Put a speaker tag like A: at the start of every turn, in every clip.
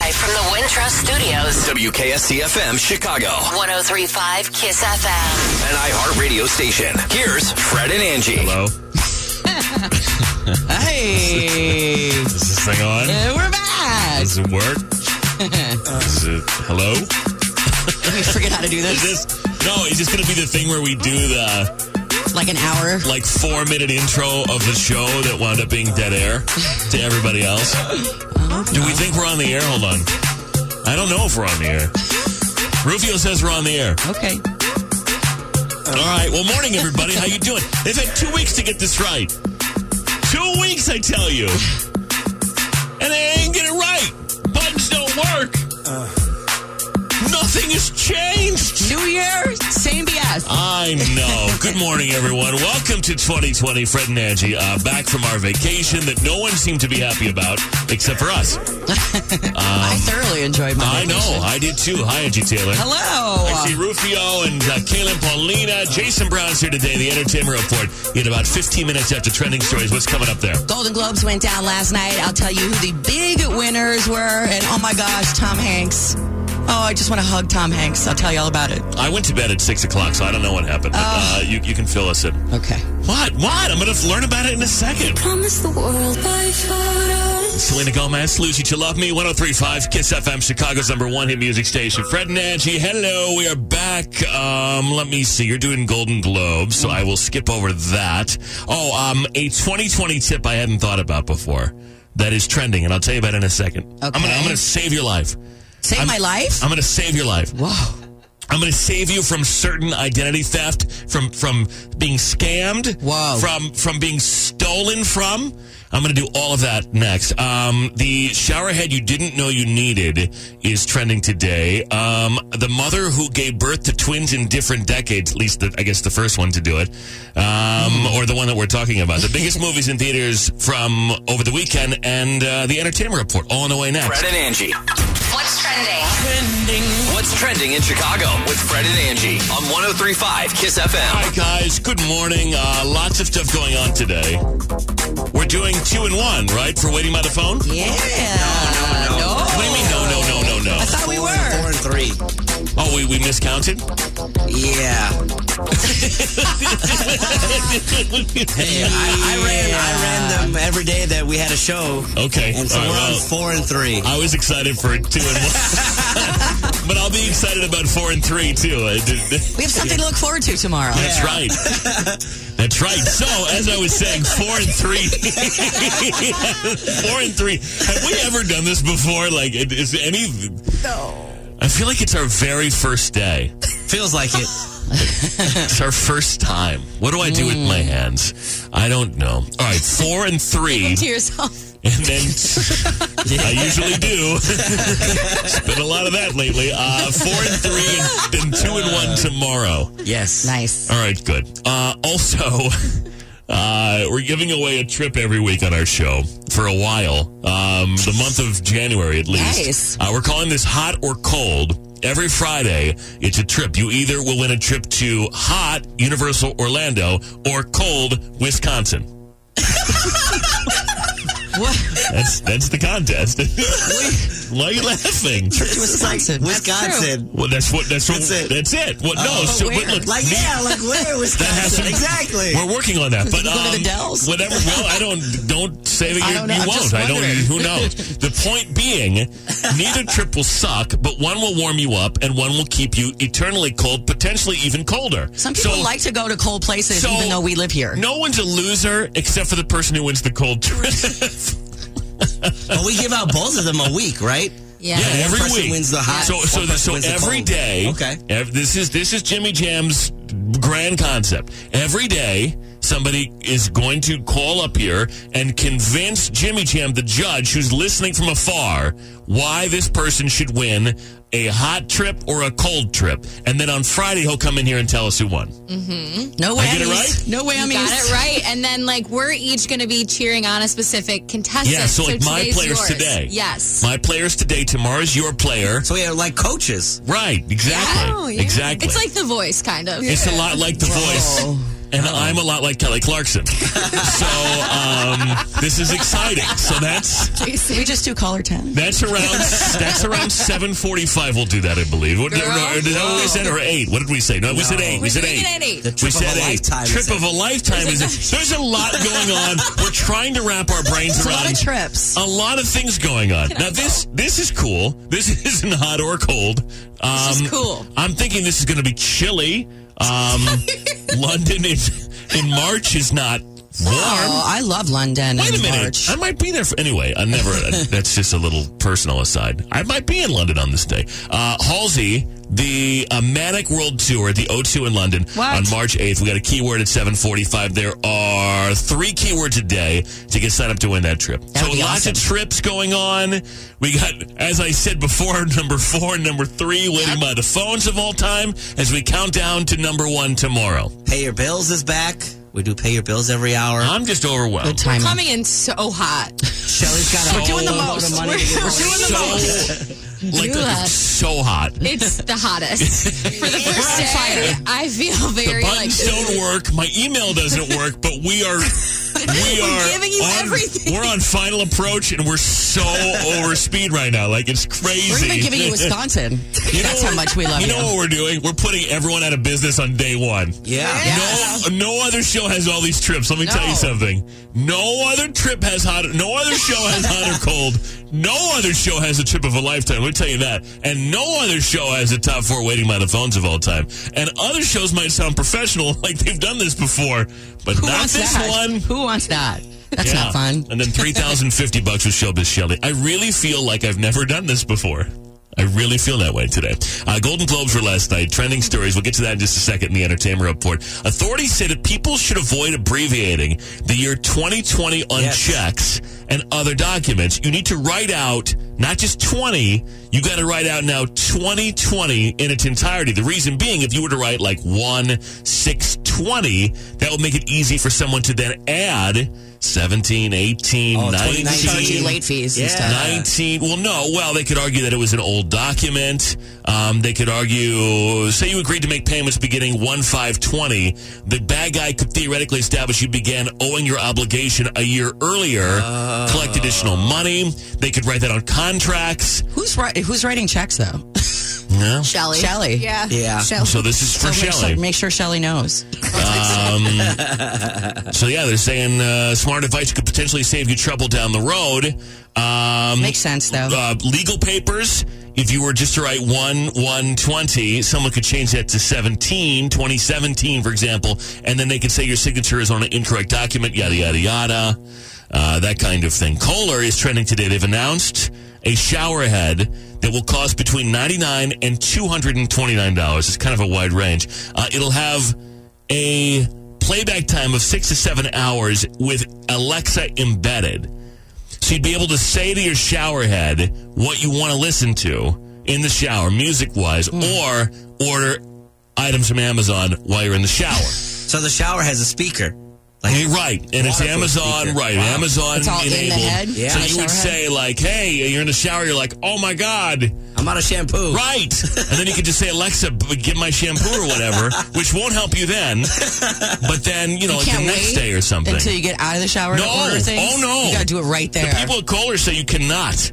A: Live from the Wintrust Studios,
B: WKSC FM Chicago,
A: 1035 Kiss FM.
B: an iHeartRadio station. Here's Fred and Angie.
C: Hello.
D: Hey,
C: Is this thing on?
D: uh, we're back. Uh.
C: Does it work? Is it hello?
D: We forget how to do
C: Is
D: this.
C: this no? Is this gonna be the thing where we do the
D: Like an hour.
C: like four minute intro of the show that wound up being dead air to everybody else?
D: Uh-huh.
C: Do we think we're on the air? Hold on. I don't know if we're on the air. Rufio says we're on the air.
D: Okay.
C: All right. Well, morning, everybody. How you doing? They've had two weeks to get this right. Two weeks, I tell you. And they ain't get it right. Buttons don't work. Nothing has changed.
D: New year, same BS.
C: I know. Good morning, everyone. Welcome to 2020. Fred and Angie uh, back from our vacation that no one seemed to be happy about except for us. Um,
D: I thoroughly enjoyed my.
C: I
D: vacation.
C: know. I did too. Hi, Angie Taylor. I see
D: Hello.
C: Rufio and uh, Kaylin Paulina. Jason Brown's here today, the Entertainment Report, in about 15 minutes after Trending Stories. What's coming up there?
D: Golden Globes went down last night. I'll tell you who the big winners were, and oh my gosh, Tom Hanks. Oh, I just want to hug Tom Hanks. I'll tell you all about it.
C: I went to bed at 6 o'clock, so I don't know what happened, but uh, you, you can fill us in.
D: Oh. Okay.
C: What? What? I'm going to learn about it in a second.
E: Promise the world by photos.
C: Selena Gomez, Lose You to Love Me, 1035 Kiss FM, Chicago's number one hit music station. Fred and Angie, hello. We are back. Um, let me see. You're doing Golden Globes, so I will skip over that. Oh, um, a 2020 tip I hadn't thought about before that is trending, and I'll tell you about it in a second. I'm
D: Okay.
C: gonna, I'm gonna save your life.
D: Save my life.
C: I'm gonna save your life.
D: Whoa.
C: I'm going to save you from certain identity theft, from from being scammed,
D: Wow.
C: from from being stolen from. I'm going to do all of that next. Um, the shower head you didn't know you needed is trending today. Um, the mother who gave birth to twins in different decades, at least the, I guess the first one to do it, um, or the one that we're talking about. The biggest movies in theaters from over the weekend and uh, the Entertainment Report. All in the way next.
B: Fred and Angie.
A: What's trending?
B: What's trending in Chicago with Fred and Angie on 1035 Kiss FM.
C: Hi, guys. Good morning. Uh, lots of stuff going on today. We're doing two and one, right? For waiting by the phone?
D: Yeah. No.
C: What do you mean, no, no, no, no, no?
D: I thought we were.
F: three.
C: Oh, we, we miscounted?
F: Yeah. I, I ran I ran them every day that we had a show.
C: Okay.
F: And so
C: All right,
F: we're on
C: well,
F: four and three.
C: I was excited for two and one. but I'll be excited about four and three, too. I did-
D: We have something to look forward to tomorrow.
C: That's right. That's right. So, as I was saying, four and three. four and three. Have we ever done this before? Like, it- is any. No. I feel like it's our very first day.
F: Feels like it.
C: It's our first time. What do I do with
F: Mm.
C: my hands? I don't know. All right, four and three.
D: To yourself.
C: And then I usually do. it's been a lot of that lately. Uh, four and three, and then two and one tomorrow.
F: Yes.
D: Nice.
C: All right, good. Uh, also, uh, we're giving away a trip every week on our show for a while, um, the month of January at least.
D: Nice.
C: Uh, we're calling this Hot or Cold. Every Friday, it's a trip. You either will win a trip to Hot, Universal Orlando, or Cold, Wisconsin.
D: What?
C: That's that's the contest. Why are you laughing?
D: Wisconsin. That's true.
F: Wisconsin.
C: Well, that's what. That's, what,
F: That's it.
C: That's it. What? no.
D: but
C: so, but
D: where?
C: look,
F: Like
C: me-
F: yeah, like where
C: That has
F: Wisconsin?
C: to-
F: exactly.
C: We're working on that. But
D: go to
C: um,
D: the Dells?
C: Whatever. Well, I don't. Don't say that
D: I
C: you,
D: don't know.
C: you
D: I'm
C: won't.
D: just
C: I don't.
D: wondering.
C: Who knows? The point being, neither trip will suck, but one will warm you up, and one will keep you eternally cold, potentially even colder.
D: Some people
C: So-
D: like to go to cold places,
C: so-
D: even though we live here.
C: No one's a loser except for the person who wins the cold trip.
F: but we give out both of them a week, right?
D: Yeah.
C: Yeah, every
F: person
C: week.
F: wins the hot,
C: So,
F: one
C: so,
F: person
C: so
F: wins the
C: every
F: cold.
C: day.
F: Okay.
C: ev- this is this is Jimmy Jam's grand concept. Every day, somebody is going to call up here and convince Jimmy Jam, the judge who's listening from afar, why this person should win a hot trip or a cold trip. And then on Friday, he'll come in here and tell us who won.
D: No whammies.
C: I get it right?
D: No whammies.
G: Mm-hmm. Got it right. And then, like, we're each going to be cheering on a specific contestant.
C: Yeah. So, like my
G: today's
C: players
G: yours.
C: today.
G: Yes.
C: My players today. Tomorrow's your player.
F: So we are like coaches.
D: Oh,
C: Right. Exactly. Exactly.
G: It's Oh, like the voice, kind of.
D: Oh.
C: It's a lot like The Voice. and I'm a lot like Kelly Clarkson. so um, this is exciting. So that's
D: We just do caller 10.
C: that's around that's around 7:45. We'll do that, I believe. What, no,
G: Girl.
C: no, is that what we said or eight? What did we say? No, we said eight. We
G: We're
C: said
G: doing
C: eight.
G: it at eight.
F: The
C: We
F: trip of
C: said
F: a
C: a
F: lifetime. is
C: Trip
F: it?
C: of a lifetime is it? There's a lot going on. We're trying to wrap our brains
D: It's a
C: around
D: lot of trips.
C: a lot of things going on. Now this this is cool. This isn't hot or cold. Um,
G: is cool.
C: I'm thinking this is going to be chilly. Um, London in in March is not warm.
D: Oh, I love London
C: Wait
D: in
C: a minute.
D: March.
C: I might be there for, anyway. I never. that's just a little personal aside. I might be in London on this day. Uh, Halsey, the uh, Manic World Tour at the O2 in London
D: What?
C: on March 8th. We got a keyword at 7:45. There are three keywords a day to get signed up to win that trip. so
D: would be
C: lots
D: awesome.
C: of trips going on. We got, as I said before, number four, and number three, waiting by the phones of all time as we count down to number one tomorrow.
F: Pay your bills is back. We do pay your bills every hour.
C: I'm just overwhelmed.
D: Good timing.
G: Coming in so hot.
F: Shelly's got
C: So-
F: a
C: We're doing the
F: load
C: most.
F: of money to get
G: We're-
F: rid of.
G: doing the
C: so, like,
G: Do
C: like,
G: us.
C: so hot.
G: It's the hottest. For the first
C: on
G: day, I feel
C: The
G: very like
C: buttons don't work. My email doesn't work. But we are, we are
G: giving you
C: on,
G: everything.
C: We're on final approach, and we're so over speed right now. Like it's crazy.
D: We're even giving you Wisconsin.
C: You know
D: That's how
C: what-
D: much we love
C: You
D: you.
C: know what we're doing? We're putting everyone out of business on day one.
F: Yeah.
C: No, no other show has all these trips. Let me tell you
D: No.
C: something. No other trip has hot. No other show has hot or cold. No other show has a trip of a lifetime. Let me tell you that. And no other show has a top four waiting by the phones of all time. And other shows might sound professional, like they've done this before, but
D: Who
C: not
D: wants
C: this
D: that?
C: one.
D: Who wants that? That's
C: Yeah.
D: not fun.
C: And then three thousand fifty bucks with Showbiz Shelly. I really feel like I've never done this before. I really feel that way today. Uh, Golden Globes were last night. Trending stories. We'll get to that in just a second in the Entertainment Report. Authorities say that people should avoid abbreviating the year 2020 on
F: Yes.
C: checks and other documents. You need to write out not just 20. You got to write out now 2020 in its entirety. The reason being, if you were to write like one six twenty, that would make it easy for someone to then add 17, 18,
F: Oh, 20,
C: 19.
D: Charge you late fees and
F: Yeah.
D: stuff.
C: 19 well no well they could argue that it was an old document um, they could argue say you agreed to make payments beginning 1-5-20 the bad guy could theoretically establish you began owing your obligation a year earlier
D: Oh.
C: collect additional money they could write that on contracts
D: Who's wri- who's writing checks though?
C: yeah.
G: Shelly.
D: Shelley.
G: Yeah.
F: Yeah.
G: Shelly.
C: so this is for
D: So make,
C: Shelley.
D: sure, make sure Shelly knows.
C: Um, So yeah, they're saying uh, smart advice could potentially save you trouble down the road. Um,
D: Makes sense though.
C: uh, legal papers. If you were just to write 1 120, someone could change that to 17, 2017, for example, and then they could say your signature is on an incorrect document, yada, yada, yada, uh, that kind of thing. Kohler is trending today. They've announced a shower head that will cost between 99 and $229. It's kind of a wide range. Uh, it'll have a playback time of six to seven hours with Alexa embedded. So you'd be able to say to your shower head what you want to listen to in the shower, music wise,
D: Hmm.
C: or order items from Amazon while you're in the shower.
F: So the shower has a speaker. Like
C: Hey, right, and it's
F: Wonderful
C: Amazon,
F: speaker.
C: right?
F: Wow.
C: Amazon
D: It's all in the
C: enabled.
D: head?
F: Yeah.
C: So
F: The
C: you would
D: shower
C: say like, "Hey, you're in the shower." You're like, "Oh my god!"
F: I'm out of shampoo.
C: Right. And then you could just say, Alexa, b- get my shampoo or whatever, which won't help you then. But then, you know, like the
D: can't
C: next
D: wait
C: day or something.
D: Until you get out of the shower
C: No.
D: to order things.
C: Oh, no.
D: You gotta do it right there.
C: People at Kohler say you cannot.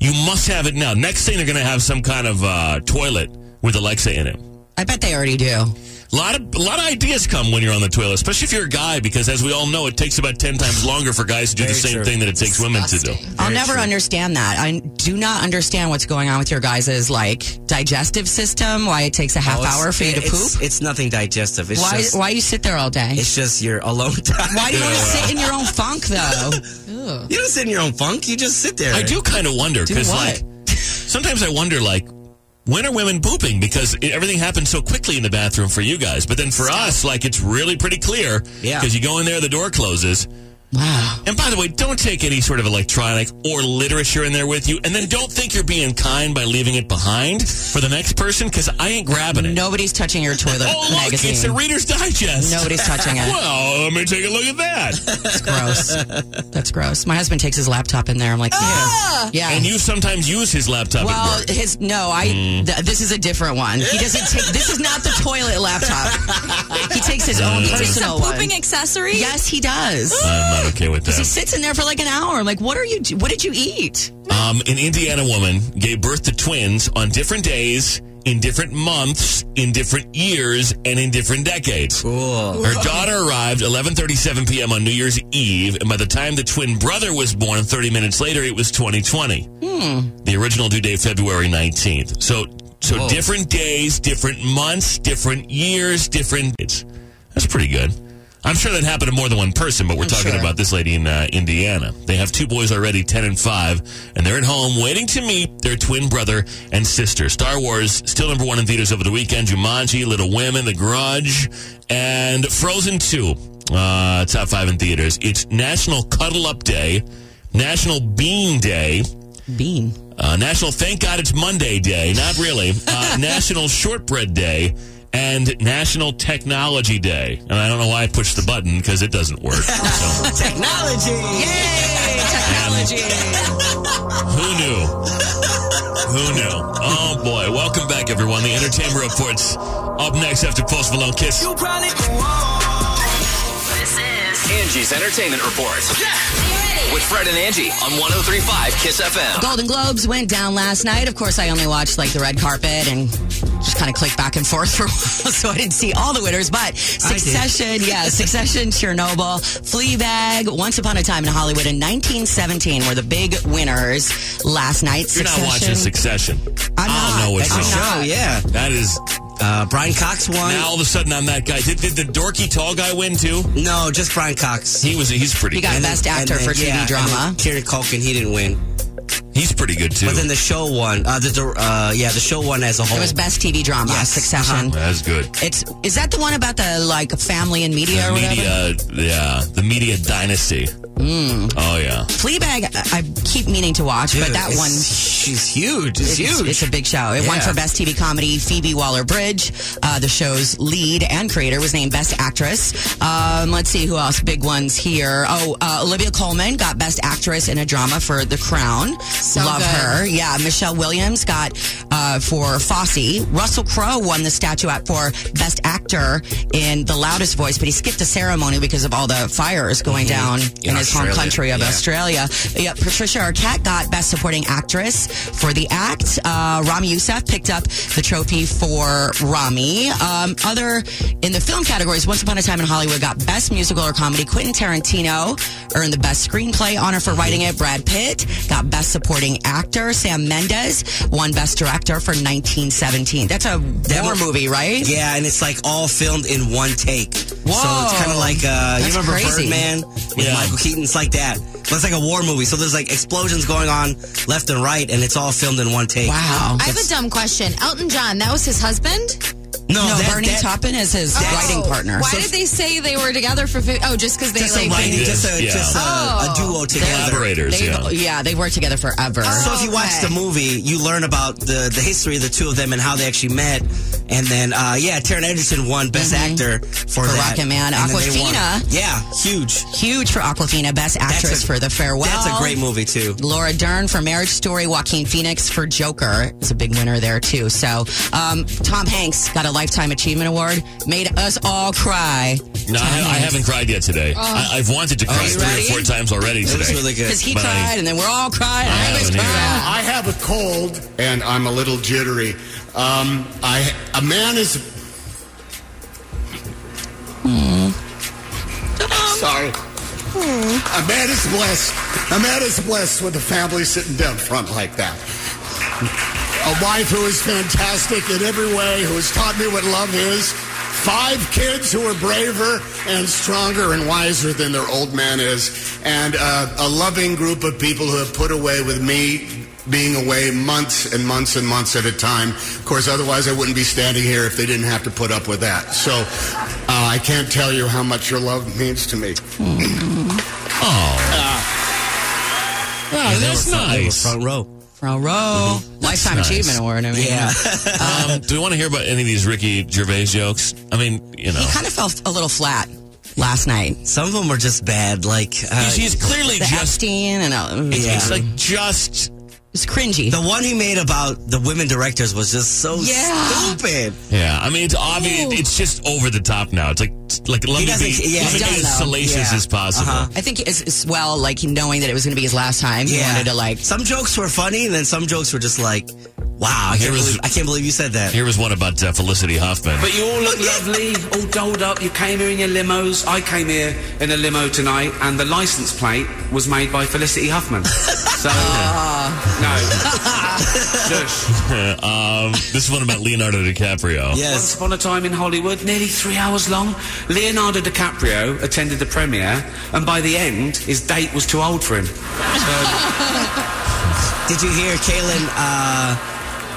C: You must have it now. Next thing, they're going to have some kind of uh, toilet with Alexa in it.
D: I bet they already do.
C: A lot of a lot of ideas come when you're on the toilet, especially if you're a guy, because as we all know, it takes about ten times longer for guys to do the
F: Very
C: same
F: true.
C: thing that it takes women to do.
G: Disgusting.
D: I'll never understand that. I do not understand what's going on with your guys' like digestive system, why it takes a half
F: Oh, it's-
D: hour for you to
F: it's-
D: poop.
F: It's nothing digestive. It's
D: Why
F: just
D: why you sit there all day?
F: it's just your alone time.
D: Why do you want to sit in your own funk though?
F: You don't sit in your own funk. You just sit there.
C: I do kind of wonder
D: Do
C: because, like,
D: what?
C: sometimes I wonder, like, when are women pooping? Because it, everything happens so quickly in the bathroom for you guys, but then for us, like, it's really pretty clear.
F: Yeah.
C: Because you go in there, the door closes.
D: Wow.
C: And by the way, don't take any sort of electronic or literature in there with you. And then don't think you're being kind by leaving it behind for the next person because I ain't grabbing it.
D: Nobody's touching your toilet
C: Oh, look,
D: magazine.
C: it's a Reader's Digest.
D: Nobody's touching it.
C: Well, let me take a look at that.
D: That's gross. That's gross. My husband takes his laptop in there. I'm like, yeah. Yeah.
C: Ah! and you sometimes use his laptop
D: well,
C: at work.
D: his no, I. Th- this is a different one. He doesn't take. This is not the toilet laptop. He takes his own
G: It's a
D: personal
G: pooping
D: one.
G: accessory.
D: Yes, he does.
C: I'm not okay with
D: He
C: that.
D: sits in there for like an hour. I'm like, what are you? do- What did you eat?
C: Um, an Indiana woman gave birth to twins on different days, in different months, in different years, and in different decades.
F: Cool.
C: Her daughter arrived 11:37 p.m. on New Year's Eve, and by the time the twin brother was born 30 minutes later, it was 2020. The original due date February 19th. So so
F: Whoa.
C: different days, different months, different years, different it's that's pretty good. I'm sure that happened to more than one person, but we're talking
D: sure.
C: about this lady in uh, Indiana. They have two boys already, 10 and 5, and they're at home waiting to meet their twin brother and sister. Star Wars, still number one in theaters over the weekend. Jumanji, Little Women, The Grudge, and Frozen 2, uh, top five in theaters. It's National Cuddle Up Day, National Bean Day,
D: Bean.
C: uh, National Thank God It's Monday Day. Not really. Uh, National Shortbread Day and National Technology Day. And I don't know why I pushed the button because it doesn't work. So,
F: Technology.
D: Yay! Technology.
C: who knew? Who knew? Oh boy. Welcome back, everyone. The Entertainment Report's up next after Post Malone Kiss.
A: This is
B: Angie's Entertainment Report. With Fred and Angie on 1035 Kiss FM.
D: Golden Globes went down last night. Of course, I only watched like the red carpet and just kind of clicked back and forth for a while, so I didn't see all the winners. But Succession, yeah, Succession, Chernobyl, Fleabag, Once Upon a Time in Hollywood, in 1917 were the big winners last night.
C: You're not watching Succession.
D: I'm
C: I don't
D: not.
C: know what's
F: That's a
C: wrong.
F: show, yeah.
C: That is.
F: Uh, Brian Cox won.
C: Now all of a sudden I'm that guy. Did, did the dorky tall guy win too?
F: No, just Brian Cox.
C: He was. He's pretty.
D: He got
C: good.
D: Best actor for TV
F: and
D: drama.
F: then Kieran Culkin, he didn't win.
C: He's pretty good too.
F: But then the show won. Uh, the, the, uh, yeah, the show won as a whole. Uh-huh.
D: It was best TV drama,
F: Yes,
D: Succession.
C: That's good.
D: It's is that the one about the like family and media or
C: the
D: whatever? Hmm.
C: media, yeah, the media dynasty.
F: Mm.
C: Oh yeah,
D: Fleabag, I I keep meaning to watch,
F: Dude,
D: but that
F: it's-
D: one
F: She's huge. It's,
D: It's,
F: huge.
D: it's a big show. It won
F: Yeah.
D: for Best TV Comedy. Phoebe Waller Bridge, uh, the show's lead and creator, was named Best Actress. Um, let's see who else. Big ones here. Oh, uh, Olivia Colman got Best Actress in a Drama for The Crown. Love
G: good.
D: her. Yeah. Michelle Williams got uh, for Fosse. Russell Crowe won the statuette for Best Actor in The Loudest Voice, but he skipped the ceremony because of all the fires going down in, his home
F: Mm-hmm. Australia,
D: country of
F: yeah.
D: Australia. Australia. Yeah, Patricia Arquette got Best Supporting Actress for the act. Uh, Rami Youssef picked up the trophy for Rami. Um, other in the film categories, Once Upon a Time in Hollywood got Best Musical or Comedy. Quentin Tarantino earned the Best Screenplay honor for writing it. Brad Pitt got Best Supporting Actor. Sam Mendes won Best Director for 1917. That's a war
F: was-
D: movie, right?
F: Yeah, and it's like all filmed in one take. So
D: Whoa.
F: it's kind of like uh, you
D: That's
F: remember
D: crazy.
F: Birdman with
C: Yeah.
F: Michael Keaton? It's like that, but it's like a war movie. So there's like explosions going on left and right, and it's all filmed in one take.
D: Wow.
G: I have a dumb question. Elton John, that was his husband?
F: No,
D: no,
F: that,
D: Bernie
F: that,
D: Taupin is his writing
G: Oh,
D: partner.
G: Why
D: So-
G: did they say they were together for? fif- Oh, just because they
F: Just a
G: like.
F: writing, just a
C: Yeah.
F: just a,
G: Oh.
F: a duo together.
C: collaborators.
D: They've-
C: Yeah,
D: yeah, they worked together forever.
F: So if you watch
G: Okay.
F: the movie, you learn about the, the history of the two of them and how they actually met. And then, uh, yeah, Taron Egerton won Best Actor for,
D: Mm-hmm. For
F: that.
D: Rocket Man.
F: And then they won.
D: Awkwafina.
F: Yeah, huge.
D: huge for Aquafina, Best Actress
F: a-
D: for The Farewell.
F: That's a great movie, too.
D: Laura Dern for Marriage Story, Joaquin Phoenix for Joker is a big winner there too. So um, Tom Hanks got a Lifetime Achievement Award, made us all cry.
C: no, I, ha- I haven't cried yet today.
D: Oh.
C: I, I've wanted to cry
F: Oh, you
C: three
F: ready?
C: or four times already
F: It
C: today.
F: was really good.
D: Because he
C: But I-
D: cried, and then we're all crying. I, was
C: haven't either.
D: crying.
H: I have a cold and I'm a little jittery. Um, I a man is. Sorry. A man is blessed. A man is blessed with a family sitting down front like that. A wife who is fantastic in every way, who has taught me what love is. Five kids who are braver and stronger and wiser than their old man is. And uh, a loving group of people who have put away with me being away months and months and months at a time. Of course, otherwise I wouldn't be standing here if they didn't have to put up with that. So uh, I can't tell you how much your love means to me.
C: Oh, Oh,
F: Yeah, they
C: that's
F: were front- they were
C: nice.
F: Front row.
D: Front row. Lifetime
C: Mm-hmm. nice.
D: Achievement Award. I mean,
F: Yeah.
C: Um, do we want to hear about any of these Ricky Gervais jokes? I mean, you know,
D: He kind of fell a little flat last night.
F: Some of them were just bad. Like uh,
C: he's, he's clearly
D: The
C: just.
D: Epstein and uh, it
F: Yeah.
C: It's like just.
D: was cringy.
F: the one he made about the women directors was just so
D: Yeah.
F: stupid.
C: Yeah, I mean, it's obvious. It's just over the top now. It's like, like let
F: He
C: me
F: doesn't-
C: be,
F: yeah,
C: let
F: he
C: me be
D: does,
C: as
D: though.
C: salacious
F: Yeah.
C: as possible.
F: Uh-huh.
D: I think as, as well, like him knowing that it was going to be his last time, he wanted to like.
F: some jokes were funny, and then some jokes were just like, "Wow, I
C: Here
F: can't,
C: was-
F: believe, I can't believe you said that."
C: Here was one about uh, Felicity Huffman.
I: But you all look lovely, all dolled up. You came here in your limos. I came here in a limo tonight, and the license plate was made by Felicity Huffman. So, no. Shush.
C: um, this one about Leonardo DiCaprio.
I: Once
F: Yes,
I: upon a time in Hollywood, nearly three hours long, Leonardo DiCaprio attended the premiere, and by the end, his date was too old for him.
F: did you hear Kalen? Uh,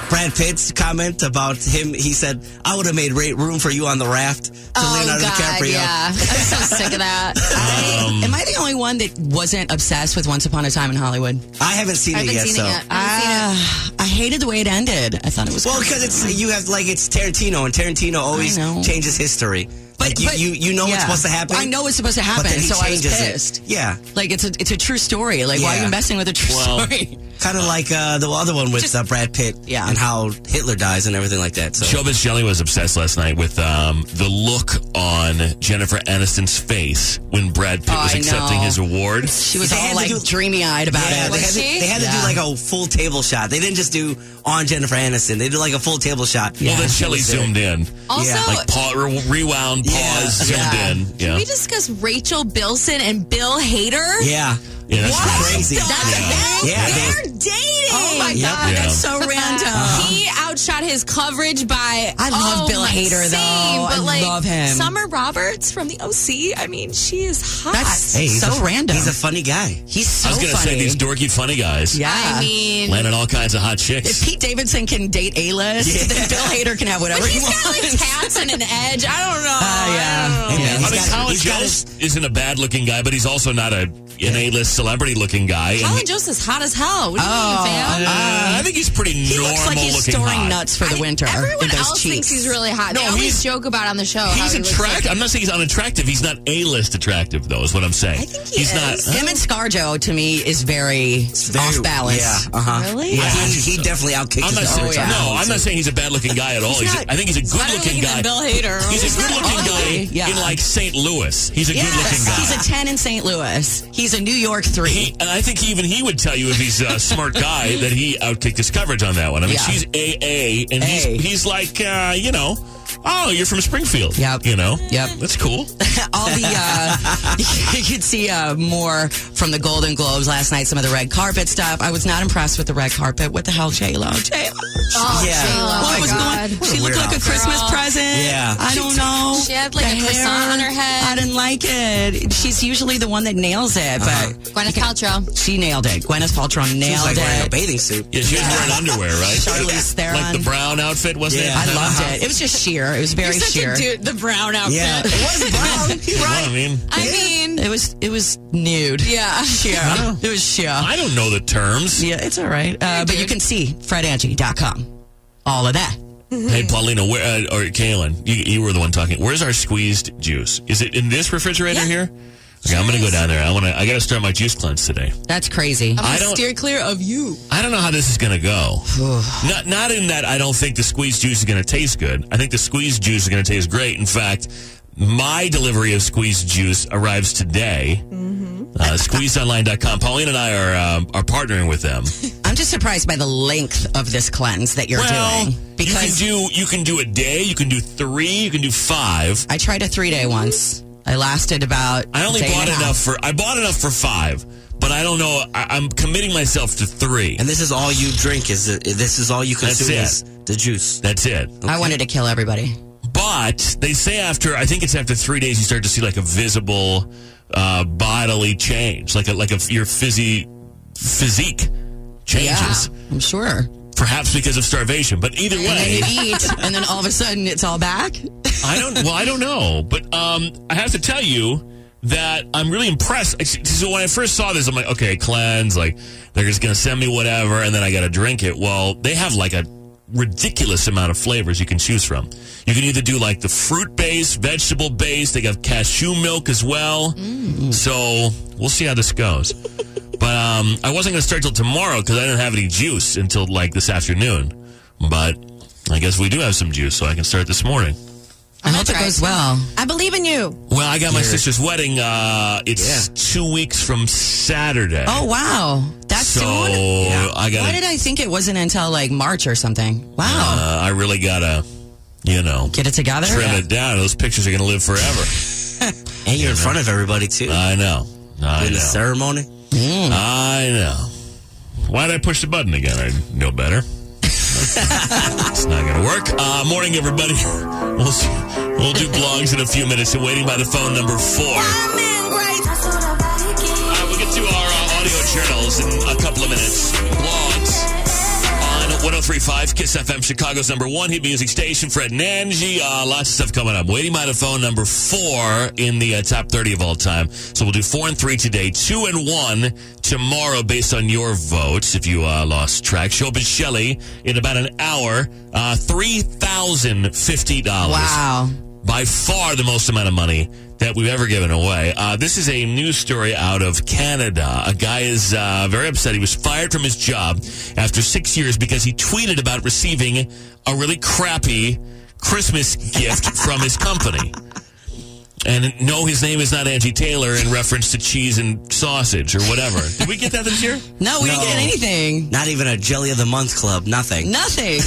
F: Brad Pitt's comment about him, he said, I would have made ra- room for you on the raft to
D: Oh,
F: Leonardo DiCaprio.
G: yeah. I'm so sick of that.
D: I-
C: Um,
D: am I the only one that wasn't obsessed with Once Upon a Time in Hollywood?
F: I haven't seen
G: I
F: it
G: haven't
F: yet,
G: seen
F: so.
G: it yet. I haven't seen it.
D: Ah, I hated the way it ended. I thought it was
F: Well, because it's you have like it's Tarantino, and Tarantino always
D: know.
F: changes history. Like you, you, you know what's
D: yeah.
F: supposed to happen.
D: I know it's supposed to happen,
F: but then he
D: so I was
F: changes
D: pissed.
F: it. Yeah,
D: Like it's a it's a true story. Like why are
F: Yeah.
D: you messing with a true
C: Well-
D: story?
F: kind of like uh, the other one with uh, Brad Pitt,
D: Yeah.
F: and how Hitler dies and everything like that. So
C: Showbiz Jelly was obsessed last night with um, the look on Jennifer Aniston's face when Brad Pitt
D: Oh,
C: was
D: I
C: accepting
D: know.
C: his award.
D: She was
F: They had
D: all
F: to do-
D: like dreamy eyed about
F: Yeah,
D: it.
F: they had, to,
G: she?
F: they had to
D: Yeah.
F: do like a full table shot. They didn't just do on Jennifer Aniston. They did like a full table shot.
C: well, then Shelley zoomed in.
G: Also,
F: Yeah,
C: Like, pa- re- rewound, pause,
F: Yeah.
C: zoomed
D: Yeah.
C: in. Yeah.
G: can we discuss Rachel Bilson and Bill Hader?
F: Yeah.
C: yeah, that's
F: What? Crazy.
G: That's
F: Yeah.
G: them?
F: Yeah, they-
G: They're dating.
D: Oh my
F: Yep.
D: god,
C: Yeah.
D: that's so random.
G: He outshot his coverage by.
D: I love
G: oh,
D: Bill
G: my-
D: Hader,
G: same,
D: though.
G: But
D: I
G: like,
D: love him.
G: Summer Roberts from the OC. I mean, she is hot.
D: That's
F: he's
D: so
F: a-
D: random.
F: He's a funny guy.
D: He's so
C: I was going to
D: funny.
C: say these dorky, funny guys
D: yeah.
G: I mean,
C: landed all kinds of hot
D: if
C: chicks.
D: Pete Davidson can date A list, then Bill Hader can have whatever
G: but
D: he
G: he's
D: wants.
G: got like tats and an edge. I don't know.
D: Oh, yeah.
F: Hey, man,
C: I
F: he's
C: mean,
F: got-
C: Colin
F: he's got
C: Jost isn't a bad looking guy, but he's also not a, an A list celebrity looking guy. And
G: Colin Jost is hot as hell. What do you mean, fam?
C: uh, I think he's pretty
D: he
C: normal
D: looks like he's
C: looking.
D: storing
C: hot.
D: nuts for the winter.
G: Everyone
D: with those
G: else
D: cheeks.
G: thinks he's really hot.
C: No,
G: they always
C: he's-
G: joke about on the show. how
C: He's
G: he looks like-
C: attractive. I'm not saying he's unattractive. He's not A list attractive, though, is what I'm saying.
G: I think he
C: he's
G: is.
C: not.
D: Him and ScarJo to me is very, off balance.
F: Yeah. Uh
C: uh-huh.
F: huh.
G: Really?
F: Yeah. He, he definitely outkicked
C: I'm not
F: his
C: saying,
F: own
D: yeah.
F: time.
C: No, I'm not saying he's a bad looking guy at all. He's a- I
D: not-
C: think he's a good
G: Better
C: looking
G: looking than
C: guy.
G: Bill Hader.
C: He's a
G: He's
C: good
G: not
C: looking
D: ugly.
C: guy
D: Yeah.
C: in like St. Louis. He's a good looking guy.
D: He's a 10 in St. Louis. He's a New York 3.
C: He- and I think even he would tell you if he's a smart guy that he outkicked his coverage on that one. I mean,
D: Yeah.
C: she's AA, and he's
D: A.
C: he's like, uh, you know, oh, you're from Springfield.
D: Yep.
C: You know.
D: Yep.
C: That's cool.
D: all the uh, you could see uh, more from the Golden Globes last night. Some of the red carpet stuff. I was not impressed with the red carpet. What the hell, J Lo? J Lo.
G: Oh,
F: Yeah.
G: J-Lo.
D: what was
F: What
D: going?
F: a
D: She
F: weird
D: looked like a
F: outfit.
D: Christmas
G: Girl.
D: present.
F: Yeah.
D: I don't know.
G: she had, like,
D: The
G: a croissant on her head.
D: I didn't like it. She's usually the one that nails it, but
G: Gwyneth Paltrow.
D: she nailed it. Gwyneth Paltrow
F: He was
D: nailed
F: like wearing a
D: it.
F: bathing suit.
C: Yeah, she was wearing underwear, right?
D: Charlize
C: Like
D: Theron.
C: the brown outfit, wasn't
F: Yeah.
C: it?
D: I loved it. It was just sheer. It was very sheer.
G: dude. The brown outfit.
F: Yeah. it wasn't brown. He
C: You know
F: right.
C: what I mean,
G: I mean,
D: It was it was nude.
G: yeah.
D: Sheer. It was sheer.
C: I don't know the terms.
D: Yeah, it's all right. Uh, but you can see fredangie.com. All of that. Mm-hmm.
C: Hey, Paulina, where, uh, or Kaylin, you, you were the one talking. Where's our squeezed juice? Is it in this refrigerator here? Okay, I'm gonna go down there. I wanna. I gotta start my juice cleanse today.
D: That's crazy.
C: I don't.
G: Steer clear of you.
C: I don't know how this is going to go. not not in that I don't think the squeezed juice is going to taste good. I think the squeezed juice is going to taste great. In fact, my delivery of squeezed juice arrives today.
D: Mm-hmm.
C: Uh, squeezedonline.com. Pauline and I are um, are partnering with them.
D: I'm just surprised by the length of this cleanse that you're doing. Because
C: you can do you can do a day, you can do three, you can do five.
D: I tried a three day once. I lasted about.
C: I only
D: a day and
C: bought
D: a half.
C: enough for I bought enough for five, but I don't know. I, I'm committing myself to three.
F: And this is all you drink. Is the, this is all you
C: That's
F: consume
C: it.
F: is the juice.
C: That's it.
D: I wanted to kill everybody.
C: But they say after I think it's after three days you start to see like a visible uh, bodily change, like a, like a, your physi physique changes,
D: I'm sure.
C: perhaps because of starvation. But either
D: And then
C: way,
D: you eat, and then all of a sudden it's all back.
C: I don't. Well, I don't know. But um, I have to tell you, that I'm really impressed. So when I first saw this, I'm like, okay, cleanse. Like they're just gonna send me whatever, and then I gotta drink it. Well, they have like a ridiculous amount of flavors you can choose from. You can either do like the fruit base, vegetable base. They have cashew milk as well. So we'll see how this goes. but um, I wasn't gonna start till tomorrow because I didn't have any juice until like this afternoon. But I guess we do have some juice, so I can start this morning.
D: I hope it
G: try
D: goes
G: it.
D: well.
G: I believe in you.
C: Well, I got my sister's wedding. Uh, it's
F: Yeah.
C: two weeks from Saturday.
D: Oh wow, that's
C: so
D: soon.
C: I
D: Why
C: got.
D: did
C: to
D: I think it wasn't until like March or something? Wow,
C: Uh, I really gotta, you know,
D: get it together.
C: trim it down. Those pictures are gonna live forever.
F: And you're in front of everybody too.
C: I know. I
F: in the
C: know.
F: ceremony.
D: Mm.
C: I know. Why did I push the button again? I know better. it's not gonna work. Uh, morning, everybody. We'll see. we'll do blogs in a few minutes. And waiting by the phone number four. Uh, we'll get to our uh, audio journals in a couple of minutes. Blogs on 1035 Kiss FM, Chicago's number one hit music station. Fred and Angie, uh, lots of stuff coming up. Waiting by the phone, number four in the uh, top 30 of all time. So we'll do four and three today, two and one tomorrow based on your votes if you uh, lost track. Showbiz Shelley in about an hour, uh, $3,050
D: Wow.
C: by far the most amount of money that we've ever given away. Uh, this is a news story out of Canada. A guy is uh, very upset. He was fired from his job after six years because he tweeted about receiving a really crappy Christmas gift from his company. And no, his name is not Angie Taylor in reference to cheese and sausage or whatever. Did we get that this year?
D: No, we didn't
F: No.
D: get anything.
F: Not even a jelly of the month club. Nothing.
D: Nothing.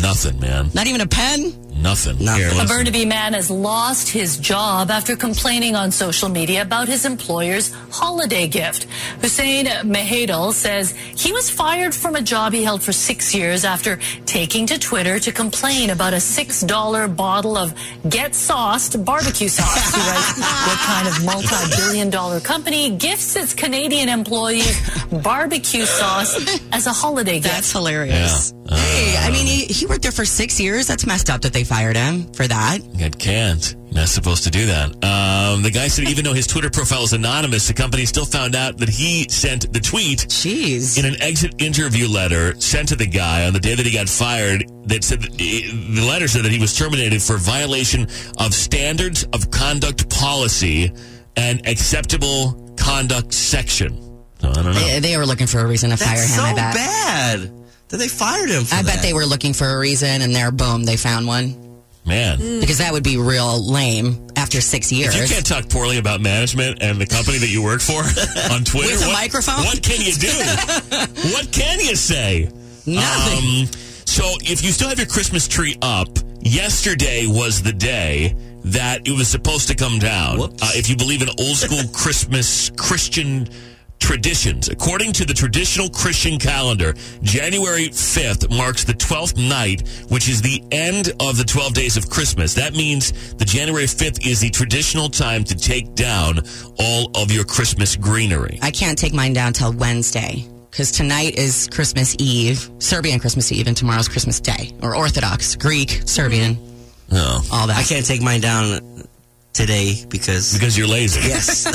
C: Nothing, man.
D: Not even a pen.
C: Nothing.
F: Nothing.
C: Here,
F: A
C: listen.
J: Burnaby man has lost his job after complaining on social media about his employer's holiday gift. Hussein Mehedal says he was fired from a job he held for six years after taking to Twitter to complain about a $6 bottle of Get Sauced barbecue sauce. He writes, what kind of multi-billion dollar company gifts its Canadian employees barbecue sauce as a holiday gift?
D: That's
F: Uh,
D: hilarious.
C: Yeah.
D: Hey, I mean, he, he worked there for six years. That's messed up that they fired him for that.
C: It can't. You're not supposed to do that. Um, the guy said even though his Twitter profile is anonymous, the company still found out that he sent the tweet
D: Jeez.
C: in an exit interview letter sent to the guy on the day that he got fired. That said, that, the letter said that he was terminated for violation of standards of conduct policy and acceptable conduct section. So I don't know.
D: They, they were looking for a reason to fire him,
F: That's so
D: I bet.
F: bad that they fired him. For
D: I
F: that.
D: bet they were looking for a reason, and there, boom, they found one.
C: Man,
D: Because that would be real lame after six years.
C: if you can't talk poorly about management and the company that you work for on Twitter
D: With a
C: what-
D: microphone?
C: what can you do? what can you say?
D: Nothing.
C: Um, so if you still have your Christmas tree up, yesterday was the day that it was supposed to come down. Uh,
F: Whoops.
C: if you believe in old school Christmas Christian traditions, according to the traditional Christian calendar, January 5th marks the 12th night, which is the end of the 12 days of Christmas. That means the January 5th is the traditional time to take down all of your Christmas greenery.
D: I can't take mine down till Wednesday because tonight is Christmas Eve, Serbian Christmas Eve, and tomorrow's Christmas Day, or Orthodox, Greek, Serbian,
C: Oh.
D: all that.
F: I can't take mine down today because.
C: Because you're lazy.
F: Yes.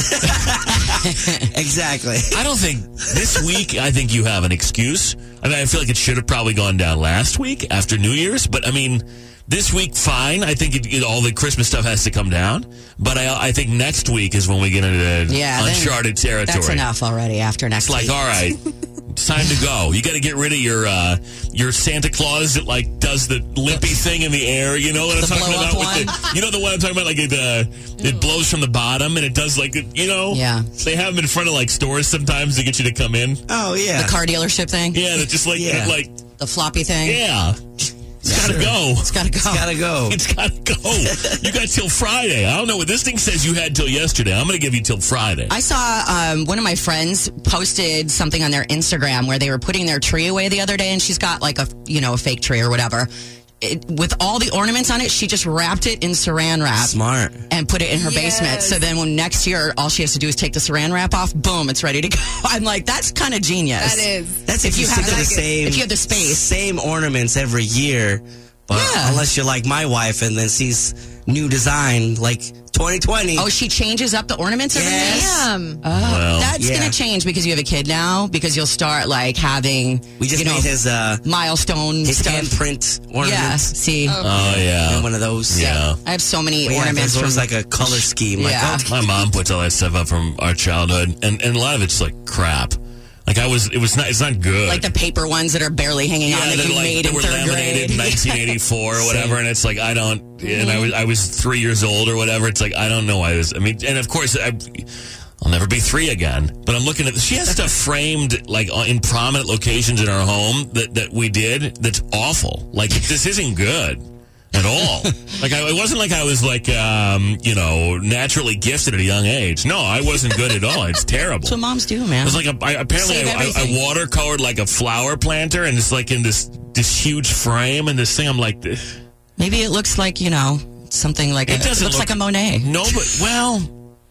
F: exactly.
C: I don't think this week. I think you have an excuse. I mean, I feel like it should have probably gone down last week after New Year's, but I mean, this week fine. I think it, it, all the Christmas stuff has to come down, but I, I think next week is when we get into
D: Yeah, then
C: uncharted territory.
D: That's enough already after next
C: It's like,
D: week.
C: all right, it's time to go. You got to get rid of your uh, your Santa Claus that like does the limpy thing in the air. You know what I'm
D: The
C: talking
D: blow-up
C: about? the, you know the one I'm talking about? Like it uh, it blows from the bottom and it does like you know.
D: Yeah.
C: They have them in front of like stores sometimes to get you to come in.
F: Oh yeah.
D: The car dealership thing,
C: Yeah, that just like
F: Yeah.
C: like
D: the floppy thing.
C: yeah, it's gotta go.
D: It's got to go.
F: Gotta go.
C: It's gotta go. you got till Friday. I don't know what this thing says. You had till yesterday. I'm gonna give you till Friday.
D: I saw um, one of my friends posted something on their Instagram where they were putting their tree away the other day, and she's got like a you know a fake tree or whatever. It, with all the ornaments on it, she just wrapped it in saran wrap.
F: Smart.
D: and put it in her
G: Yes.
D: basement. So then when next year, all she has to do is take the saran wrap off, boom, it's ready to go. I'm like, that's kind of genius.
G: That is.
F: That's if,
D: If
F: you,
D: you
F: stick
D: have
F: to the
D: like it-
F: same.
D: if you have the space.
F: Same ornaments every year, but
D: Yeah.
F: unless you're like my wife and then sees new design like 2020.
D: Oh, she changes up the ornaments every
F: Yes.
D: Damn. Oh,
F: Well,
D: that's
F: yeah.
D: gonna change because you have a kid now. Because you'll start like having
F: We just
D: you know,
F: made his uh,
D: milestone
F: his
D: stuff.
F: handprint ornaments.
D: Yeah. See.
C: Oh yeah,
F: And one of those.
C: yeah.
D: I have so many
F: We had
D: ornaments.
F: those, it was
D: from-
F: like a color scheme.
D: Yeah.
F: Like, oh,
C: My mom puts all that stuff up from our childhood, and, and a lot of it's like crap. Like I was, it was not, it's not good.
D: like the paper ones that are barely hanging on that
C: they're
D: you
C: like-
D: made
C: they
D: in
C: were
D: third
C: laminated in
D: grade.
C: 1984 or whatever, and it's like I don't. And
D: Mm-hmm.
C: I was I was three years old or whatever. It's like I don't know why this. I mean, and of course I. I'll never be three again, but I'm looking at. She has stuff framed like on- in prominent locations in our home that that we did. That's awful. Like this isn't good at all. like I, it wasn't like I was like um, you know naturally gifted at a young age. No, I wasn't good at all. It's terrible.
D: That's what moms do, man.
C: It was like a, I, apparently
D: Oh, Save
C: I, I, I
D: everything.
C: watercolored like a flower planter, and it's like in this this huge frame and this thing. I'm like, this-
D: Maybe it looks like you know something like
C: It
D: a,
C: doesn't
D: looks like
C: look-
D: a Monet.
C: no, but well,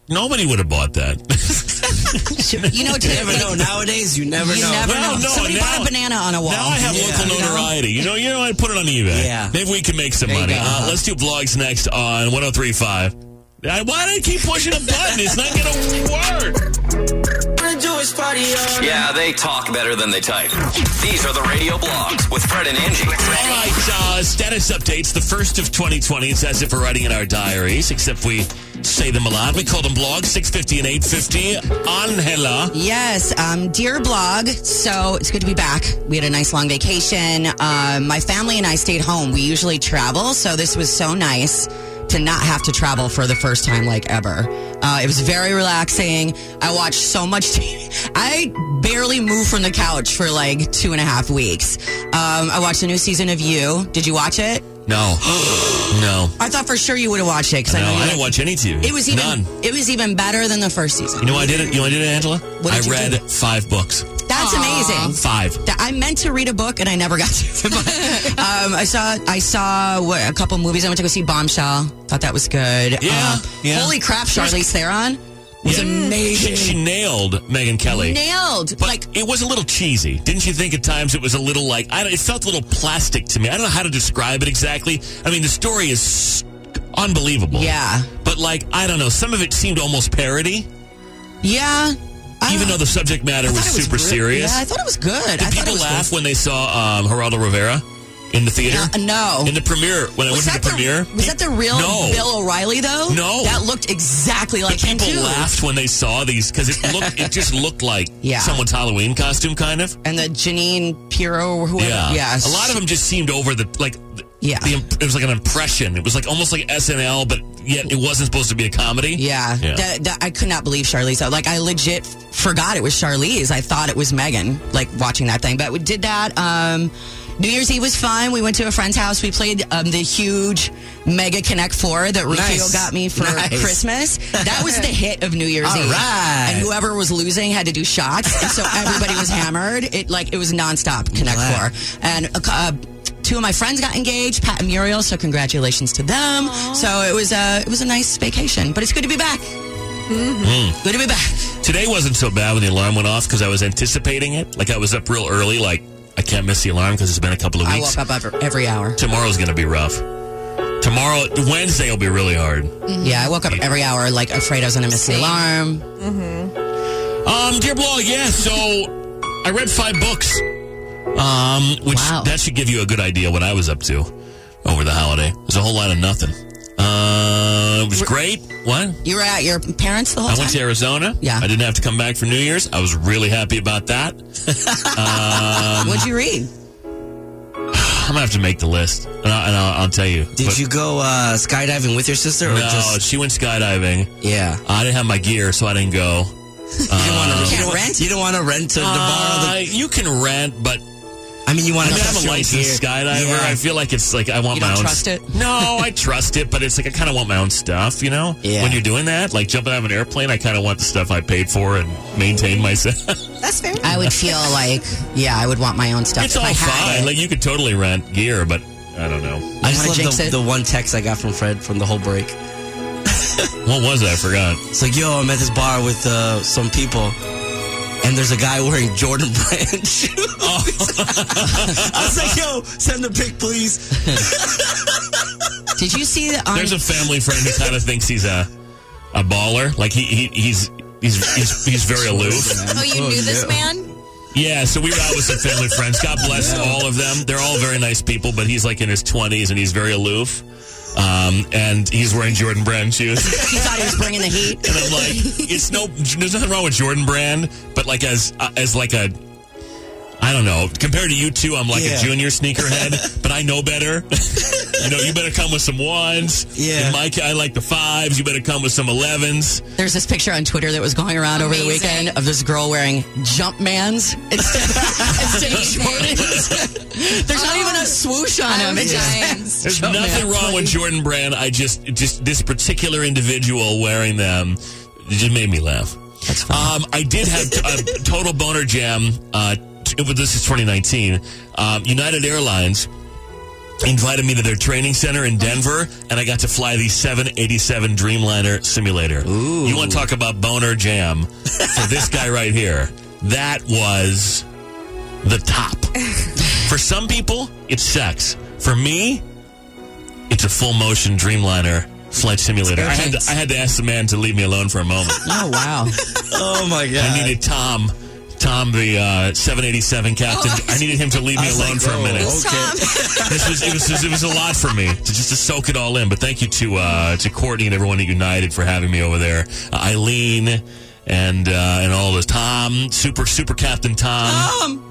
C: nobody would have bought that.
D: you know,
F: you
D: today,
F: never know. Nowadays, you never
D: you
F: know.
D: never
C: Well,
D: know.
C: no,
D: Somebody
C: now-
D: bought a banana on a wall.
C: Now I have
D: Yeah.
C: local
D: You know?
C: notoriety. You know, you know, I put it on eBay.
F: Yeah.
C: maybe we can make some
D: There you
C: money.
D: go.
C: Uh, let's do vlogs next on 103.5. I, why do I keep pushing a button? It's not going to work.
B: Yeah, they talk better than they type. These are the radio blogs with Fred and Angie.
C: All right, uh, status updates. The first of 2020. It's as if we're writing in our diaries, except we say them a lot. We call them blogs, 650 and 850. Angela.
D: Yes, um, dear blog. So it's good to be back. We had a nice long vacation. Uh, my family and I stayed home. We usually travel, so this was so nice to not have to travel for the first time like ever. Uh, it was very relaxing. I watched so much TV. I barely moved from the couch for like two and a half weeks. Um, I watched a new season of You. Did you watch it?
C: No. no.
D: I thought for sure you would have watched it because I
C: No,
D: know you
C: I
D: like-
C: didn't watch any TV.
D: it was even
C: None.
D: it was even better than the first season.
C: You know why I did it? You know why I did it, Angela?
D: What did
C: I
D: you
C: read
D: do?
C: five books.
D: That's amazing.
C: Five.
D: that I meant to read a book and I never got to. But, um, I saw I saw what, a couple movies. I went to go see Bombshell. Thought that was good.
C: Yeah, yeah.
D: uh, Holy crap! Charlize Theron was
C: Yeah.
D: amazing.
C: She, she nailed Megan Kelly.
D: Nailed.
C: but
D: like
C: it was a little cheesy. Didn't you think at times it was a little like I don't, it felt a little plastic to me. I don't know how to describe it exactly. I mean, the story is unbelievable.
D: Yeah.
C: But like I don't know, some of it seemed almost parody,
D: yeah. I
C: even
D: don't-
C: though the subject matter
D: I
C: was
D: thought it
C: super
D: good.
C: serious.
D: Yeah, I thought it was good. I
C: Did
D: thought it
C: people
D: was
C: laugh when they saw um, Geraldo Rivera in the theater?
D: Good. No.
C: In the premiere, when I went to the, premiere,
D: was that the real
C: No.
D: Bill O'Reilly though?
C: No.
D: that looked exactly like him
C: people
D: too.
C: laughed when they saw these because it looked it just looked like
D: Yeah.
C: someone's Halloween costume, kind of.
D: And the Janine Pirro or whoever.
C: Yeah,
D: Yes.
C: A lot of them just seemed over the like. th-
D: Yeah.
C: the, imp- it was like an impression. It was like almost like SNL, but yet it wasn't supposed to be a comedy.
D: Yeah,
C: Yeah.
D: That, that I could not believe Charlize. Like I legit f- forgot it was Charlize. I thought it was Megan. Like watching that thing, but we did that. Um, New Year's Eve was fun. We went to a friend's house. We played um, the huge Mega Connect Four that Rufio
F: Nice.
D: got me for
F: Nice.
D: Christmas. That was the hit of New Year's
F: All
D: Eve.
F: right.
D: And whoever was losing had to do shots, and so everybody was hammered. It like it was nonstop Connect
F: Wow.
D: Four, and a cou- uh, two of my friends got engaged, Pat and Muriel. So congratulations to them. So it was a it was a nice vacation, but it's good to be back.
K: Mm-hmm.
D: Good to be back.
C: Hmm. Today wasn't so bad when the alarm went off because I was anticipating it. Like I was up real early. Like I can't miss the alarm because it's been a couple of
D: I
C: weeks.
D: woke up every, every hour.
C: Tomorrow's going to be rough. Tomorrow, Wednesday will be really hard.
K: Mm-hmm.
D: Yeah, I woke up every hour, like afraid I was gonna miss the alarm.
K: Mm-hmm.
C: Um, dear blog, yeah. So I read five books. Um, which
D: Wow.
C: that should give you a good idea what I was up to over the holiday. It was a whole lot of nothing. Uh, it was great. What?
D: You were at your parents the whole
C: I
D: time.
C: went to Arizona.
D: Yeah.
C: I didn't have to come back for New Year's. I was really happy about that. um,
D: What'd you read?
C: I'm gonna have to make the list, and, I, and I'll, I'll tell you.
F: Did
C: But-
F: you go uh, skydiving with your sister? Or
C: No,
F: just,
C: she went skydiving.
F: yeah.
C: I didn't have my gear, so I didn't go.
F: You don't want to
D: can't
F: don't,
D: rent?
F: You don't want to rent to borrow
C: Uh, you can rent, but
F: the. I mean, you want to
C: I mean, I'm a licensed skydiver. I feel like it's like I want
D: You
C: my
D: don't
C: own.
D: trust it?
C: No, I trust it, but it's like I kind of want my own stuff. You know,
F: Yeah.
C: when you're doing that, like jumping out of an airplane, I kind of want the stuff I paid for and maintain myself.
K: That's fair.
D: I would feel like, yeah, I would want my own stuff.
C: it's
D: if
C: all
D: I had
C: fine.
D: it.
C: Like you could totally rent gear, but I don't know.
F: I
D: You wanna
F: just
D: jinx
F: love
D: it?
F: the, the one text I got from Fred from the whole break.
C: What was it? I forgot.
F: It's like, yo, I'm at this bar with uh, some people, and there's a guy wearing Jordan Brand shoes. I was like, yo, send a pic, please.
D: Did you see the?
C: There's a family friend who kind of thinks he's a a baller. Like he, he he's he's he's he's very aloof.
G: Oh, you knew this man?
C: Yeah, so we were out with some family friends. God bless all of them. They're all very nice people, but he's like in his 20s and he's very aloof. Um, and he's wearing Jordan Brand shoes.
D: He thought he was bringing the heat.
C: And I'm like, it's no, there's nothing wrong with Jordan Brand, but like as, uh, as like a, I don't know, compared to you two, I'm like
F: Yeah.
C: a junior sneakerhead, but I know better. you know, you better come with some ones.
F: Yeah.
C: In my, ca- I like the fives. You better come with some 11s.
D: There's this picture on Twitter that was going around over the
G: Amazing.
D: weekend of this girl wearing Jumpmans instead instead of Jordans. There's not even a swoosh on
G: Oh, I'm
D: them. It just
G: dying.
D: says
C: There's
D: Jumpman.
C: nothing wrong with Jordan Brand. I just, just this particular individual wearing them it just made me laugh. That's fine. Um, I did have a total boner jam. Uh, t- but this is 2019. Um, United Airlines invited me to their training center in Denver, and I got to fly the 787 Dreamliner simulator. You want to talk about boner jam? For this guy right here, that was the top. For some people, it's sex. For me, it's a full motion Dreamliner flight simulator. I had, to, I had to ask the man to leave me alone for a moment.
D: Oh wow!
F: Oh my god!
C: I needed Tom, Tom the uh, 787 captain.
F: Oh.
C: I needed him to leave me
F: I was
C: alone
F: like,
C: for a
F: whoa.
C: minute.
F: Okay.
C: This was it, was it was a lot for me to just to soak it all in. But thank you to uh, to Courtney and everyone at United for having me over there. Uh, Eileen and uh, and all those Tom, super super captain Tom.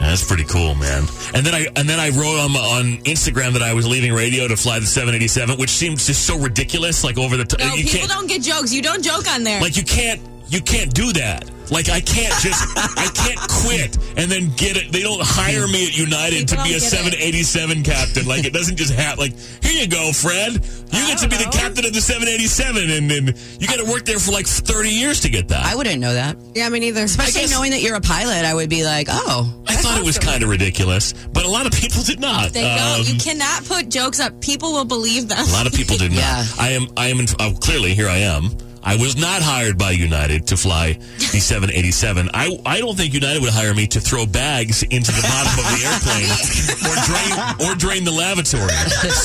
C: That's pretty cool, man. And then I and then I wrote on on Instagram that I was leaving radio to fly the 787, which seems just so ridiculous, like over the top.
G: No, people don't get jokes. You don't joke on there.
C: Like you can't you can't do that. Like I can't just I can't quit and then get it. They don't hire me at United
G: People
C: to be
G: don't
C: a
G: get it.
C: 787 captain. Like it doesn't just happen. Like here you go, Fred. You get to be the
G: Uh-huh.
C: captain of the 787, and then you got to work there for like 30 years to get that.
D: I wouldn't know that.
G: yeah, me neither.
D: Especially knowing that you're a pilot, I would be like, oh,
C: I thought it was kind of ridiculous, but a lot of people did not.
G: They don't.
C: Um,
G: You cannot put jokes up. People will believe them.
C: A lot of people did not.
D: Yeah.
C: I am. I am. In, oh, clearly, here I am. I was not hired by United to fly the 787. I, I don't think United would hire me to throw bags into the bottom of the airplane or drain or drain the lavatory.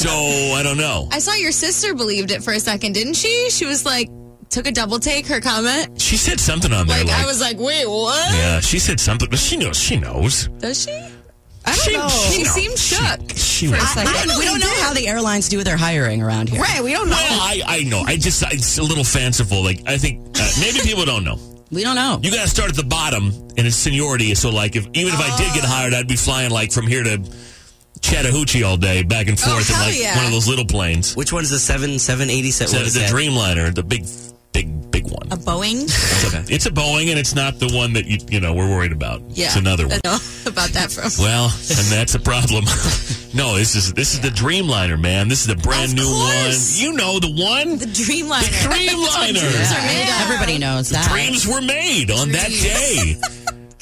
C: So I don't know.
G: I saw your sister believed it for a second, didn't she? She was like, took a double take, her comment.
C: She said something on there.
G: Like,
C: Like,
G: I was like, wait, what?
C: yeah, she said something, but she knows. She knows.
G: Does she? I don't
C: She-
G: know.
C: she
G: She,
C: knows.
G: seemed shook.
C: She was.
G: I- I
D: we don't know how the airlines do their hiring around here.
G: Right, we don't know.
C: Well, I, I know. I just I, it's a little fanciful. Like I think uh, maybe people don't know.
D: We don't know.
C: You got to start at the bottom, and it's seniority. So, like, if even if I did get hired, I'd be flying like from here to Chattahoochee all day, back and forth, in
G: hell
C: like
G: yeah.
C: one of those little planes.
F: Which one is the seven seven eighty seven?
C: So
F: What is
C: the
F: that?
C: Dreamliner, the big, big, big one.
G: a Boeing?
C: It's a Boeing, and it's not the one that you you know we're worried about.
G: Yeah.
C: it's another one.
G: I know about that from.
C: Well, and that's a problem. no, this is this is the Dreamliner, man. This is the brand
G: Of
C: new
G: course.
C: one. You know the one.
G: The
C: The,
G: Dreamliner.
C: Dreamliner.
G: Dreams are made
D: Yeah.
G: of.
D: Everybody knows that.
C: Dreams were made on that day.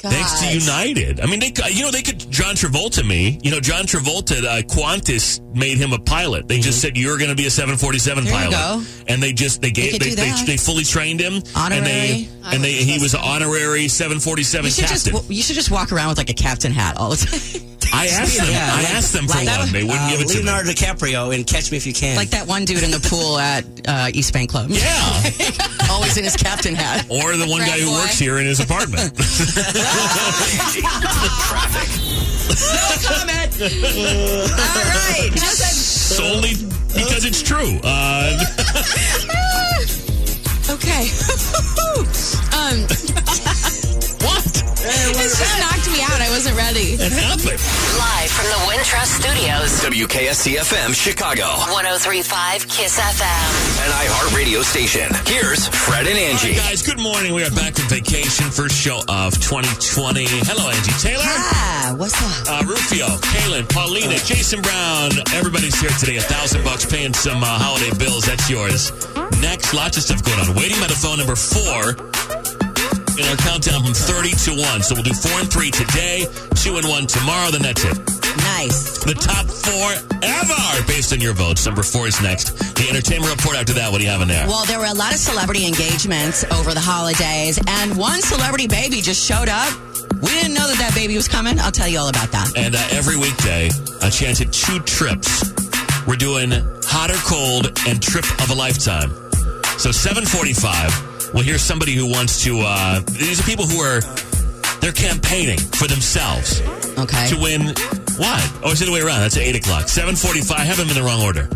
G: God.
C: Thanks to United. I mean, they you know they could John Travolta me. You know, John Travolta, uh, Qantas made him a pilot. They just said you're going to be a 747
D: Mm-hmm. There you
C: pilot,
D: go.
C: and they just they gave
D: could
C: they,
D: do
C: they,
D: that.
C: they fully trained him, and
D: Honorary.
C: they and they he was an honorary 747
D: You should
C: captain.
D: just wa- you should just walk around with like a captain hat all the time.
C: I asked them.
D: Yeah,
C: I
D: like-
C: asked them for
D: like-
C: one. They wouldn't
F: Uh,
C: give it to me.
F: Leonardo DiCaprio in Catch Me If You Can.
D: like that one dude in the pool at uh, East Bank Club.
C: Yeah,
D: always in his captain hat.
C: or the one guy who
G: boy.
C: works here in his apartment.
G: All right. Just-
C: Solely because it's true. Uh,
G: okay. um,
C: what?
G: this just knocked me out. I wasn't ready.
C: It happened.
A: Live from the Wintrust Studios,
B: WKSCFM Chicago
A: 1035 Kiss FM.
B: an iHeartRadio station. Here's Fred and
C: All
B: Angie.
C: right, guys, good morning. We are back from vacation. First show of 2020. Hello, Angie Taylor.
D: Ah, what's up?
C: Uh, Rufio, Kaylin, Paulina, Jason Brown. Everybody's here today. A thousand bucks paying some uh, holiday bills. That's yours. Next, lots of stuff going on. Waiting by the phone number four in our countdown from 30 to 1. So we'll do four and three today, two and one tomorrow. Then that's it.
D: Nice.
C: The top four ever based on your votes. Number four is next. The entertainment report after that. What do you have in there?
D: Well, there were a lot of celebrity engagements over the holidays, and one celebrity baby just showed up. We didn't know that that baby was coming. I'll tell you all about that.
C: And uh, every weekday, a chance at two trips We're doing hot or cold and trip of a lifetime. So 745, we'll hear somebody who wants to, uh, these are people who are, they're campaigning for themselves.
D: Okay.
C: To win what? Oh, it's the other way around. That's at 8 o'clock. 745, I have them in the wrong order.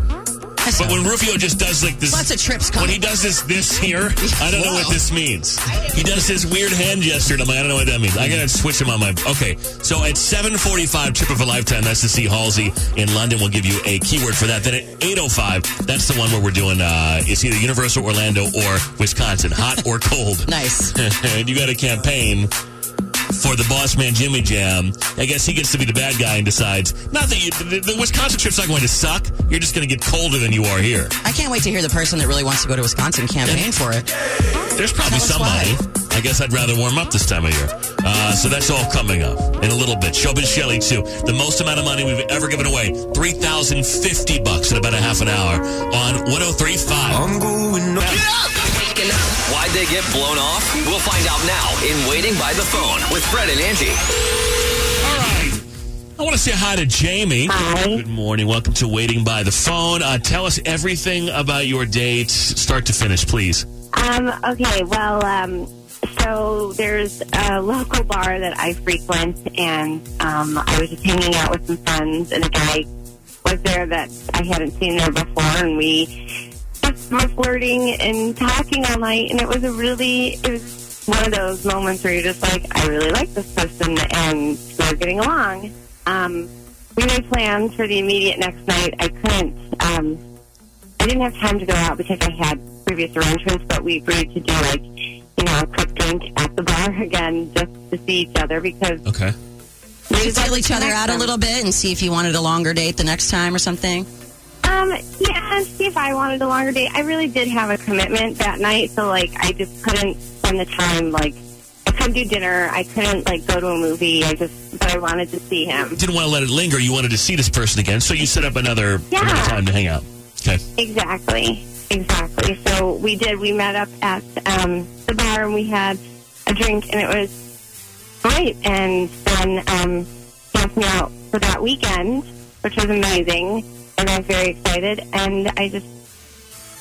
C: But when Rufio just does like this,
D: Lots of trips
C: When
D: coming.
C: he does this this here, I don't know what this means. He does this weird hand gesture, and I'm like, I don't know what that means. I gotta switch him on my. Okay, so at 7:45, trip of a lifetime. That's to see Halsey in London. We'll give you a keyword for that. Then at 8:05, that's the one where we're doing. Uh, it's either Universal Orlando or Wisconsin, hot or cold.
D: Nice.
C: and you got a campaign. For the boss man Jimmy Jam, I guess he gets to be the bad guy and decides. Not that you, the, the Wisconsin trip's not going to suck. You're just going to get colder than you are here.
D: I can't wait to hear the person that really wants to go to Wisconsin campaign for it.
C: There's probably
D: Tell us
C: somebody. I guess I'd rather warm up this time of year. Uh, so that's all coming up in a little bit. Showbiz Shelly too. The most amount of money we've ever given away. 3050 bucks in about a half an hour on 1035. I'm going
B: Why'd they get blown off? We'll find out now in Waiting by the Phone with Fred and Angie.
C: I want to say hi to Jamie. Hi. Good morning. Welcome to Waiting by the Phone. Uh, tell us everything about your date, start to finish, please.
K: Um, okay, well, um, so there's a local bar that I frequent, and um, I was just hanging out with some friends, and a guy was there that I hadn't seen there before, and we just were flirting and talking all night, and it was a really, it was one of those moments where you're just like, I really like this person, and we're getting along. Um, we made plans for the immediate next night. I couldn't. Um, I didn't have time to go out because I had previous arrangements, but we agreed to do like, you know, a quick drink at the bar again just to see each other because
C: Okay.
D: Maybe bail each other out a little bit and see if you wanted a longer date the next time or something.
K: Um, yeah, and see if I wanted a longer date. I really did have a commitment that night, so like I just couldn't spend the time. Like I couldn't do dinner. I couldn't like go to a movie. I just, but I wanted to see him.
C: Didn't want to let it linger. You wanted to see this person again, so you set up another,
K: Yeah.
C: another time to hang out. Okay.
K: Exactly. Exactly. So we did. We met up at um, the bar and we had a drink, and it was great. And then um, he asked me out for that weekend, which was amazing, and I was very excited. And I just,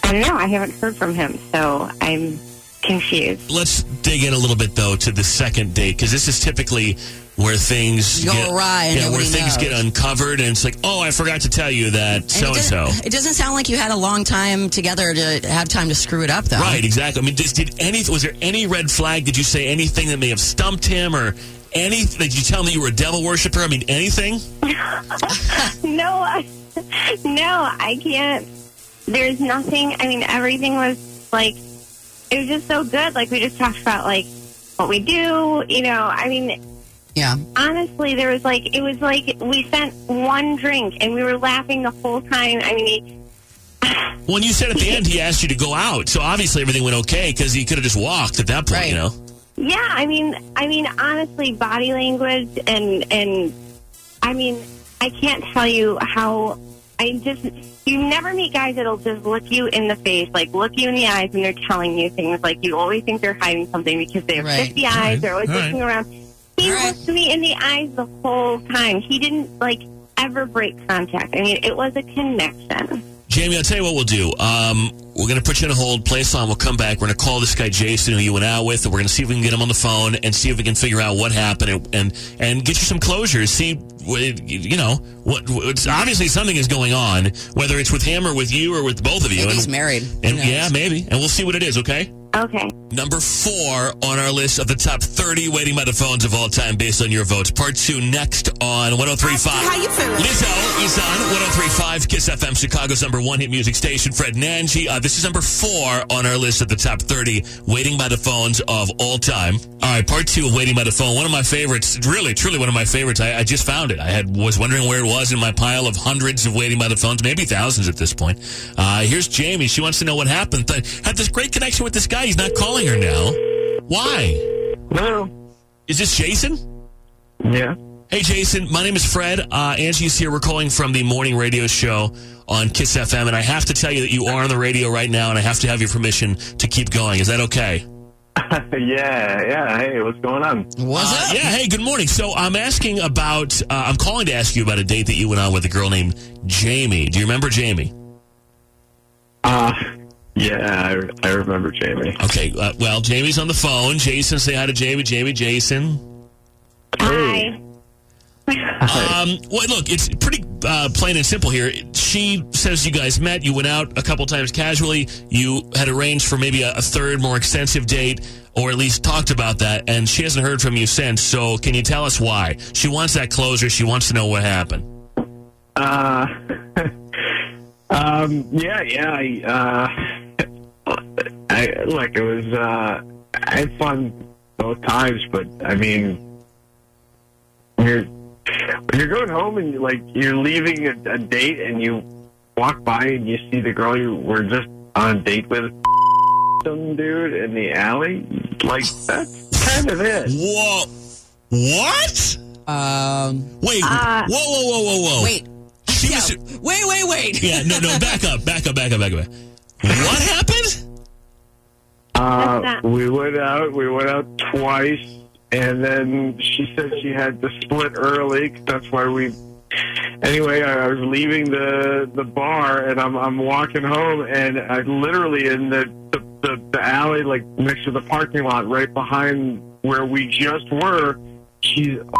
K: I don't know. I haven't heard from him, so I'm confused.
C: Let's dig in a little bit though to the second date because this is typically where things
D: Go
C: get,
D: awry and
C: yeah, where
D: nobody
C: things
D: knows.
C: get uncovered, and it's like, oh, I forgot to tell you that
D: And
C: so and
D: it
C: so.
D: doesn't- It doesn't sound like you had a long time together to have time to screw it up, though.
C: Right, exactly. I mean, did, did any was there any red flag? Did you say anything that may have stumped him, or any? Did you tell him that you were a devil worshiper? I mean, anything?
K: no, I, no, I can't. There's nothing. I mean, everything was like it was just so good. Like we just talked about like what we do. You know, I mean,
D: Yeah.
K: honestly, there was like it was like we sent one drink and we were laughing the whole time. I mean, he,
C: When you said at the end he asked you to go out, so obviously everything went okay because he could have just walked at that point, you know.
K: yeah. I mean, I mean, honestly, body language and and I mean, I can't tell you how I just you never meet guys that'll just look you in the face, like look you in the eyes when they're telling you things. Like you always think they're hiding something because they have
E: Right.
K: fifty eyes,
E: All right.
K: they're always
E: All
K: looking around. He looked me in the eyes the whole time. He didn't like ever break contact. I mean, it was a connection.
C: Jamie, I'll tell you what we'll do. Um, we're going to put you on hold, play a song, we'll come back. We're going to call this guy Jason, who you went out with, and we're going to see if we can get him on the phone and see if we can figure out what happened and and, and get you some closure. See, wh- you know, what, what's obviously something is going on, whether it's with him or with you or with both of you.
D: Maybe
C: and,
D: he's married.
C: And, yeah, maybe. And we'll see what it is, okay?
K: Okay.
C: Number four on our list of the top 30 waiting by the phones of all time based on your votes. Part two next on 1035. How you feeling? Lizzo is on 1035 Kiss FM, Chicago's number one hit music station. Fred Nanji. Uh, this is number four on our list of the top 30 waiting by the phones of all time. All right, part two of waiting by the phone. One of my favorites, really, truly one of my favorites. I, I just found it. I had was wondering where it was in my pile of hundreds of waiting by the phones, maybe thousands at this point. Uh, here's Jamie. She wants to know what happened. Th- had this great connection with this guy. He's not calling her now. Why? Hello. Is this Jason? Yeah. Hey, Jason. My name is Fred. Uh, Angie's here. We're calling from the morning radio show on Kiss FM, and I have to tell you that you are on the radio right now, and I have to have your permission to keep going. Is that okay?
F: Hmm.
L: yeah, yeah. Hey, what's going on?
C: Was it? Uh, Yeah. Hey, good morning. So I'm asking about. Uh, I'm calling to ask you about a date that you went on with a girl named Jamie. Do you remember Jamie?
L: Uh, yeah, I, I remember Jamie.
C: Okay. Uh, well, Jamie's on the phone. Jason, say hi to Jamie. Jamie, Jason.
K: Hi.
C: Um, well, look, it's pretty uh, plain and simple here. She says you guys met. You went out a couple times casually. You had arranged for maybe a, a third, more extensive date, or at least talked about that. And she hasn't heard from you since. So, can you tell us why? She wants that closure. She wants to know what happened.
L: Uh, um, yeah, yeah. I, uh, I look. It was. Uh, I had fun both times, but I mean, when you're when you're going home and you, like you're leaving a, a date and you walk by and you see the girl you were just on a date with, some dude in the alley. Like that's kind of it.
C: Whoa. What? Um. Wait.
M: Uh,
C: whoa, whoa, whoa, whoa, whoa.
D: Wait.
C: She was.
D: Wait, wait, wait.
C: Yeah. No, no. Back up. Back up. Back up. Back up. What happened?
L: Uh, we went out. We went out twice, and then she said she had to split early. 'cause That's why we. Anyway, I I was leaving the the bar, and I'm I'm walking home, and I literally in the the, the, the alley, like next to the parking lot, right behind where we just were. She's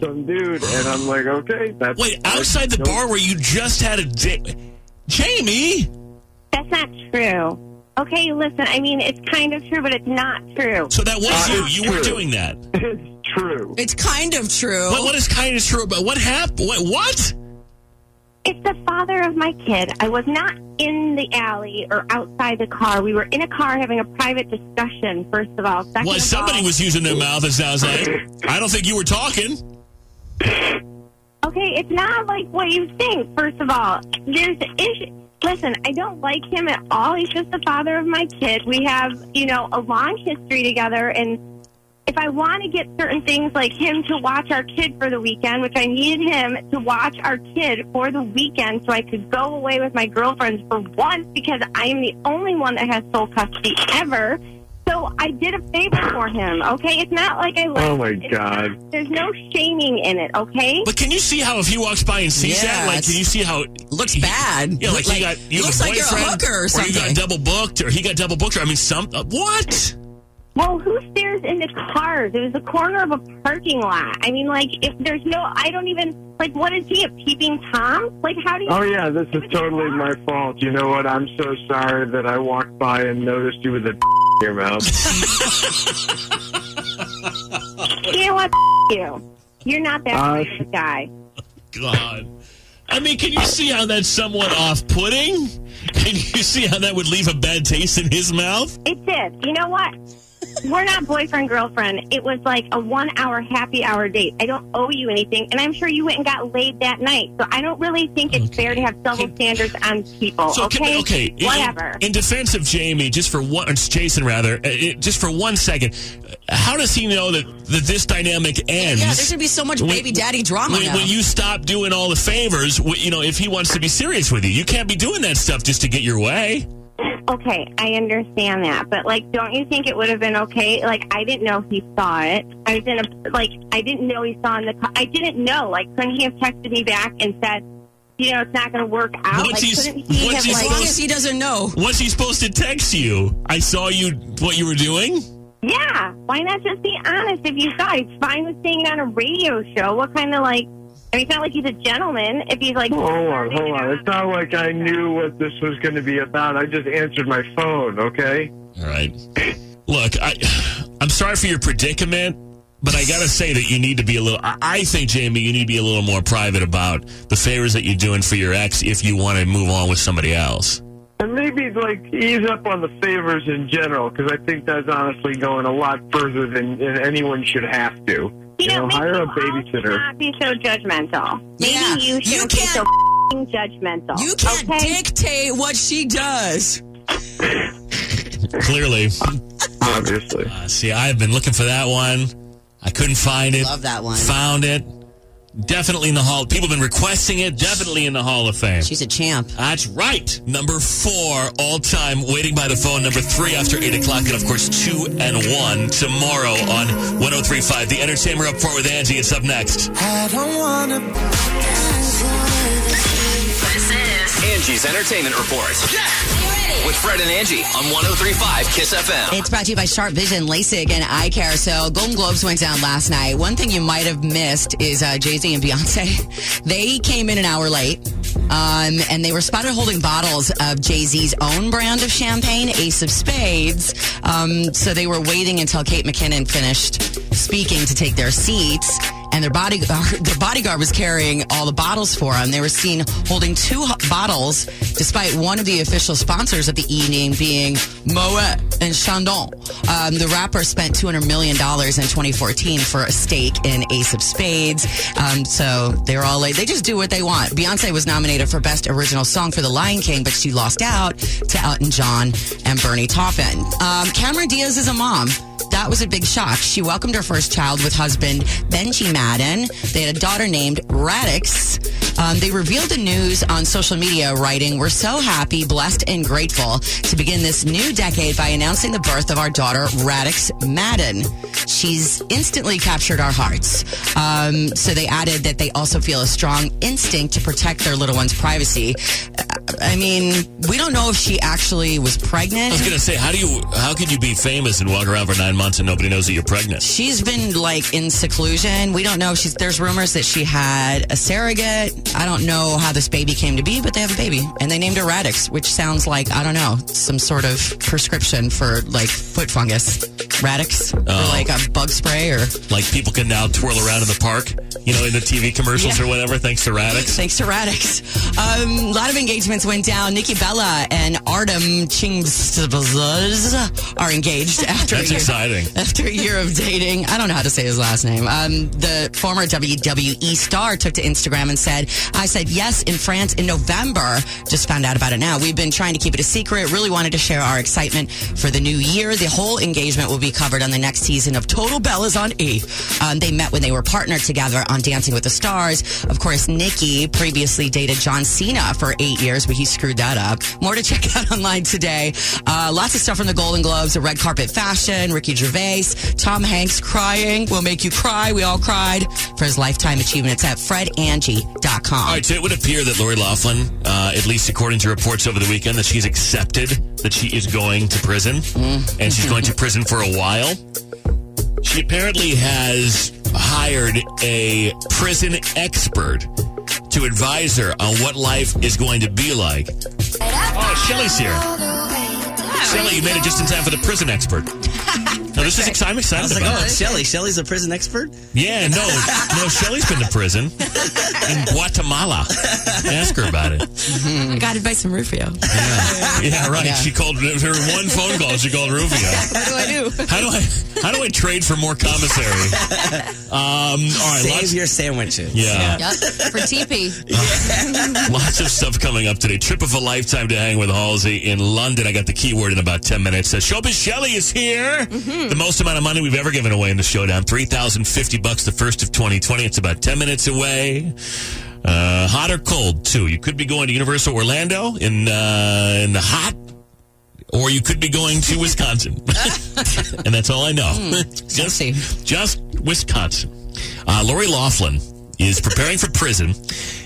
L: some dude, and I'm like, okay, that's
C: Wait. Outside the bar where you just had a date. Jamie.
K: That's not true. Okay, listen, I mean, it's kind of true, but it's not true.
C: So that was
K: Uh,
C: you. You were doing that.
L: It's true.
D: It's kind of true.
C: What, what is kind of true about what happened? What? what?
K: It's the father of my kid. I was not in the alley or outside the car. We were in a car having a private discussion, first of all. Second
C: Well,
K: of
C: somebody
K: all,
C: was using their mouth. It sounds like. I don't think you were talking.
K: Okay, it's not like what you think, first of all. There's the issue. Listen, I don't like him at all. He's just the father of my kid. We have, you know, a long history together, and if I want to get certain things like him to watch our kid for the weekend, which I needed him to watch our kid for the weekend so I could go away with my girlfriends for once because I am the only one that has sole custody ever. So I did a favor for him, okay? It's not like I like
L: Oh my god.
K: There's no shaming in it, okay?
C: But can you see how if he walks by and sees
D: Yeah,
C: that, like,
D: it's-
C: can you see how it looks bad? Yeah, like, he
D: Like,
C: got you
D: looks
C: have
D: like you're a
C: boyfriend,
D: hooker or
C: you got
D: something.
C: double booked, or he got double booked, or I mean, some uh, what?
K: Well, who stares into cars? It was the corner of a parking lot. I mean, like, if there's no, I don't even, like, what is he, a peeping Tom? Like, how do you.
L: Oh yeah, this is totally my fault. You know what? I'm so sorry that I walked by and noticed you with a in your mouth.
K: You know what? F- you. You're not that kind of guy.
C: God, I mean, can you see how that's somewhat off-putting? Can you see how that would leave a bad taste in his mouth?
K: It did. You know what? We're not boyfriend, girlfriend. It was like a one hour happy hour date. I don't owe you anything, and I'm sure you went and got laid that night. So I don't really think it's fair to have double standards on people,
C: So
K: Oh, okay?
C: can, okay, in- in-
K: Whatever.
C: In, defense of Jamie, just for one, or Jason rather, uh, it, just for one second, uh, how does he know that that this dynamic ends?
D: Yeah, there's gonna be so much baby daddy drama
C: When,
D: now.
C: when you stop doing all the favors, wh- you know, if he wants to be serious with you, you can't be doing that stuff just to get your way.
K: Okay, I understand that, but like, don't you think it would have been okay? Like, I didn't know he saw it. I was in a like, I didn't know he saw in the. co- I didn't know. Like, couldn't he have texted me back and said, you know, it's not going to work out? like,
C: What's he-
K: couldn't he
C: what's
K: have
C: he
K: like?
D: as long as he doesn't know.
C: What's he supposed to text you? I saw you what you were doing.
K: Yeah, why not just be honest? If you saw, it? he's fine with saying it on a radio show. What kind of like? I mean, it's not like he's a gentleman. If he's like,
L: hold on, hold on. It's not like I knew what this was going to be about. I just answered my phone. Okay.
C: All right. Look, I I'm sorry for your predicament, but I gotta say that you need to be a little. I, I think Jamie, you need to be a little more private about the favors that you're doing for your ex if you want to move on with somebody else.
L: And maybe like ease up on the favors in general because I think that's honestly going a lot further than, than anyone should have to. You, know, hire a babysitter.
K: not be so judgmental. Maybe
D: Yeah,
K: you
D: you
K: shouldn't be so
D: can't-
K: f***ing judgmental.
D: You can't
K: okay?
D: dictate what she does.
C: Clearly,
L: Obviously.
C: uh, see, I've been looking for that one. I couldn't find it.
D: Love that one.
C: Found it. Definitely in the hall. People have been requesting it. Definitely in the Hall of Fame.
D: She's a champ.
C: That's right. Number four, all time, waiting by the phone. Number three after eight o'clock, and of course two and one tomorrow on 103.5. The Entertainer up for with Angie. It's up next.
E: I don't wanna.
B: This is Angie's Entertainment Report. With Fred and Angie on 1035 Kiss FM.
D: It's brought to you by Sharp Vision, LASIK, and eye care. So Golden Globes went down last night. One thing you might have missed is uh, Jay Z and Beyonce. They came in an hour late, um, and they were spotted holding bottles of Jay Z's own brand of champagne, Ace of Spades. Um, so they were waiting until Kate McKinnon finished speaking to take their seats and their bodyguard their bodyguard was carrying all the bottles for them. They were seen holding two h- bottles, despite one of the official sponsors of the evening being Moet and Chandon. Um, the rapper spent two hundred million dollars in 2014 for a stake in Ace of Spades. Um, so they were all like, they just do what they want. Beyonce was nominated for best original song for The Lion King, but she lost out to Elton John and Bernie Taupin. Um, Cameron Diaz is a mom. That was a big shock. She welcomed her first child with husband Benji Madden. They had a daughter named Radix. Um, they revealed the news on social media, writing, We're so happy, blessed, and grateful to begin this new decade by announcing the birth of our daughter, Radix Madden. She's instantly captured our hearts. Um, so they added that they also feel a strong instinct to protect their little one's privacy. Uh, I mean, we don't know if she actually was pregnant.
C: I was going to say, how do you, how can you be famous and walk around for nine months and nobody knows that you're pregnant?
D: She's been like in seclusion. We don't know. She's there's rumors that she had a surrogate. I don't know how this baby came to be, but they have a baby and they named her Radix, which sounds like I don't know some sort of prescription for like foot fungus, Radix, or
C: Oh.
D: like a bug spray or
C: Like people can now twirl around in the park, you know, in the TV commercials
D: Yeah.
C: or whatever, thanks to Radix.
D: Thanks to Radix. Um, a lot of engagements went down. Nikki Bella and Artem Chingz are engaged after
C: That's
D: a year,
C: exciting.
D: After a year of dating, I don't know how to say his last name. Um, the former WWE star took to Instagram and said, "I said yes in France in November. Just found out about it now. We've been trying to keep it a secret. Really wanted to share our excitement for the new year. The whole engagement will be covered on the next season of Total Bellas on E. Um, they met when they were partnered together on Dancing with the Stars. Of course, Nikki previously dated John Cena for eight years, but he screwed that up. More to check out online today. Uh, lots of stuff from the Golden Globes, the red carpet fashion, Ricky Gervais, Tom Hanks crying will make you cry. We all cried for his lifetime achievement. It's at fredangie.com.
C: All right, so it would appear that Lori Laughlin, uh, at least according to reports over the weekend, that she's accepted that she is going to prison and she's going to prison for a while. She apparently has hired a prison expert to advise her on what life is going to be like. Oh, Shelly's here. Shelly, you made it just in time for the prison expert. Now, this is exciting.
F: I
C: I'm
F: was
C: excited
F: like,
C: about
F: oh,
C: it.
F: it's Shelly. Shelly's a prison expert?
C: Yeah, no, no. Shelly's been to prison in Guatemala. Ask her about it.
M: Mm-hmm.
D: I got it by some Rufio.
C: Yeah, right.
D: Yeah.
C: She called her one phone call. She called Rufio.
D: What do I do?
C: How do I? How do I trade for more commissary? Um, all right,
F: Save
C: lots,
F: your sandwiches.
C: Yeah.
G: Yep. For TP.
C: lots of stuff coming up today. Trip of a lifetime to hang with Halsey in London. I got the keyword in about ten minutes. Uh, Showbiz Shelley is here. The most amount of money we've ever given away in the showdown three thousand fifty bucks. The first of twenty twenty. It's about ten minutes away. Uh, hot or cold too. You could be going to Universal Orlando in uh, in the hot, or you could be going to Wisconsin. and that's all I know. just, just Wisconsin. Uh, Lori Laughlin is preparing for prison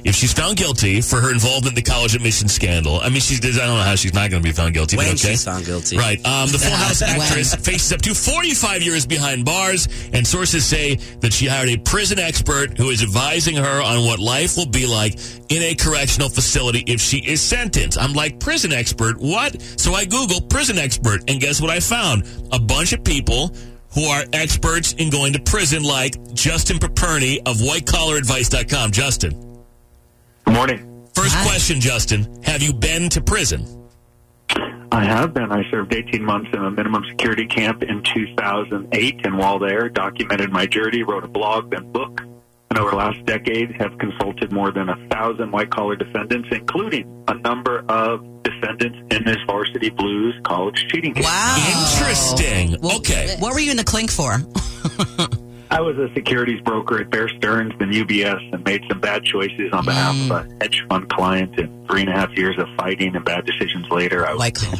C: if she's found guilty for her involvement in the college admission scandal. I mean, she's, I don't know how she's not going to be found guilty.
F: When
C: but okay.
F: she's found guilty.
C: Right. Um, the Full House
F: When.
C: actress faces up to 45 years behind bars, and sources say that she hired a prison expert who is advising her on what life will be like in a correctional facility if she is sentenced. I'm like, prison expert? What? So I Google prison expert, and guess what I found? A bunch of people who are experts in going to prison, like Justin Paperny of whitecollaradvice.com. Justin,
N: Good morning.
C: first question, Justin. Have you been to prison?
N: I have been. I served 18 months in a minimum security camp in 2008, and while there, documented my journey, wrote a blog, then book, and over the last decade have consulted more than a thousand white collar defendants, including a number of defendants in this varsity blues college cheating case.
D: Wow.
C: Interesting.
D: Well,
C: okay.
D: What were you in the clink for?
N: I was a securities broker at Bear Stearns and UBS and made some bad choices on behalf of a hedge fund client. And three and a half years of fighting and bad decisions later, I was
D: White collar.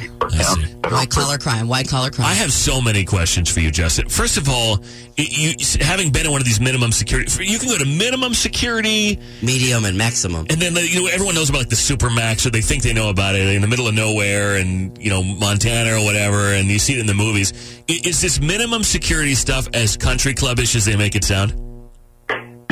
D: White collar crime. White collar crime.
C: I have so many questions for you, Justin. First of all, y- you having been in one of these minimum security, you can go to minimum security,
F: medium, and maximum.
C: And then you know everyone knows about like the super max, or they think they know about it in the middle of nowhere, and you know Montana or whatever, and you see it in the movies. I- Is this minimum security stuff as country clubbish as they make it sound?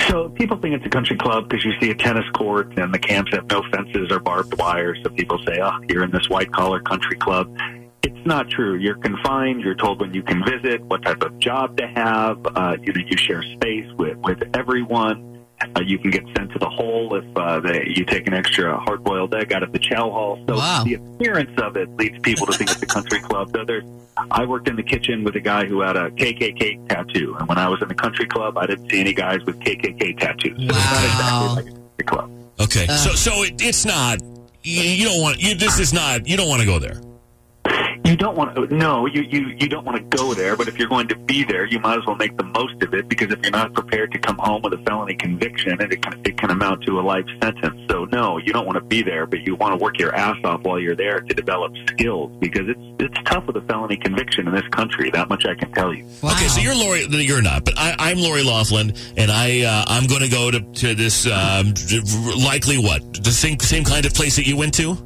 N: So people think it's a country club because you see a tennis court and the camps have no fences or barbed wire. So people say, oh, you're in this white collar country club. It's not true. You're confined. You're told when you can visit, what type of job to have. Uh, you know, you share space with, with everyone. Uh, you can get sent to the hole if uh, they, you take an extra hard boiled egg out of the chow hall. So the appearance of it leads people to think it's a country club. Though there's, I worked in the kitchen with a guy who had a KKK tattoo, and when I was in the country club, I didn't see any guys with KKK tattoos. So it's not exactly like a country club.
C: Okay, so so it, it's not. You, you don't want you, this is not. You don't want to go there.
N: You don't want to. No, you, you you don't want to go there. But if you're going to be there, you might as well make the most of it because if you're not prepared to come home with a felony conviction, and it can, it can amount to a life sentence. So no, you don't want to be there, but you want to work your ass off while you're there to develop skills because it's it's tough with a felony conviction in this country. That much I can tell you.
C: Okay, so you're Lori. no, You're not, but I, I'm Lori Laughlin, and I uh, I'm going to go to to this um, likely what the same same kind of place that you went to.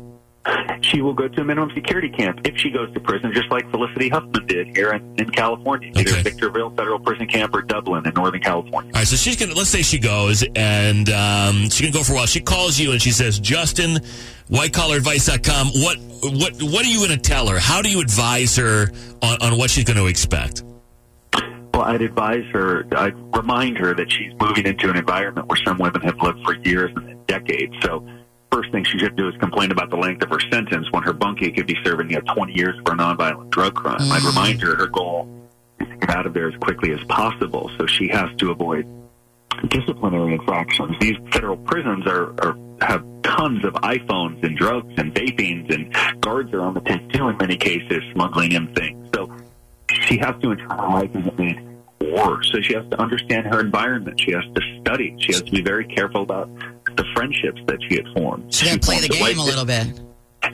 N: She will go to a minimum security camp if she goes to prison, just like Felicity Huffman did here in, in California, either Victorville Federal Prison Camp or Dublin in Northern California.
C: All right, so she's gonna. Let's say she goes and um, she can go for a while. She calls you and she says, "Justin, whitecollaradvice.com. What what what are you going to tell her? How do you advise her on, on what she's going to expect?"
N: Well, I'd advise her, I'd remind her that she's moving into an environment where some women have lived for years and decades. So, first thing she should do is complain about the length of her sentence when her bunkie could be serving you know, 20 years for a nonviolent drug crime. I'd remind her her goal is to get out of there as quickly as possible. So, she has to avoid disciplinary infractions. These federal prisons are, are have tons of iPhones and drugs and vapings, and guards are on the take too in many cases, smuggling in things. So she has to internalize as it made war. So she has to understand her environment. She has to study. She has to be very careful about the friendships that she had formed.
D: She got to play the
N: formed
D: game a
N: white-
D: little bit.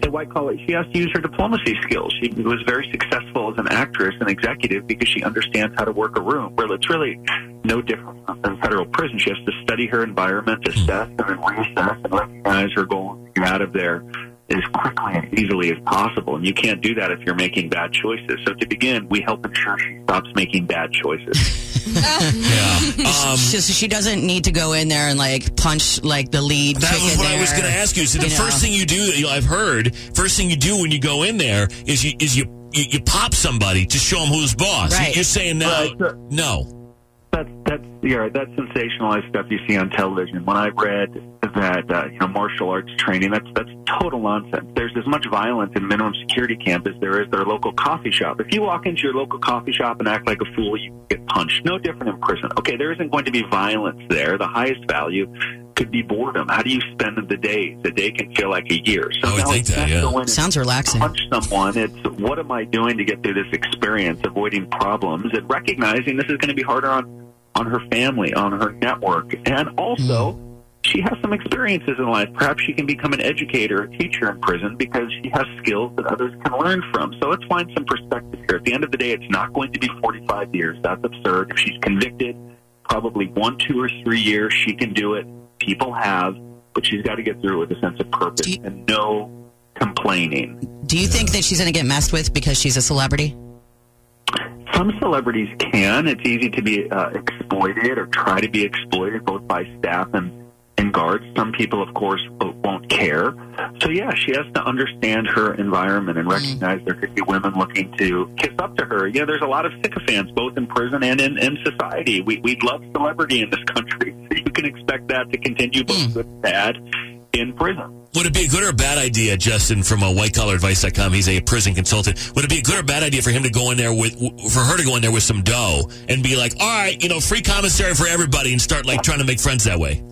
N: The white collar. She has to use her diplomacy skills. She was very successful as an actress and executive because she understands how to work a room. Where it's really no different than federal prison. She has to study her environment, assess and then reassess, and recognize her goal. and Get out of there as quickly and easily as possible. And you can't do that if you're making bad choices. So to begin, we help ensure she stops making bad choices.
C: Um,
D: She- she, so she doesn't need to go in there and like punch like the lead.
C: That
D: chick
C: was
D: in
C: what I was
D: there,
C: going to ask you. So the
D: know.
C: first thing you do, that you- I've heard, first thing you do when you go in there is you is you you, you pop somebody to show them who's boss. You-
N: Right.
C: You're saying no, no.
N: that's yeah, that's sensationalized stuff you see on television. When I read that uh, you know martial arts training, that's that's total nonsense. There's as much violence in minimum security camp as there is their local coffee shop. If you walk into your local coffee shop and act like a fool, you get punched. No different in prison. Okay, there isn't going to be violence there. The highest value could be boredom. How do you spend the day? The day can feel like a year. So now it's not going in-
D: Sounds relaxing.
N: punch someone. It's what am I doing to get through this experience, avoiding problems, and recognizing this is going to be harder on on her family, on her network, and also. She has some experiences in life. Perhaps she can become an educator, a teacher in prison because she has skills that others can learn from. So let's find some perspective here. At the end of the day, it's not going to be 45 years. That's absurd. If she's convicted, probably one, two, or three years, she can do it. People have, but she's got to get through it with a sense of purpose and no complaining.
D: Do you think that she's going to get messed with because she's a celebrity?
N: Some celebrities can. It's easy to be uh, exploited or try to be exploited both by staff and, and guards. Some people, of course, w- won't care. So, yeah, she has to understand her environment and recognize there could be women looking to kiss up to her. Yeah, there's a lot of sycophants, both in prison and in, in society. We, we love celebrity in this country. So you can expect that to continue, both good and bad, in prison.
C: Would it be a good or a bad idea, Justin, from uh, whitecollaradvice.com? He's a prison consultant. Would it be a good or bad idea for him to go in there with, w- for her to go in there with some dough and be like, all right, you know, free commissary for everybody and start like trying to make friends that way?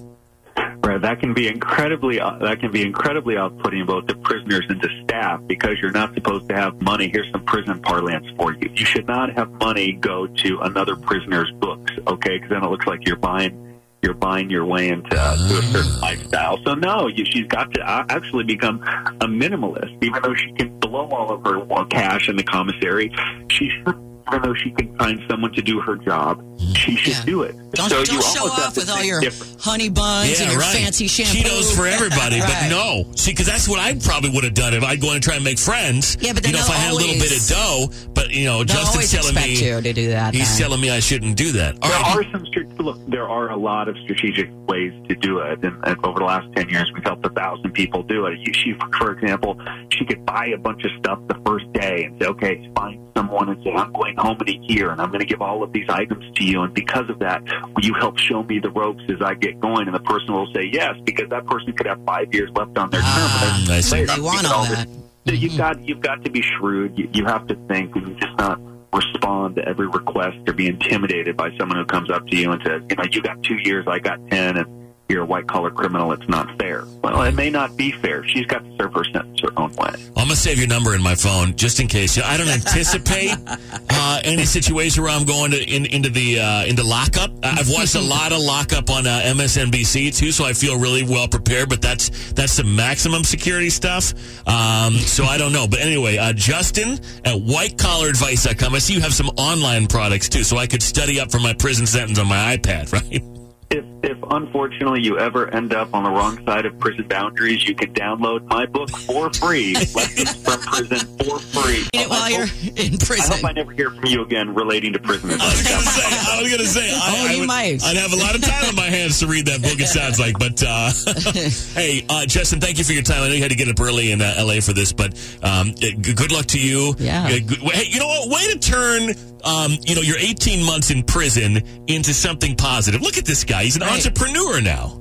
N: Right, that can be incredibly uh, that can be incredibly off-putting both to prisoners and to staff because you're not supposed to have money. Here's some prison parlance for you: you should not have money go to another prisoner's books. okay, because then it looks like you're buying you're buying your way into uh, to a certain lifestyle. So no, you, she's got to uh, actually become a minimalist, even though she can blow all of her cash in the commissary. She should, even though she can find someone to do her job, she should do it.
D: Don't,
N: so
D: don't show off with all your honey buns and
C: Yeah,
D: your
C: right.
D: fancy shampoo.
C: Cheetos for everybody, but no. See, because that's what I probably would have done if I'd gone and try and make friends.
D: Yeah, but then
C: you know, if I
D: they'll
C: had a little bit of dough, but you know,
D: They'll
C: Justin's
D: always
C: telling
D: expect
C: me
D: you to do that.
C: he's
D: then.
C: telling me I shouldn't do that.
N: There are some str- look. There are a lot of strategic ways to do it, and, and over the last ten years, we've helped a thousand people do it. You- She, for example, she could buy a bunch of stuff the first day and say, "Okay, find someone and say I'm going home in a year, and I'm going to give all of these items to you, and because of that, will you help show me the ropes as I get going?" And the person will say yes because that person could have five years left on their term.
C: Ah, I see.
N: They want all that. Mm-hmm. So you've got you've got to be shrewd. You, you have to think, and you just not respond to every request or be intimidated by someone who comes up to you and says, "You know, you got two years, I got ten, and you're a white collar criminal. It's not fair." Well, it may not be fair. She's got to serve her sentence her own way.
C: I'm gonna save your number in my phone just in case. I don't anticipate uh, any situation where I'm going to in, into the uh, into lockup. I- I've watched a lot of lockup on uh, MSNBC too, so I feel really well prepared. But that's that's the maximum security stuff. Um, so I don't know. But anyway, uh, Justin at whitecollaradvice.com. I see you have some online products too, so I could study up for my prison sentence on my iPad, right?
N: If, if unfortunately you ever end up on the wrong side of prison boundaries, you can download my book for free. Lessons from prison for free.
D: Eat it while you're in
N: I
D: prison.
N: hope I never hear from you again relating to prison.
C: I was gonna say, I, I would, I'd have a lot of time on my hands to read that book. It sounds like, but uh, hey, uh, Justin, thank you for your time. I know you had to get up early in uh, L.A. for this, but um, uh, g- good luck to you. Yeah. hey, you know what? Way to turn. Um, you know, your 18 months in prison into something positive. Look at this guy; he's an entrepreneur now.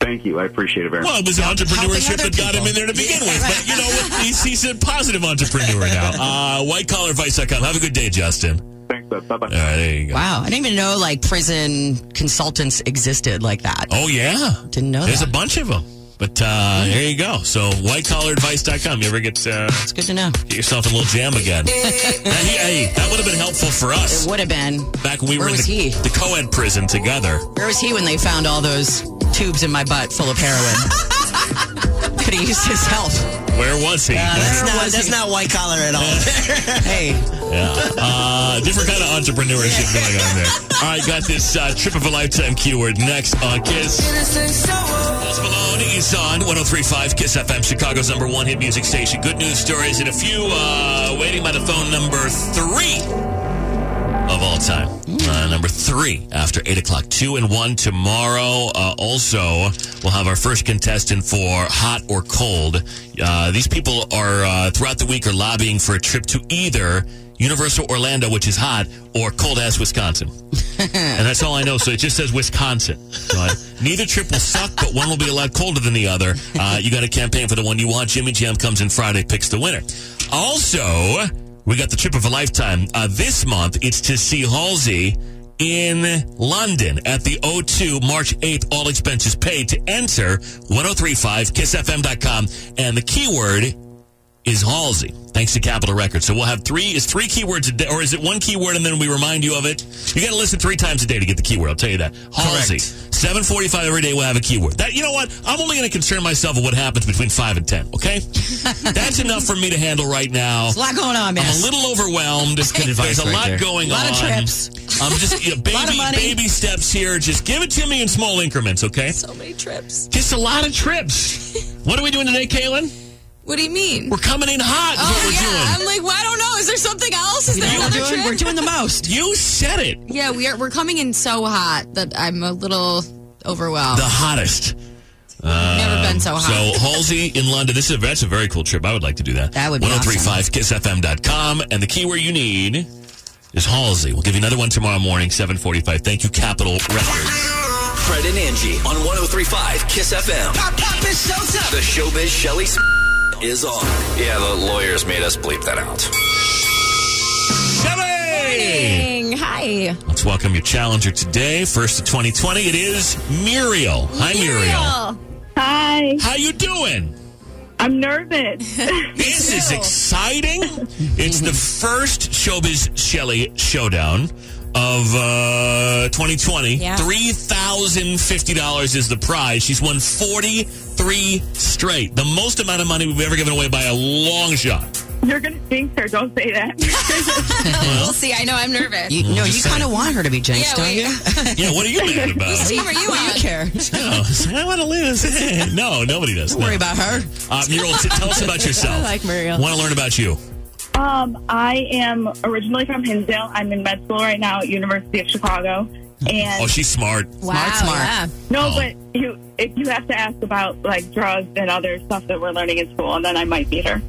N: Thank you. I appreciate it very much.
C: Well, it was entrepreneurship that got him in there to begin with, but you know what? He's, he's a positive entrepreneur now. Uh, WhiteCollarVice.com. Have a good day, Justin.
N: Thanks, bud. Bye bye. All
C: right, there you go.
D: Wow, I didn't even know like prison consultants existed like that.
C: Oh yeah,
D: didn't know
C: There's
D: that.
C: a bunch of them. But uh, there you go. So whitecollaradvice.com. You ever get uh, it's
D: good to know.
C: Get yourself in a little jam again. hey, hey, that would have been helpful for us.
D: It would have been.
C: Back when we
D: Where
C: were in
D: was
C: the,
D: he?
C: the co-ed prison together.
D: Where was he when they found all those tubes in my butt full of heroin? Could have used his help.
C: Where was he?
D: Uh, that's
F: That's
D: not-
F: not, that's not white collar at all.
D: hey.
C: Yeah. Uh, different kind of entrepreneurship going on there. All right, got this uh, trip of a lifetime keyword next on Kiss. Post Malone is on 1035 Kiss FM, Chicago's number one hit music station. Good news stories and a few uh, waiting by the phone number three of all time. Uh, number three after 8 o'clock. Two and one tomorrow. Uh, also, we'll have our first contestant for hot or cold. Uh, these people are uh, throughout the week are lobbying for a trip to either Universal Orlando, which is hot, or cold ass Wisconsin. and that's all I know. So it just says Wisconsin. So I- neither trip will suck, but one will be a lot colder than the other. Uh, you got to campaign for the one you want. Jimmy Jam comes in Friday, picks the winner. Also, we got the trip of a lifetime uh, this month. It's to see Halsey in London at the O2 March 8th. All expenses paid to enter 1035kissfm.com. And the keyword is Halsey, thanks to Capitol Records. So we'll have three, is three keywords a day, or is it one keyword and then we remind you of it? You got to listen three times a day to get the keyword. I'll tell you that. Halsey, 745 every day we'll have a keyword. That You know what? I'm only going to concern myself with what happens between 5 and 10, okay? That's enough for me to handle right now.
D: There's a lot going on, man.
C: I'm a little overwhelmed.
D: good advice
C: There's a
D: right
C: lot
D: there.
C: going
D: Lot
C: on.
D: of trips.
C: I'm just you know,
D: Lot of
C: baby
D: money.
C: baby steps here. Just give it to me in small increments, okay?
G: So many trips.
C: Just a lot of trips. what are we doing today, Kaylin?
G: What do you mean?
C: We're coming in hot. is what
G: Oh
C: we're
G: yeah.
C: doing.
G: I'm like, well, I don't know. Is there something else? Is there
C: know what
G: another
C: we're doing?
G: trip?
C: We're doing
D: the most.
C: You said it.
G: Yeah, we are. We're coming in so hot that I'm a little overwhelmed.
C: The hottest. Never
G: Oh. been so hot.
C: So Halsey in London. This is a, that's a very cool trip. I would like to do that. oh That
D: would be awesome.
C: 1035kissfm.com. And the keyword you need is Halsey. We'll give you another one tomorrow morning, 745. Thank you, Capital Records.
B: Fred and Angie on 1035 Kiss FM. The showbiz Shelly is on. Yeah, the lawyers made us bleep that out.
C: Shelly!
G: Dang. Hi.
C: Let's welcome your challenger today. First of 2020, it is Muriel. Hi, Muriel.
M: Hi.
C: How you doing?
M: I'm nervous.
C: This
D: Mm-hmm.
C: is exciting. It's the first Showbiz Shelly showdown. of uh, 2020.
G: Yeah.
C: $3,050 is the prize. She's won 43 straight. The most amount of money we've ever given away by a long shot.
O: You're going to jinx her. Don't say that.
G: we'll see. I know I'm nervous.
D: You, no,
C: Mm-hmm. just
D: you
C: saying.
D: kind of want her to be jinxed,
G: Yeah,
D: don't
G: wait.
D: you?
C: Yeah, what are you mad about?
G: Whose team are you
D: Well,
G: on?
D: you care.
C: No, I want to lose. no, nobody does.
D: Don't worry about her.
C: Um, Muriel, t- tell us about yourself.
O: I like Muriel.
C: Want to learn about you?
O: Um, I am originally from Hinsdale. I'm in med school right now at University of Chicago. And
C: Oh, she's smart. Oh.
G: Wow, yeah.
O: no, but you, if you have to ask about like drugs and other stuff that we're learning in school, and then I might beat her.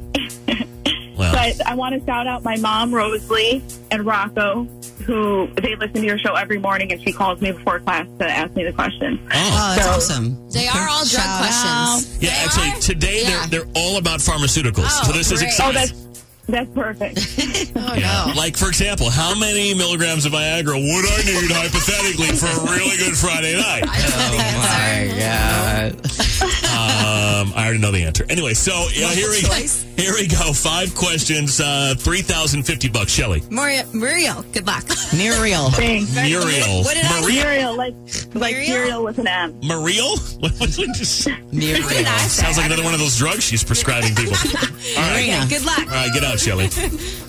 O: But I want to shout out my mom, Rose Lee, and Rocco, who they listen to your show every morning, and she calls me before class to ask me the question.
D: Oh, that's awesome.
G: They are all drug
D: Shout
G: questions.
C: Yeah, actually, today
G: Um, Yeah.
C: they're, they're all about pharmaceuticals.
G: Oh,
C: so this is
G: great.
O: Oh,
C: exciting.
O: that's that's perfect.
G: Oh,
C: Yeah. Like, for example, how many milligrams of Viagra would I need hypothetically for a really good Friday night?
F: Oh my God.
C: Um, I already know the answer. Anyway, so yeah, here we go. Here we go. Five questions, uh, three thousand fifty bucks. Shelly,
G: Muriel, Muriel, good luck.
D: Muriel.
O: Thanks.
C: Muriel,
G: What did I
C: Maria,
O: Cereal, like like
G: Muriel?
O: cereal with an M.
C: Muriel. What was it just-
D: Muriel.
G: did I say?
C: Sounds like another one of those drugs she's prescribing people. All right.
D: Maria.
G: Good luck.
C: All right, get out, Shelly.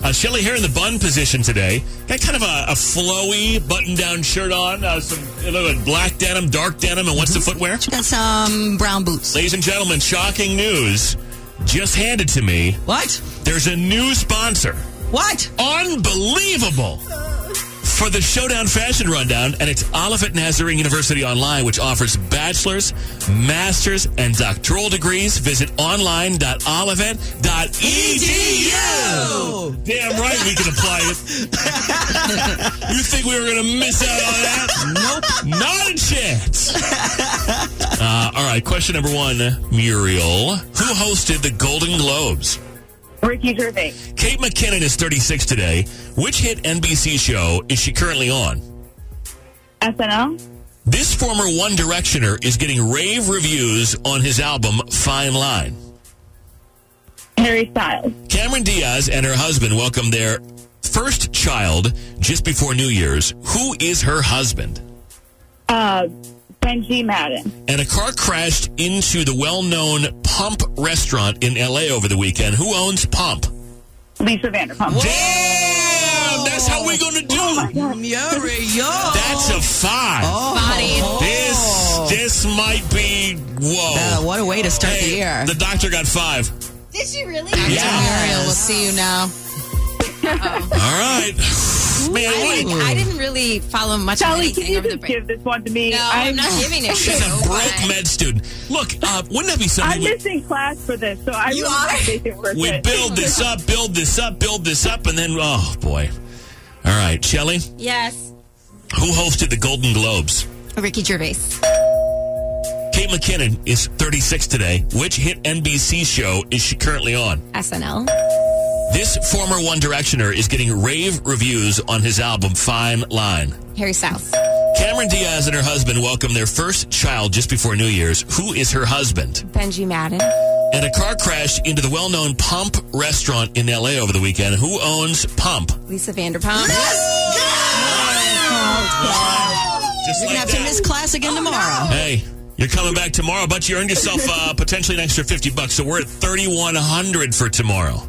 C: Uh, Shelly here in the bun position today. Got kind of a, a flowy button-down shirt on, uh, some a little bit black denim, dark denim, and what's the footwear?
D: She Mm-hmm. got some brown boots.
C: Ladies and gentlemen, shocking news just handed to me.
D: What?
C: There's a new sponsor.
D: What?
C: Unbelievable! For the Showdown Fashion Rundown, and it's Olivet Nazarene University Online, which offers bachelor's, master's, and doctoral degrees. Visit online.olivet.edu. Damn right we can apply it. you think we were going to miss out on that? Nope. Not a chance. Uh, all right, question number one Muriel. Who hosted the Golden Globes?
O: Ricky Gervais.
C: Kate McKinnon is 36 today. Which hit NBC show is she currently on?
O: SNL.
C: This former One Directioner is getting rave reviews on his album Fine Line.
O: Harry Styles.
C: Cameron Diaz and her husband welcomed their first child just before New Year's. Who is her husband?
O: Uh, Benji Madden.
C: And a car crashed into the well known Pump restaurant in LA over the weekend. Who owns Pump?
O: Lisa Vanderpump.
C: Damn! That's how we're going to do
D: Muriel.
C: That's a five.
D: Oh.
G: Body.
C: This this might be whoa.
D: Uh, what a way to start the
C: Hey,
D: year.
C: the doctor got five.
G: Did she really?
C: Yeah.
G: Muriel, we'll see you now.
C: All right, man.
G: I,
C: Wait.
G: didn't- I didn't really follow much of
O: Sally, can
G: anything
O: you
G: over the
O: just
G: break.
O: give this one to me?
G: No, I'm not giving it.
C: She's a
G: No
C: broke
G: way.
C: med student. Look, uh, wouldn't that be
O: I'm
C: something? We,
O: missing class for this, so I
G: You
O: really
G: are?
O: make it worth
C: we
O: it.
C: build this up, build this up, build this up, and then oh boy. All right, Shelly,
G: Yes.
C: who hosted the Golden Globes?
G: Ricky Gervais.
C: Kate McKinnon is 36 today. Which hit NBC show is she currently on?
G: SNL.
C: This former One Directioner is getting rave reviews on his album Fine Line.
G: Harry Styles.
C: Cameron Diaz and her husband welcomed their first child just before New Year's. Who is her husband?
G: Benji Madden.
C: And a car crashed into the well known Pump restaurant in LA over the weekend. Who owns Pump?
G: Lisa Vanderpump.
D: Oh,
C: Just
D: You're going to
C: like
D: have to miss
C: that.
D: class again tomorrow.
C: Hey, you're coming back tomorrow, but you earned yourself uh, potentially an extra 50 bucks. So we're at 3100 for tomorrow.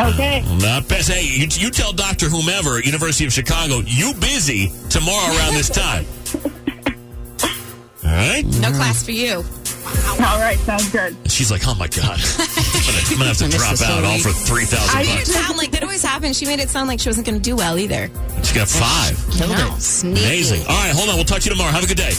O: Okay.
C: Not best. Hey, you, you tell Dr. Whomever, University of Chicago, you busy tomorrow around this time. All right.
G: No class for you.
O: All right. Sounds good.
C: She's like, oh my God. I'm going to have to
D: I miss
C: drop
D: this
C: out
D: so
C: all
D: weak.
C: for 3000
G: She made it
C: bucks.
G: sound like that always happens. She made it sound like she wasn't going to do well either.
C: She got five.
D: Killed
G: No.
D: it.
G: Sneaky.
C: Amazing. All right, hold on. We'll talk to you tomorrow. Have a good day.